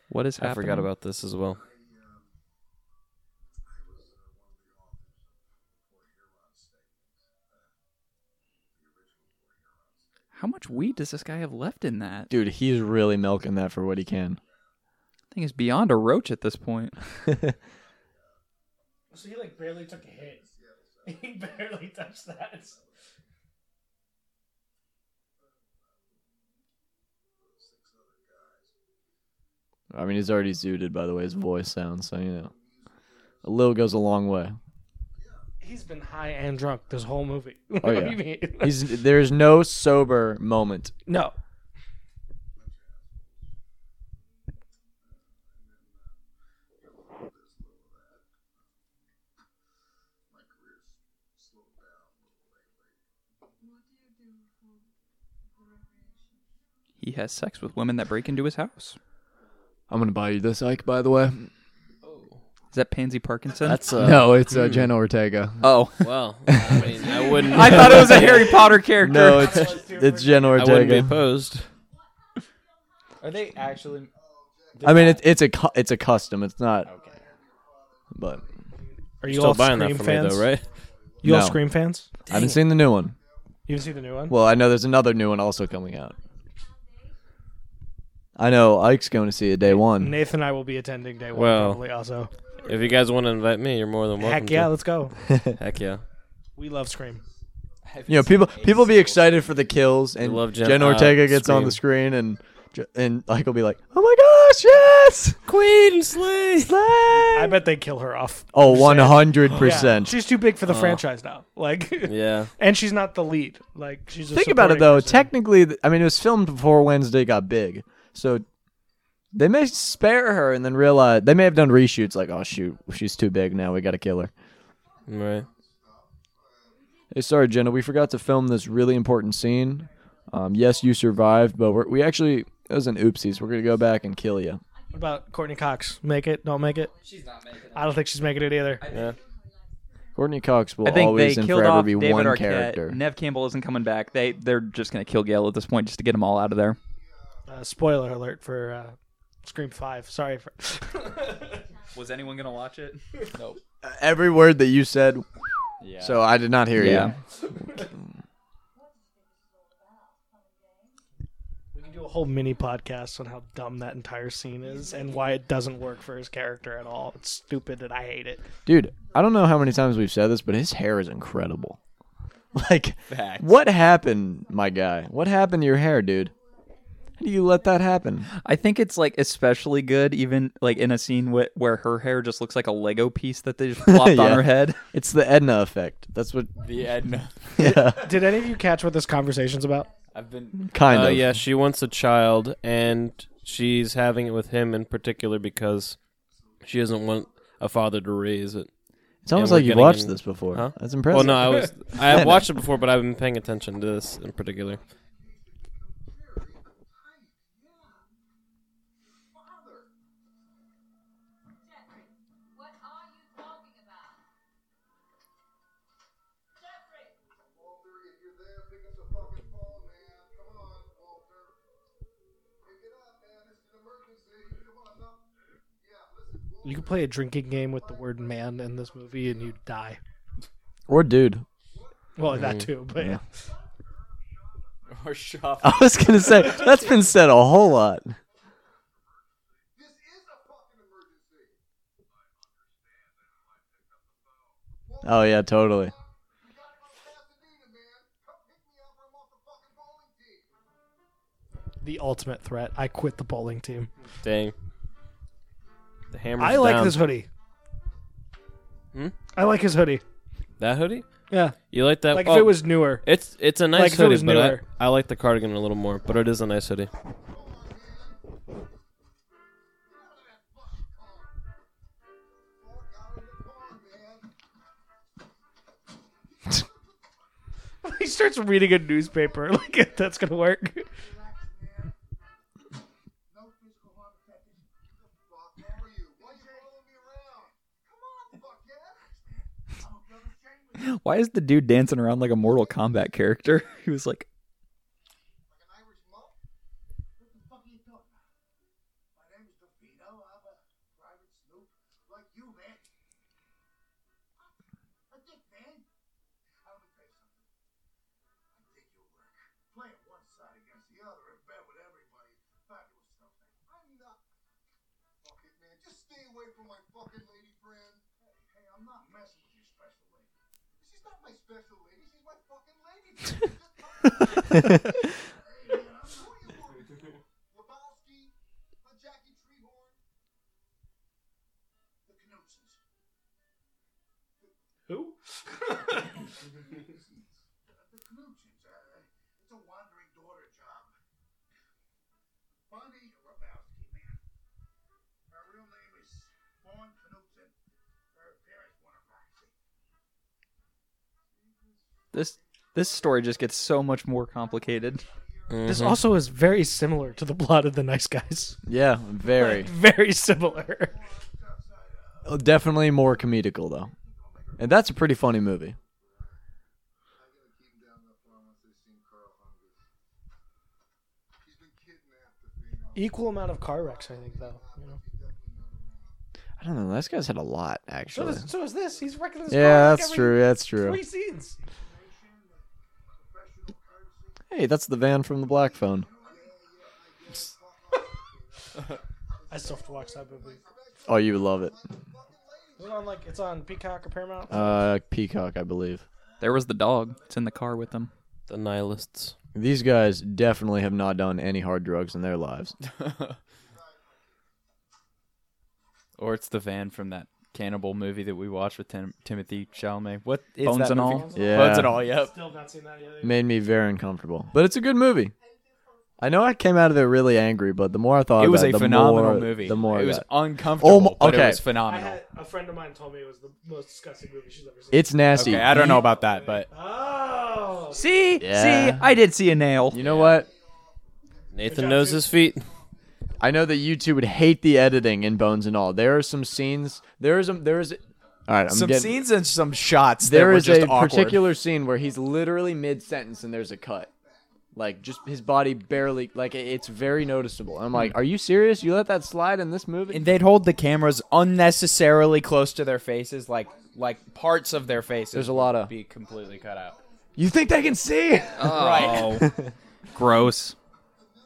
Speaker 5: What is
Speaker 3: I
Speaker 5: happening?
Speaker 3: forgot about this as well.
Speaker 5: how much weed does this guy have left in that?
Speaker 2: Dude, he's really milking that for what he can.
Speaker 5: thing is beyond a roach at this point.
Speaker 1: so he like barely took a hit. He barely touched that.
Speaker 2: I mean, he's already zooted by the way his voice sounds, so you know, a little goes a long way.
Speaker 1: He's been high and drunk this whole movie.
Speaker 2: Oh,
Speaker 1: what do
Speaker 2: yeah.
Speaker 1: you mean?
Speaker 2: He's there's no sober moment.
Speaker 1: no.
Speaker 5: He has sex with women that break into his house.
Speaker 2: I'm gonna buy you this, Ike. By the way,
Speaker 5: Is that Pansy Parkinson?
Speaker 3: That's uh,
Speaker 2: no, it's uh,
Speaker 3: hmm.
Speaker 2: Jenna Ortega.
Speaker 5: Oh.
Speaker 3: Well, I mean, I wouldn't.
Speaker 5: I thought it was a Harry Potter character.
Speaker 2: No, it's it's Jenna
Speaker 3: I wouldn't be
Speaker 2: Ortega.
Speaker 3: opposed.
Speaker 7: Are they actually?
Speaker 2: I mean, it, it's a cu- it's a custom. It's not. Okay. But
Speaker 1: Are
Speaker 3: You're
Speaker 1: you
Speaker 3: still
Speaker 1: all
Speaker 3: buying
Speaker 1: Scream
Speaker 3: that for
Speaker 1: fans?
Speaker 3: me, though, right?
Speaker 1: You all
Speaker 2: No.
Speaker 1: Scream fans?
Speaker 2: I haven't seen the new one.
Speaker 1: You haven't seen the new one?
Speaker 2: Well, I know there's another new one also coming out. I know Ike's going to see it day one.
Speaker 1: Nathan and I will be attending day one
Speaker 3: Well,
Speaker 1: probably also.
Speaker 3: If you guys want to invite me, you're more than welcome.
Speaker 1: Heck yeah,
Speaker 3: to.
Speaker 1: let's go.
Speaker 3: Heck yeah.
Speaker 1: We love Scream.
Speaker 2: You know, people people be excited for the kills, and
Speaker 3: love Jen-
Speaker 2: Jen, Ortega
Speaker 3: uh,
Speaker 2: gets on the screen, and J- and Ike will be like, "Oh my gosh, yes,
Speaker 3: Queen Slay.
Speaker 1: I bet they kill her off.
Speaker 2: oh, one hundred
Speaker 1: Yeah,
Speaker 2: percent."
Speaker 1: She's too big for the franchise now. Like,
Speaker 3: Yeah.
Speaker 1: and she's not the lead. Like, she's. A
Speaker 2: Think about it
Speaker 1: supporting
Speaker 2: though.
Speaker 1: person.
Speaker 2: Technically, th- I mean, it was filmed before Wednesday got big, so they may spare her and then realize they may have done reshoots. Like, oh shoot, she's too big now. We got to kill her.
Speaker 3: Right.
Speaker 2: Hey, sorry, Jenna, we forgot to film this really important scene. Um, yes, you survived, but we're, we actually it was an oopsies. We're gonna go back and kill you.
Speaker 1: What about Courtney Cox? Make it? Don't make it?
Speaker 10: She's not making it.
Speaker 1: I don't think she's making it either.
Speaker 3: Yeah.
Speaker 2: Courtney Cox will
Speaker 5: I think
Speaker 2: always
Speaker 5: they
Speaker 2: and
Speaker 5: killed
Speaker 2: forever
Speaker 5: off
Speaker 2: be
Speaker 5: David
Speaker 2: one
Speaker 5: Arquette.
Speaker 2: character.
Speaker 5: Nev Campbell isn't coming back. They they're just gonna kill Gale at this point just to get them all out of there.
Speaker 1: Uh, spoiler alert for uh, Scream Five. Sorry for.
Speaker 10: Was anyone gonna watch it?
Speaker 2: Every word that you said. So I did not hear
Speaker 5: Yeah.
Speaker 2: you.
Speaker 1: we can do a whole mini podcast on how dumb that entire scene is and why it doesn't work for his character at all. It's stupid and I hate it.
Speaker 2: Dude, I don't know how many times we've said this, but his hair is incredible. Like, what happened, my guy? What happened to your hair, dude? How do you let that happen?
Speaker 5: I think it's like especially good even like in a scene wh- where her hair just looks like a Lego piece that they just plopped on
Speaker 2: Yeah.
Speaker 5: her head.
Speaker 2: It's the Edna effect. That's what,
Speaker 7: The Edna.
Speaker 2: yeah,
Speaker 1: Did any of you catch what this conversation's about?
Speaker 7: I've been.
Speaker 2: kind
Speaker 3: Uh,
Speaker 2: of.
Speaker 3: yeah, she wants a child, and she's having it with him in particular because she doesn't want a father to raise it.
Speaker 2: It's almost
Speaker 3: and we're
Speaker 2: like you've
Speaker 3: getting
Speaker 2: watched
Speaker 3: in-
Speaker 2: this before.
Speaker 3: Huh?
Speaker 2: That's impressive.
Speaker 3: Well, no, I was I have watched it before, but I've been paying attention to this in particular.
Speaker 8: Jeffrey, what are you talking about? Jeffrey!
Speaker 6: Walter, if you're there, pick up the fucking phone, man. Come on, Walter. Pick it up, man. This is an emergency. Come on, now. Yeah, listen,
Speaker 1: You could play a drinking game with the word man in this movie and you'd die.
Speaker 2: Or dude.
Speaker 1: Well,
Speaker 3: Mm-hmm.
Speaker 1: that too, but yeah.
Speaker 7: Or shop.
Speaker 2: I was gonna say that's been said a whole lot.
Speaker 6: This is a fucking emergency.
Speaker 2: Oh yeah, totally.
Speaker 6: We gotta go to Pasadena, man. Come pick me up or I'm off the fucking bowling team.
Speaker 1: the ultimate threat. I quit the bowling team.
Speaker 3: Dang. The hammer.
Speaker 1: I like this hoodie.
Speaker 3: Hmm?
Speaker 1: I like his hoodie.
Speaker 3: That hoodie?
Speaker 1: Yeah.
Speaker 3: You like that?
Speaker 1: Like
Speaker 3: oh,
Speaker 1: if it was newer.
Speaker 3: It's it's a nice
Speaker 1: like if it
Speaker 3: hoodie,
Speaker 1: was
Speaker 3: but I,
Speaker 1: newer.
Speaker 3: I like the cardigan a little more. But it is a nice hoodie.
Speaker 1: he starts reading a newspaper. Like that's gonna work.
Speaker 2: Mm-hmm.
Speaker 6: No physical harm affected. The fuck are you? Why you following me around? Come on, fuckhead. I'm a brother Shane with you.
Speaker 5: Why is the dude dancing around like a Mortal Kombat character? He was like,
Speaker 6: Like an Irish monk? What the fuck are you talking about? My name is DeVito. I'm a private snoop like you, man. I think, man. I want to tell you something. I think you'll work. Playing one side against the other in bed with everybody. Fabulous something. I'm not. Fuck it, man. Just stay away from my fucking lady friend. Hey, hey, I'm not messing with your special lady. She's not my special lady. She's my fucking lady. friend. Just come Lebowski, a Jackie Treehorn, the Knutsons.
Speaker 1: Who?
Speaker 6: The Knutsons, uh, it's a wandering daughter job. Bonnie Lebowski, man. Her real name is Vaughn Knutson. Her parents want her back.
Speaker 5: this this story just gets so much more complicated.
Speaker 1: This also is very similar to the plot of the Nice Guys.
Speaker 2: Yeah, very.
Speaker 1: Very similar.
Speaker 2: definitely more comedical though, and that's a pretty funny movie.
Speaker 1: Equal amount of car wrecks, I think, though. You know?
Speaker 2: I don't know. This guy's had a lot actually.
Speaker 1: so, is, so is this. He's wrecking his car.
Speaker 2: yeah,
Speaker 1: like,
Speaker 2: that's
Speaker 1: every
Speaker 2: true. That's true.
Speaker 1: Three scenes.
Speaker 2: Hey, that's the van from the Black Phone.
Speaker 1: I still have to watch that movie.
Speaker 2: Oh, you would love it.
Speaker 1: Is it on like it's on Peacock or Paramount?
Speaker 2: Uh, Peacock, I believe.
Speaker 5: There was the dog. It's in the car with them.
Speaker 3: The nihilists.
Speaker 2: These guys definitely have not done any hard drugs in their lives.
Speaker 4: Or it's the van from that cannibal movie that we watched with Tim- Timothy Chalamet. What is
Speaker 5: Bones
Speaker 4: that
Speaker 5: and
Speaker 4: movie?
Speaker 5: all?
Speaker 2: Yeah.
Speaker 4: Bones and all. Yep.
Speaker 1: Still not seen that yet.
Speaker 2: Made me very uncomfortable, but it's a good movie. I know I came out of it really angry, but the more I thought
Speaker 4: It was
Speaker 2: about
Speaker 4: a
Speaker 2: the
Speaker 4: phenomenal
Speaker 2: more-
Speaker 4: movie.
Speaker 2: The more I
Speaker 4: it was
Speaker 2: got-
Speaker 4: uncomfortable,
Speaker 2: Oh my-
Speaker 4: but it
Speaker 2: okay.
Speaker 4: was
Speaker 1: I
Speaker 4: phenomenal.
Speaker 1: had a friend of mine told me it was the most disgusting movie she's ever seen.
Speaker 2: it's nasty.
Speaker 4: Okay, I don't know about that, but
Speaker 1: oh,
Speaker 5: See,
Speaker 2: Yeah.
Speaker 5: see, I did see a nail.
Speaker 2: You know what?
Speaker 3: Nathan knows his feet.
Speaker 2: I know that you two would hate the editing in Bones and all. There are some scenes. There is a there is. All right, I'm
Speaker 9: some
Speaker 2: getting,
Speaker 9: scenes and some shots that
Speaker 2: There
Speaker 9: were
Speaker 2: is
Speaker 9: just
Speaker 2: a
Speaker 9: awkward.
Speaker 2: particular scene where he's literally mid sentence and there's a cut. Like just his body barely like it- it's very noticeable. I'm
Speaker 4: Hmm.
Speaker 2: like, are you serious? You let that slide in this movie?
Speaker 9: and they'd hold the cameras unnecessarily close to their faces, like like parts of their faces.
Speaker 2: There's a lot
Speaker 9: would
Speaker 2: of-
Speaker 9: be completely cut out.
Speaker 2: you think they can see?
Speaker 9: Right.
Speaker 5: Gross.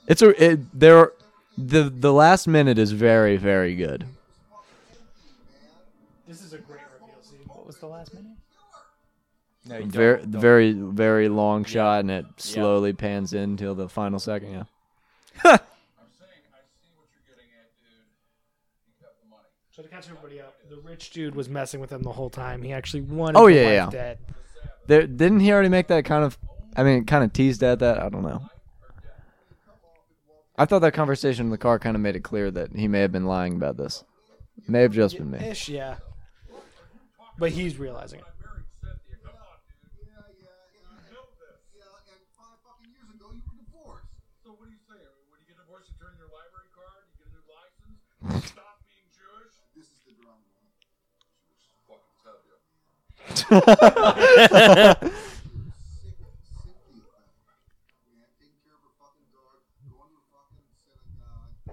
Speaker 2: It's a it, there. The the last minute is very very good.
Speaker 1: this is a great reveal scene.
Speaker 9: No, you
Speaker 2: Very
Speaker 9: don't- don't.
Speaker 2: very very long shot and it slowly pans in till the final second. Yeah.
Speaker 1: So to catch everybody up, the rich dude was messing with him the whole time. He actually wanted.
Speaker 2: Oh,
Speaker 1: the
Speaker 2: yeah,
Speaker 1: wife
Speaker 2: yeah.
Speaker 1: Dead.
Speaker 2: There didn't he already make that kind of? I mean, kind of teased at that. I don't know. I thought that conversation in the car kind of made it clear that he may have been lying about this. May have just been
Speaker 9: eh,
Speaker 2: me.
Speaker 1: Ish, yeah. But he's realizing it.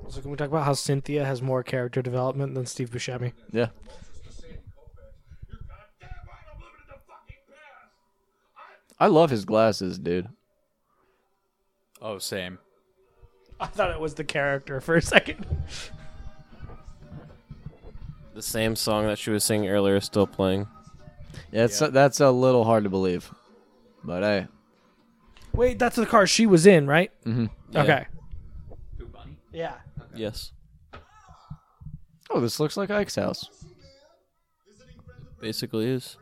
Speaker 1: So can we talk about how Cynthia has more character development than Steve Buscemi?
Speaker 2: Yeah. I love his glasses, dude.
Speaker 4: oh, same.
Speaker 1: I thought it was the character for a second.
Speaker 3: The same song that she was singing earlier is still playing.
Speaker 2: Yeah, it's that's a little hard to believe, but hey,
Speaker 1: Wait, that's the car she was in, right? Mm-hmm.
Speaker 3: Yeah.
Speaker 1: Okay. Yeah.
Speaker 3: Yes.
Speaker 2: oh, this looks like Ike's house.
Speaker 3: Basically is.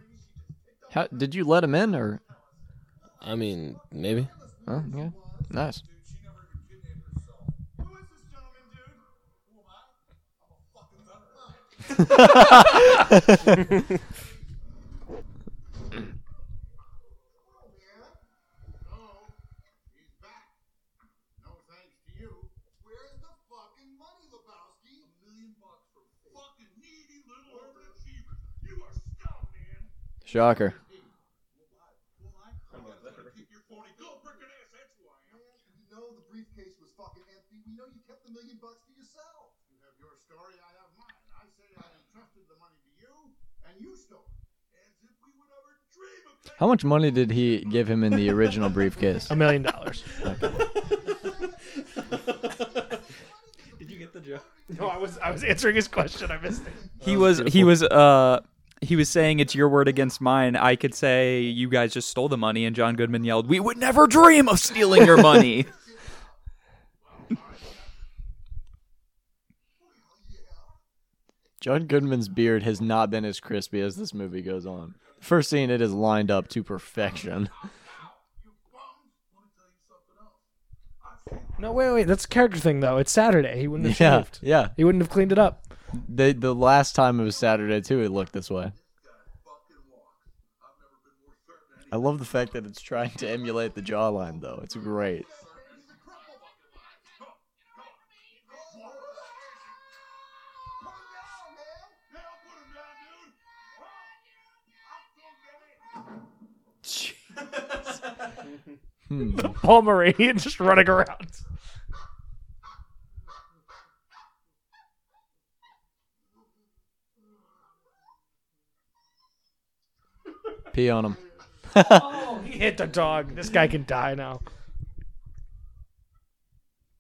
Speaker 2: How did you let him in, or?
Speaker 3: I mean, maybe.
Speaker 2: Oh, yeah, nice. Shocker. How much money did he give him in the original briefcase?
Speaker 1: A million dollars.
Speaker 10: Did you get the joke?
Speaker 1: No, I was I was answering his question. I missed it.
Speaker 5: He was. He was. Uh. He was saying it's your word against mine. I could say you guys just stole the money, and John Goodman yelled, "We would never dream of stealing your money."
Speaker 2: John Goodman's beard has not been as crispy as this movie goes on. First scene, it is lined up to perfection.
Speaker 1: No, wait, wait. That's a character thing, though. It's Saturday. He wouldn't have
Speaker 2: Yeah,
Speaker 1: shaved.
Speaker 2: yeah.
Speaker 1: He wouldn't have cleaned it up.
Speaker 2: They, the last time it was Saturday too, it looked this way. I love the fact that it's trying to emulate the jawline, though. It's great.
Speaker 6: Put him down, man! Yeah, I'll put him down!
Speaker 1: the Pomeranian just running around.
Speaker 2: Pee on him.
Speaker 1: oh, he hit the dog. This guy can die now.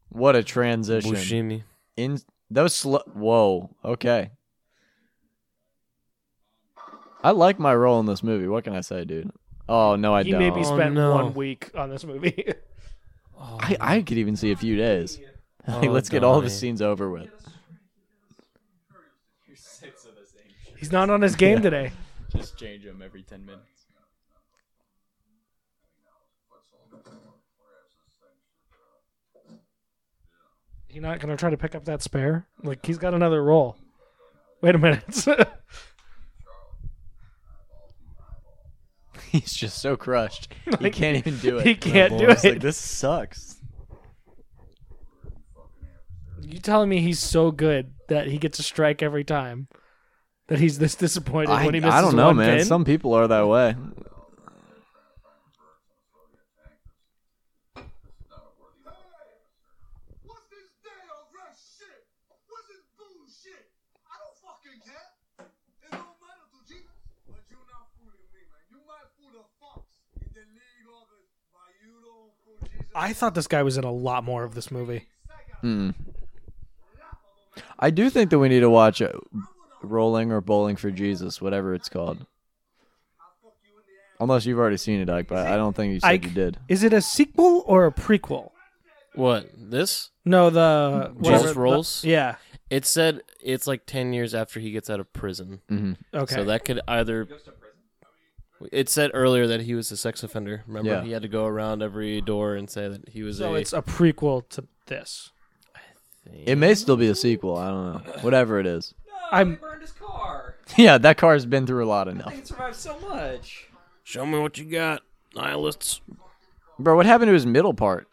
Speaker 2: What a transition.
Speaker 3: Bushimi.
Speaker 2: In that was slow. Whoa. Okay. I like my role in this movie. What can I say, dude? Oh no, I
Speaker 1: he
Speaker 2: don't.
Speaker 1: maybe spent
Speaker 3: Oh, no.
Speaker 1: one week on this movie.
Speaker 2: I, I could even see a few days. Like,
Speaker 3: Oh,
Speaker 2: let's get all the
Speaker 3: Donnie.
Speaker 2: scenes over with.
Speaker 1: He's not on his game today.
Speaker 7: Just change them every 10 minutes.
Speaker 1: He's not gonna try to pick up that spare. Like he's got another role. Wait a minute.
Speaker 2: He's just so crushed. He
Speaker 1: Like,
Speaker 2: can't even do it.
Speaker 1: he can't do
Speaker 2: It's Like
Speaker 1: it.
Speaker 2: this sucks.
Speaker 1: you telling me he's so good that he gets a strike every time? That he's this disappointed
Speaker 2: I,
Speaker 1: when he misses
Speaker 2: I don't know,
Speaker 1: one
Speaker 2: man.
Speaker 1: pin?
Speaker 2: Some people are that way.
Speaker 6: What's this day old rush shit? What's this bullshit? I don't fucking care. It don't matter to Jesus. But you not fooling me, man. You might fool the fox in the league of it, but you don't fool Jesus.
Speaker 1: I thought this guy was in a lot more of this movie.
Speaker 2: Hmm. I do think that we need to watch uh, Rolling or Bowling for Jesus, whatever it's called. Unless you've already seen it, Ike, but I don't think you said
Speaker 1: Ike.
Speaker 2: you did.
Speaker 1: Is it a sequel or a prequel?
Speaker 3: What this?
Speaker 1: No, the whatever, the-
Speaker 3: Rolls?
Speaker 1: Yeah.
Speaker 3: It said it's like ten years after he gets out of prison.
Speaker 2: hmm
Speaker 1: Okay.
Speaker 3: So that could either. It said earlier that he was a sex offender. Remember,
Speaker 2: Yeah.
Speaker 3: he had to go around every door and say that he was
Speaker 1: so
Speaker 3: a.
Speaker 1: it's a prequel to this.
Speaker 2: It may still be a sequel. I don't know. Whatever it is.
Speaker 1: I'm
Speaker 10: burned his car.
Speaker 2: Yeah, that car's been through a lot enough.
Speaker 10: He survived so much.
Speaker 3: Show me what you got, nihilists.
Speaker 2: Bro, what happened to his middle part?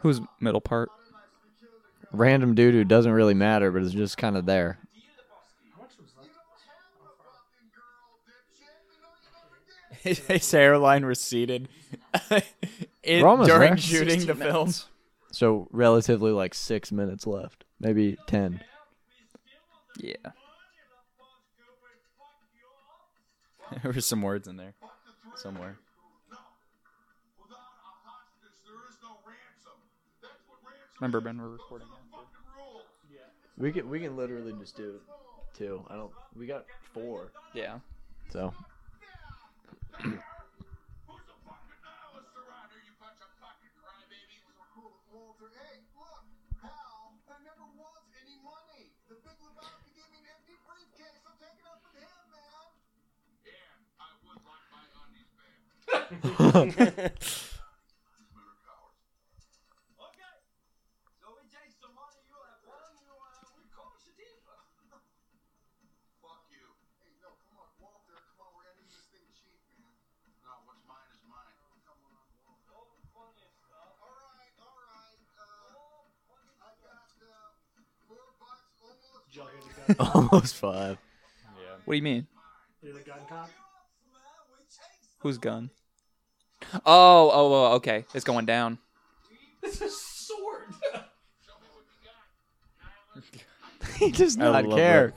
Speaker 5: Who's middle part?
Speaker 2: Random dude who doesn't really matter, but is just kind of there.
Speaker 7: His hairline receded. It-
Speaker 2: We're almost
Speaker 7: during
Speaker 2: there.
Speaker 7: shooting the films.
Speaker 2: So relatively like six minutes left, maybe ten.
Speaker 5: Yeah.
Speaker 7: there were some words in there somewhere.
Speaker 5: Remember, Ben, we're recording.
Speaker 2: We can we can literally just do two. I don't. We got four.
Speaker 5: Yeah.
Speaker 2: So
Speaker 6: Who's a fucking nihilist around here, you bunch of fucking crybabies? Walter, hey, look, pal, there never was any money. The big Lebowski gave me an empty briefcase. I'm taking up with him, man. Yeah, I would like my undies back. Okay, so we take some money. You'll have one. You uh, we call it Shadifa. Fuck you. Hey, no, come on, Walter. Come on, we're ending this thing cheap, man. No, what's mine is mine. Come on, Walter. All the funny stuff. All right, all right. Uh, I got uh, four bucks almost.
Speaker 2: almost five.
Speaker 5: What do you mean? Who's gun? Oh, oh, oh, okay. It's going down.
Speaker 2: he does
Speaker 3: I
Speaker 2: not
Speaker 3: love
Speaker 2: care.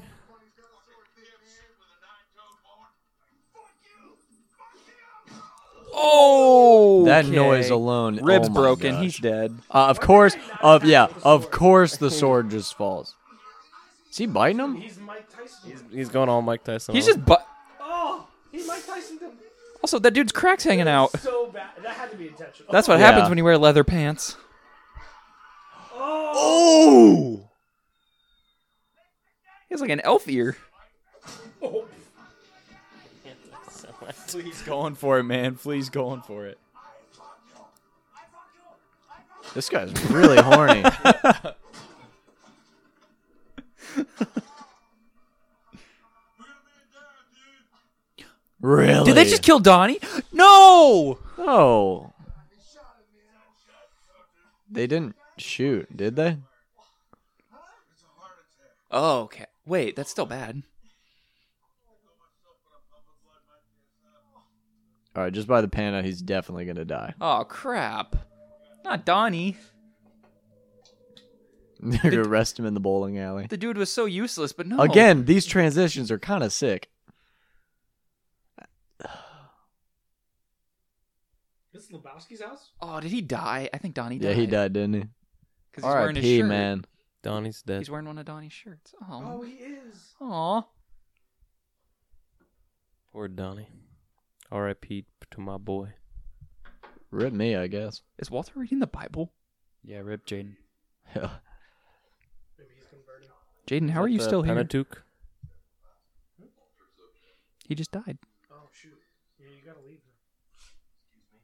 Speaker 5: Oh,
Speaker 2: That noise alone.
Speaker 5: Ribs
Speaker 2: oh my
Speaker 5: broken.
Speaker 2: gosh.
Speaker 5: He's dead.
Speaker 2: Uh, of course. Of yeah. Of course, the sword just falls. Is he biting him?
Speaker 3: He's going all Mike Tyson.
Speaker 5: He's
Speaker 3: on
Speaker 5: just but.
Speaker 1: Oh, he Mike Tyson them
Speaker 5: Also, that dude's cracks hanging out.
Speaker 1: so bad. That had to be intentional.
Speaker 5: That's what
Speaker 2: Yeah.
Speaker 5: happens when you wear leather pants.
Speaker 2: Oh!
Speaker 5: He has like an elf ear.
Speaker 7: Please going for it, man. Please going for it.
Speaker 2: This guy's really horny. really?
Speaker 1: Oh,
Speaker 5: Did they just kill Donnie? No!
Speaker 2: Oh. They didn't shoot, did they?
Speaker 5: Oh, okay. Wait, that's still bad.
Speaker 2: all right, just by the panda, he's definitely gonna die.
Speaker 5: Oh crap! Not Donnie.
Speaker 2: They're gonna arrest him in the bowling alley.
Speaker 5: The dude was so useless, but no.
Speaker 2: Again, these transitions are kind of sick.
Speaker 1: This is Lebowski's house.
Speaker 5: Oh, did he die? I think Donnie died.
Speaker 2: Yeah, he died, didn't he?
Speaker 5: Because he's wearing his
Speaker 2: R.I.P.
Speaker 5: shirt.
Speaker 2: Man,
Speaker 3: Donnie's dead.
Speaker 5: He's wearing one of Donnie's shirts.
Speaker 1: Oh,
Speaker 5: Oh.
Speaker 1: he is.
Speaker 5: Aw.
Speaker 3: Poor Donnie. R.I.P. to my boy.
Speaker 2: rip me, I guess.
Speaker 5: Is Walter reading the Bible?
Speaker 4: Yeah, rip Jaden.
Speaker 1: Maybe he's converted.
Speaker 5: Jaden, how are you
Speaker 3: The
Speaker 5: still here?
Speaker 3: Pentateuch.
Speaker 5: He just died.
Speaker 1: Oh shoot! Yeah, you gotta leave. Now.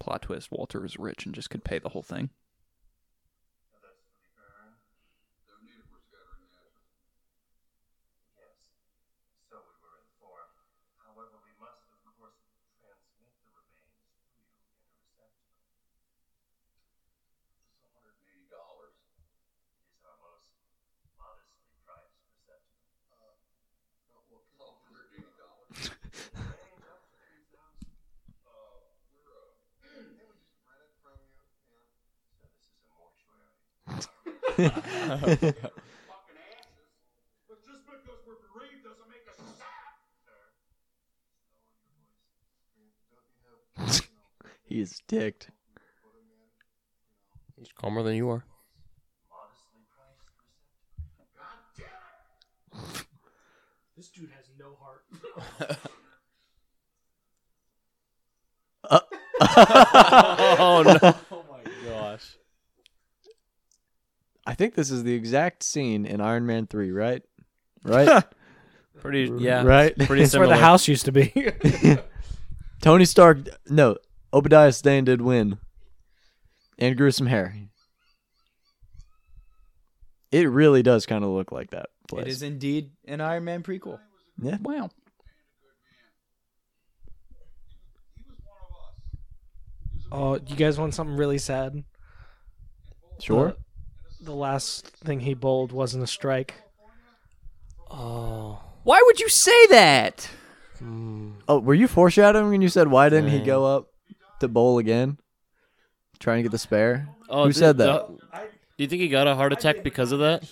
Speaker 5: Plot twist: Walter was rich and just could pay the whole thing.
Speaker 6: But just because we're bereaved doesn't make us sad, sir.
Speaker 2: he's dicked.
Speaker 3: He's calmer than you are.
Speaker 1: This dude has no heart.
Speaker 3: oh no! Oh my gosh!
Speaker 2: I think this is the exact scene in Iron Man three, right? Right?
Speaker 3: Pretty yeah.
Speaker 2: Right?
Speaker 3: Pretty
Speaker 1: That's where
Speaker 3: similar.
Speaker 1: the house used to be.
Speaker 2: Tony Stark. No, Obadiah Stane did win, and grew some hair. It really does kind of look like that place.
Speaker 4: It is indeed an Iron Man prequel.
Speaker 2: Yeah.
Speaker 5: Wow.
Speaker 1: oh, you guys want something really sad?
Speaker 2: Sure.
Speaker 1: The last thing he bowled wasn't a strike.
Speaker 3: Oh.
Speaker 5: Why would you say that?
Speaker 2: Oh, were you foreshadowing when you said why didn't he
Speaker 3: Yeah.
Speaker 2: go up to bowl again? Trying to get the spare.
Speaker 3: Oh,
Speaker 2: Who
Speaker 3: did-
Speaker 2: said that?
Speaker 3: the- do you think he got a heart attack because of that?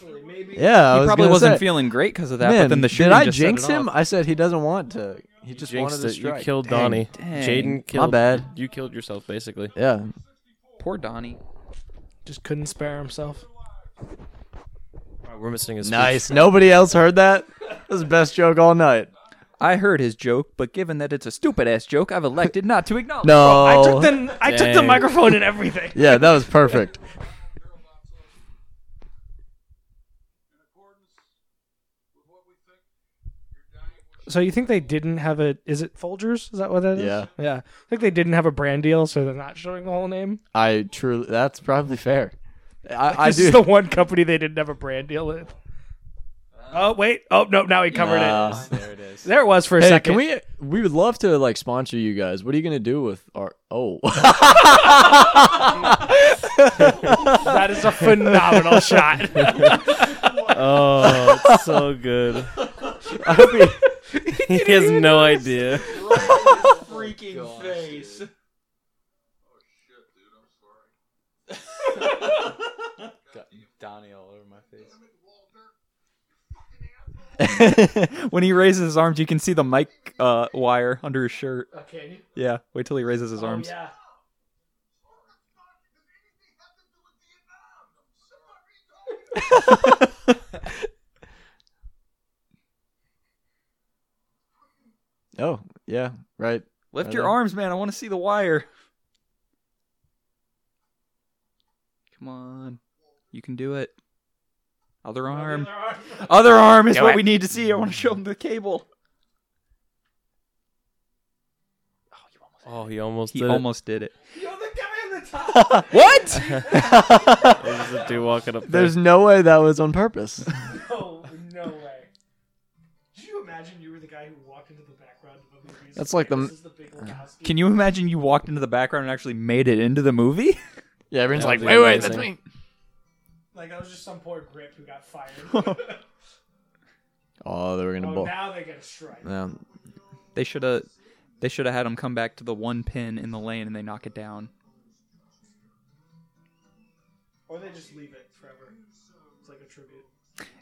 Speaker 2: yeah, I
Speaker 5: he
Speaker 2: was
Speaker 5: probably
Speaker 2: gonna
Speaker 5: wasn't
Speaker 2: say,
Speaker 5: feeling great because of that.
Speaker 2: Man,
Speaker 5: but then the shooting
Speaker 2: did I
Speaker 5: just set
Speaker 2: jinx
Speaker 5: it
Speaker 2: him?
Speaker 5: off.
Speaker 2: I said he doesn't want to. He just
Speaker 3: Jinxed
Speaker 2: wanted to
Speaker 3: it. You
Speaker 2: strike.
Speaker 3: killed
Speaker 2: Dang.
Speaker 3: Donnie.
Speaker 5: dang.
Speaker 3: Jaden killed.
Speaker 2: bad.
Speaker 3: You killed yourself basically.
Speaker 2: Yeah,
Speaker 5: Poor Donnie.
Speaker 1: Just couldn't spare himself.
Speaker 3: All right, we're missing his
Speaker 2: nice. Nobody else heard that. That was the best joke all night.
Speaker 5: I heard his joke, but given that it's a stupid ass joke, I've elected not to acknowledge. it.
Speaker 2: No,
Speaker 1: I took the I took the
Speaker 3: Dang.
Speaker 1: microphone and everything.
Speaker 2: yeah, that was perfect.
Speaker 1: So you think they didn't have a? Is it Folgers? Is that what that is?
Speaker 2: Yeah.
Speaker 1: yeah. I think they didn't have a brand deal, so they're not showing the whole name.
Speaker 2: I truly. That's probably fair. I, I
Speaker 1: this
Speaker 2: do.
Speaker 1: is the one company they didn't have a brand deal with. oh wait! Oh no! Now he
Speaker 5: Uh,
Speaker 1: covered
Speaker 2: Nah.
Speaker 1: it. There it was for a
Speaker 2: Hey,
Speaker 1: second.
Speaker 2: can we? We would love to like sponsor you guys. What are you gonna do with our? Oh,
Speaker 1: That is a phenomenal shot.
Speaker 3: Oh, it's so good.
Speaker 2: I hope you-
Speaker 3: He has no idea.
Speaker 10: Freaking face. Donnie all over my face.
Speaker 5: When he raises his arms, you can see the mic uh, wire under his shirt.
Speaker 1: okay.
Speaker 5: Yeah, wait till he raises his arms.
Speaker 1: yeah.
Speaker 2: oh, yeah, right.
Speaker 5: Lift
Speaker 2: Are
Speaker 5: your
Speaker 2: they?
Speaker 5: arms, man. I want to see the wire. Come on. You can do it. Other arm. Other arm is what we need to see. I want to show him the cable. Oh,
Speaker 3: Oh, he almost
Speaker 5: He
Speaker 3: did it.
Speaker 5: almost did it.
Speaker 1: Yo, the guy on the top.
Speaker 3: What? There's a dude walking up there.
Speaker 2: There's no way that was on purpose.
Speaker 1: no, Oh, no way. Did you imagine you were the guy who walked into the background of a movie? and
Speaker 2: That's
Speaker 1: said,
Speaker 2: like
Speaker 1: "Hey,
Speaker 2: the-
Speaker 1: This is the big Lebowski."
Speaker 5: Can you imagine you walked into the background and actually made it into the movie?
Speaker 2: Yeah, everyone's
Speaker 3: That
Speaker 2: like,
Speaker 3: would
Speaker 2: wait,
Speaker 3: be
Speaker 2: wait, that's
Speaker 3: amazing.
Speaker 2: me.
Speaker 1: Like that was just some poor grip who got fired.
Speaker 2: Oh, they were gonna
Speaker 1: oh,
Speaker 2: bowl.
Speaker 1: now they get a strike.
Speaker 2: Yeah.
Speaker 5: They should have. They should have had him come back to the one pin in the lane and they knock it down.
Speaker 1: Or they just leave it forever. It's like a tribute.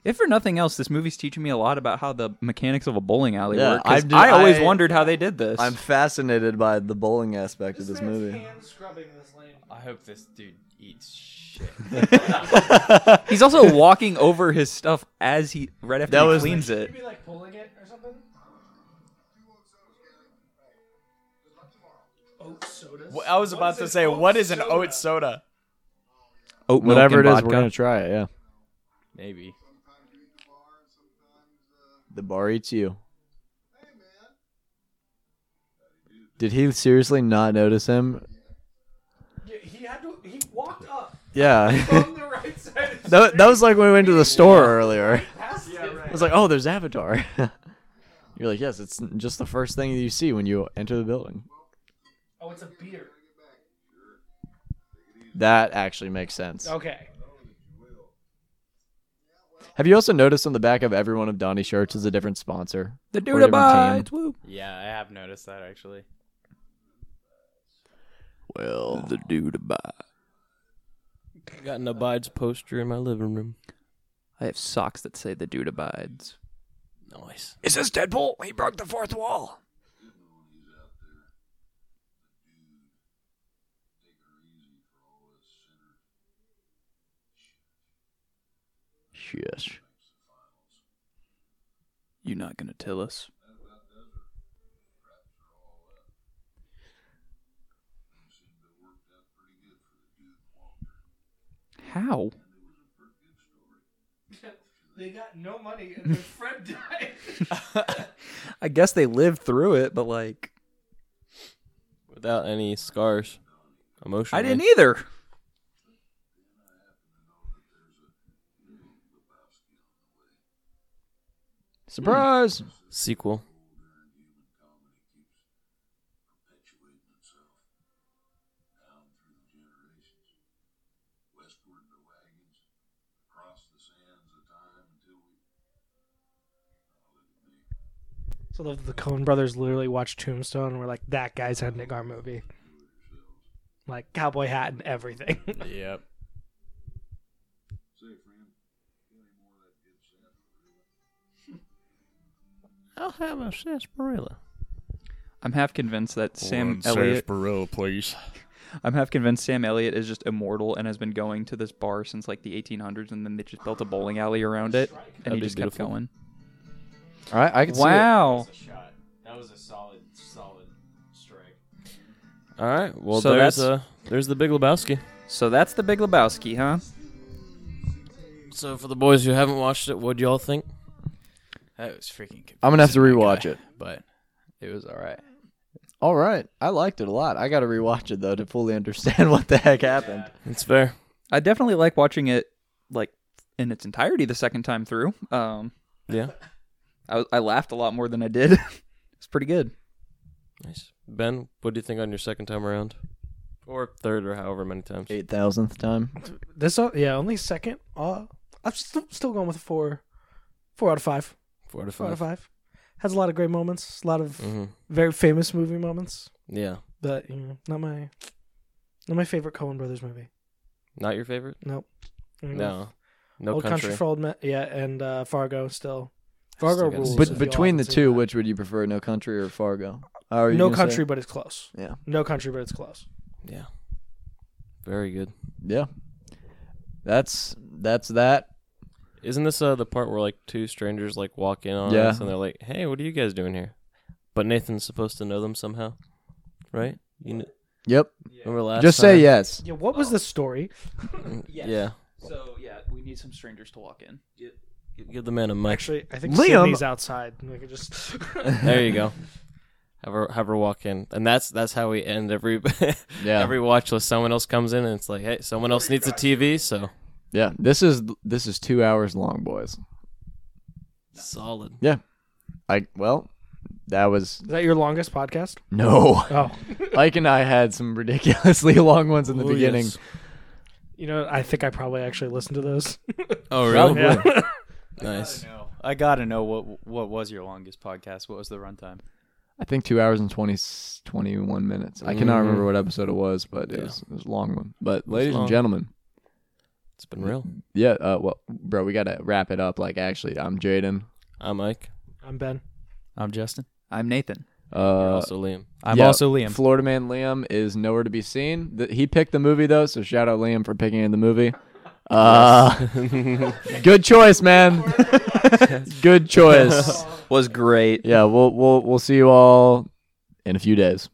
Speaker 5: If for nothing else, this movie's teaching me a lot about how the mechanics of a bowling alley
Speaker 2: Yeah,
Speaker 5: work. 'cause
Speaker 2: I
Speaker 5: I,
Speaker 2: do-
Speaker 5: always
Speaker 2: I-
Speaker 5: wondered how they did this.
Speaker 2: I'm fascinated by the bowling aspect of this
Speaker 1: man's
Speaker 2: movie.
Speaker 1: hand scrubbing this lane.
Speaker 4: I hope this dude eats shit.
Speaker 5: He's also walking over his stuff as he right after
Speaker 2: That
Speaker 5: he
Speaker 2: was-
Speaker 5: cleans it.
Speaker 1: You'd be like pulling it or something. Oat sodas.
Speaker 10: Well, I was
Speaker 1: What
Speaker 10: about
Speaker 1: is
Speaker 10: to
Speaker 1: an
Speaker 10: say,
Speaker 1: oat
Speaker 10: what is an
Speaker 1: soda?
Speaker 10: oat soda?
Speaker 5: Oat milk
Speaker 2: Whatever it
Speaker 5: and
Speaker 2: is,
Speaker 5: vodka.
Speaker 2: we're gonna try it. Yeah,
Speaker 4: Maybe.
Speaker 2: the bar eats you. Did he seriously not notice him?
Speaker 1: Yeah, he had to. He walked up
Speaker 2: Yeah,
Speaker 1: from the right side. Of the
Speaker 2: that, that was like when we went to the store earlier.
Speaker 1: past yeah,
Speaker 2: I was like, oh, there's Avatar. You're like, yes, it's just the first thing that you see when you enter the building.
Speaker 1: Oh, it's a beer.
Speaker 2: That actually makes sense.
Speaker 1: Okay.
Speaker 2: Have you also noticed on the back of every one of Donnie's shirts is a different sponsor?
Speaker 5: The
Speaker 2: Or
Speaker 5: dude
Speaker 2: different
Speaker 5: abides.
Speaker 2: team.
Speaker 5: Woo.
Speaker 4: Yeah, I have noticed that actually.
Speaker 2: Well,
Speaker 5: The dude abides.
Speaker 3: Got an abides poster in my living room.
Speaker 5: I have socks that say the dude abides.
Speaker 3: Nice.
Speaker 5: Is this Deadpool? He broke the fourth wall.
Speaker 2: yes.
Speaker 5: You're not gonna tell us. How?
Speaker 1: They got no money and their friend died.
Speaker 5: I guess they lived through it, but like
Speaker 3: Without any scars. Emotionally.
Speaker 5: I didn't
Speaker 2: e-
Speaker 5: either.
Speaker 2: Surprise!
Speaker 3: Sequel.
Speaker 1: So the, the Coen brothers literally watched Tombstone and were like, that guy's ending our movie. Like, cowboy hat and everything.
Speaker 4: Yep.
Speaker 3: I'll have a sarsaparilla.
Speaker 5: I'm half convinced that Sam Elliott.
Speaker 3: please.
Speaker 5: I'm half convinced Sam Elliott is just immortal and has been going to this bar since like the 1800s, and then they just built a bowling alley around it, and
Speaker 3: That'd
Speaker 5: he
Speaker 3: be
Speaker 5: just kept
Speaker 3: beautiful.
Speaker 5: going.
Speaker 2: All right, I can see
Speaker 5: Wow.
Speaker 4: shot. That was a solid, solid strike.
Speaker 3: All right. Well,
Speaker 5: So
Speaker 3: there's
Speaker 5: that's-
Speaker 3: uh, there's the Big Lebowski.
Speaker 5: So that's the Big Lebowski, huh?
Speaker 3: So for the boys who haven't watched it, what do y'all think?
Speaker 4: That was freaking. Confusing,
Speaker 2: I'm gonna have to
Speaker 4: my
Speaker 2: rewatch
Speaker 4: guy.
Speaker 2: it.
Speaker 4: But it was all right.
Speaker 2: it. All right, I liked it a lot. I got to rewatch it though to fully understand what the heck happened.
Speaker 3: It's fair.
Speaker 5: I definitely like watching it like in its entirety the second time through. Um,
Speaker 3: Yeah.
Speaker 5: I, I laughed a lot more than I did. it's pretty good.
Speaker 3: Nice. Ben, what do you think on your second time around, or third, or however many times?
Speaker 2: Eight thousandth time.
Speaker 1: this, o- yeah, only second. Uh, I'm still, still going with a four, four out of five.
Speaker 3: Four to
Speaker 1: Four out of five. Has a lot of great moments, a lot of
Speaker 3: Mm-hmm.
Speaker 1: very famous movie moments,
Speaker 3: Yeah.
Speaker 1: but you know, not my, not my favorite Coen brothers movie.
Speaker 3: Not your favorite?
Speaker 1: Nope. I'm gonna go
Speaker 3: No. No
Speaker 1: Mm-hmm. Old
Speaker 3: country.
Speaker 1: Country for Old Men. Yeah, and uh, Fargo still. Fargo
Speaker 3: gotta
Speaker 1: rules.
Speaker 3: see
Speaker 1: if
Speaker 2: But
Speaker 3: that.
Speaker 1: y'all
Speaker 2: between the
Speaker 1: haven't
Speaker 2: two,
Speaker 1: seen that.
Speaker 2: which would you prefer, No Country or Fargo? How are you
Speaker 1: no
Speaker 2: gonna say?
Speaker 1: country, but it's close.
Speaker 2: Yeah.
Speaker 1: No country, but it's close.
Speaker 3: Yeah. Very good.
Speaker 2: Yeah, that's that's that.
Speaker 3: Isn't this uh, the part where like two strangers like walk in on
Speaker 2: Yeah.
Speaker 3: us and they're like, "Hey, what are you guys doing here?" But Nathan's supposed to know them somehow, right? You kn-
Speaker 2: Yep.
Speaker 3: remember last?
Speaker 2: Just
Speaker 3: time?
Speaker 2: say yes.
Speaker 1: Yeah. What was the story?
Speaker 5: Yes.
Speaker 3: Yeah.
Speaker 5: So yeah, we need some strangers to walk in.
Speaker 3: Give the man a mic.
Speaker 1: Actually, I think
Speaker 2: Liam-
Speaker 1: Sydney's outside. and We could just.
Speaker 3: There you go. Have her, have her walk in, and that's that's how we end every
Speaker 2: Yeah.
Speaker 3: every watch list. Someone else comes in, and it's like, hey, someone else needs a TV, so
Speaker 2: Yeah, this is this is two hours long, boys.
Speaker 3: solid.
Speaker 2: Yeah, I well, that was
Speaker 1: Is that your longest podcast?
Speaker 2: no.
Speaker 1: Oh.
Speaker 2: Ike and I had some ridiculously long ones in the
Speaker 3: Oh,
Speaker 2: beginning.
Speaker 3: yes.
Speaker 1: You know, I think I probably actually listened to those.
Speaker 3: Oh, really?
Speaker 1: Yeah.
Speaker 3: Nice.
Speaker 4: I gotta know what what was your longest podcast? What was the runtime?
Speaker 2: I think two hours and 20, 21 minutes. I cannot
Speaker 3: Mhm.
Speaker 2: remember what episode it was, but it,
Speaker 3: Yeah.
Speaker 2: was, it was a long one. But ladies
Speaker 3: long.
Speaker 2: and gentlemen,
Speaker 3: It's been real.
Speaker 2: yeah, uh, well, bro, we gotta wrap it up. Like, actually, I'm Jaden.
Speaker 3: I'm Mike.
Speaker 1: I'm Ben.
Speaker 4: I'm Justin.
Speaker 5: I'm Nathan.
Speaker 3: You're
Speaker 2: Uh,
Speaker 3: also Liam.
Speaker 4: I'm
Speaker 2: yeah,
Speaker 4: also Liam.
Speaker 2: Florida man Liam is nowhere to be seen. Th- he picked the movie though, so shout out Liam for picking the movie. Uh, good choice, man. good choice.
Speaker 5: Was great.
Speaker 2: Yeah, we'll we'll we'll see you all in a few days.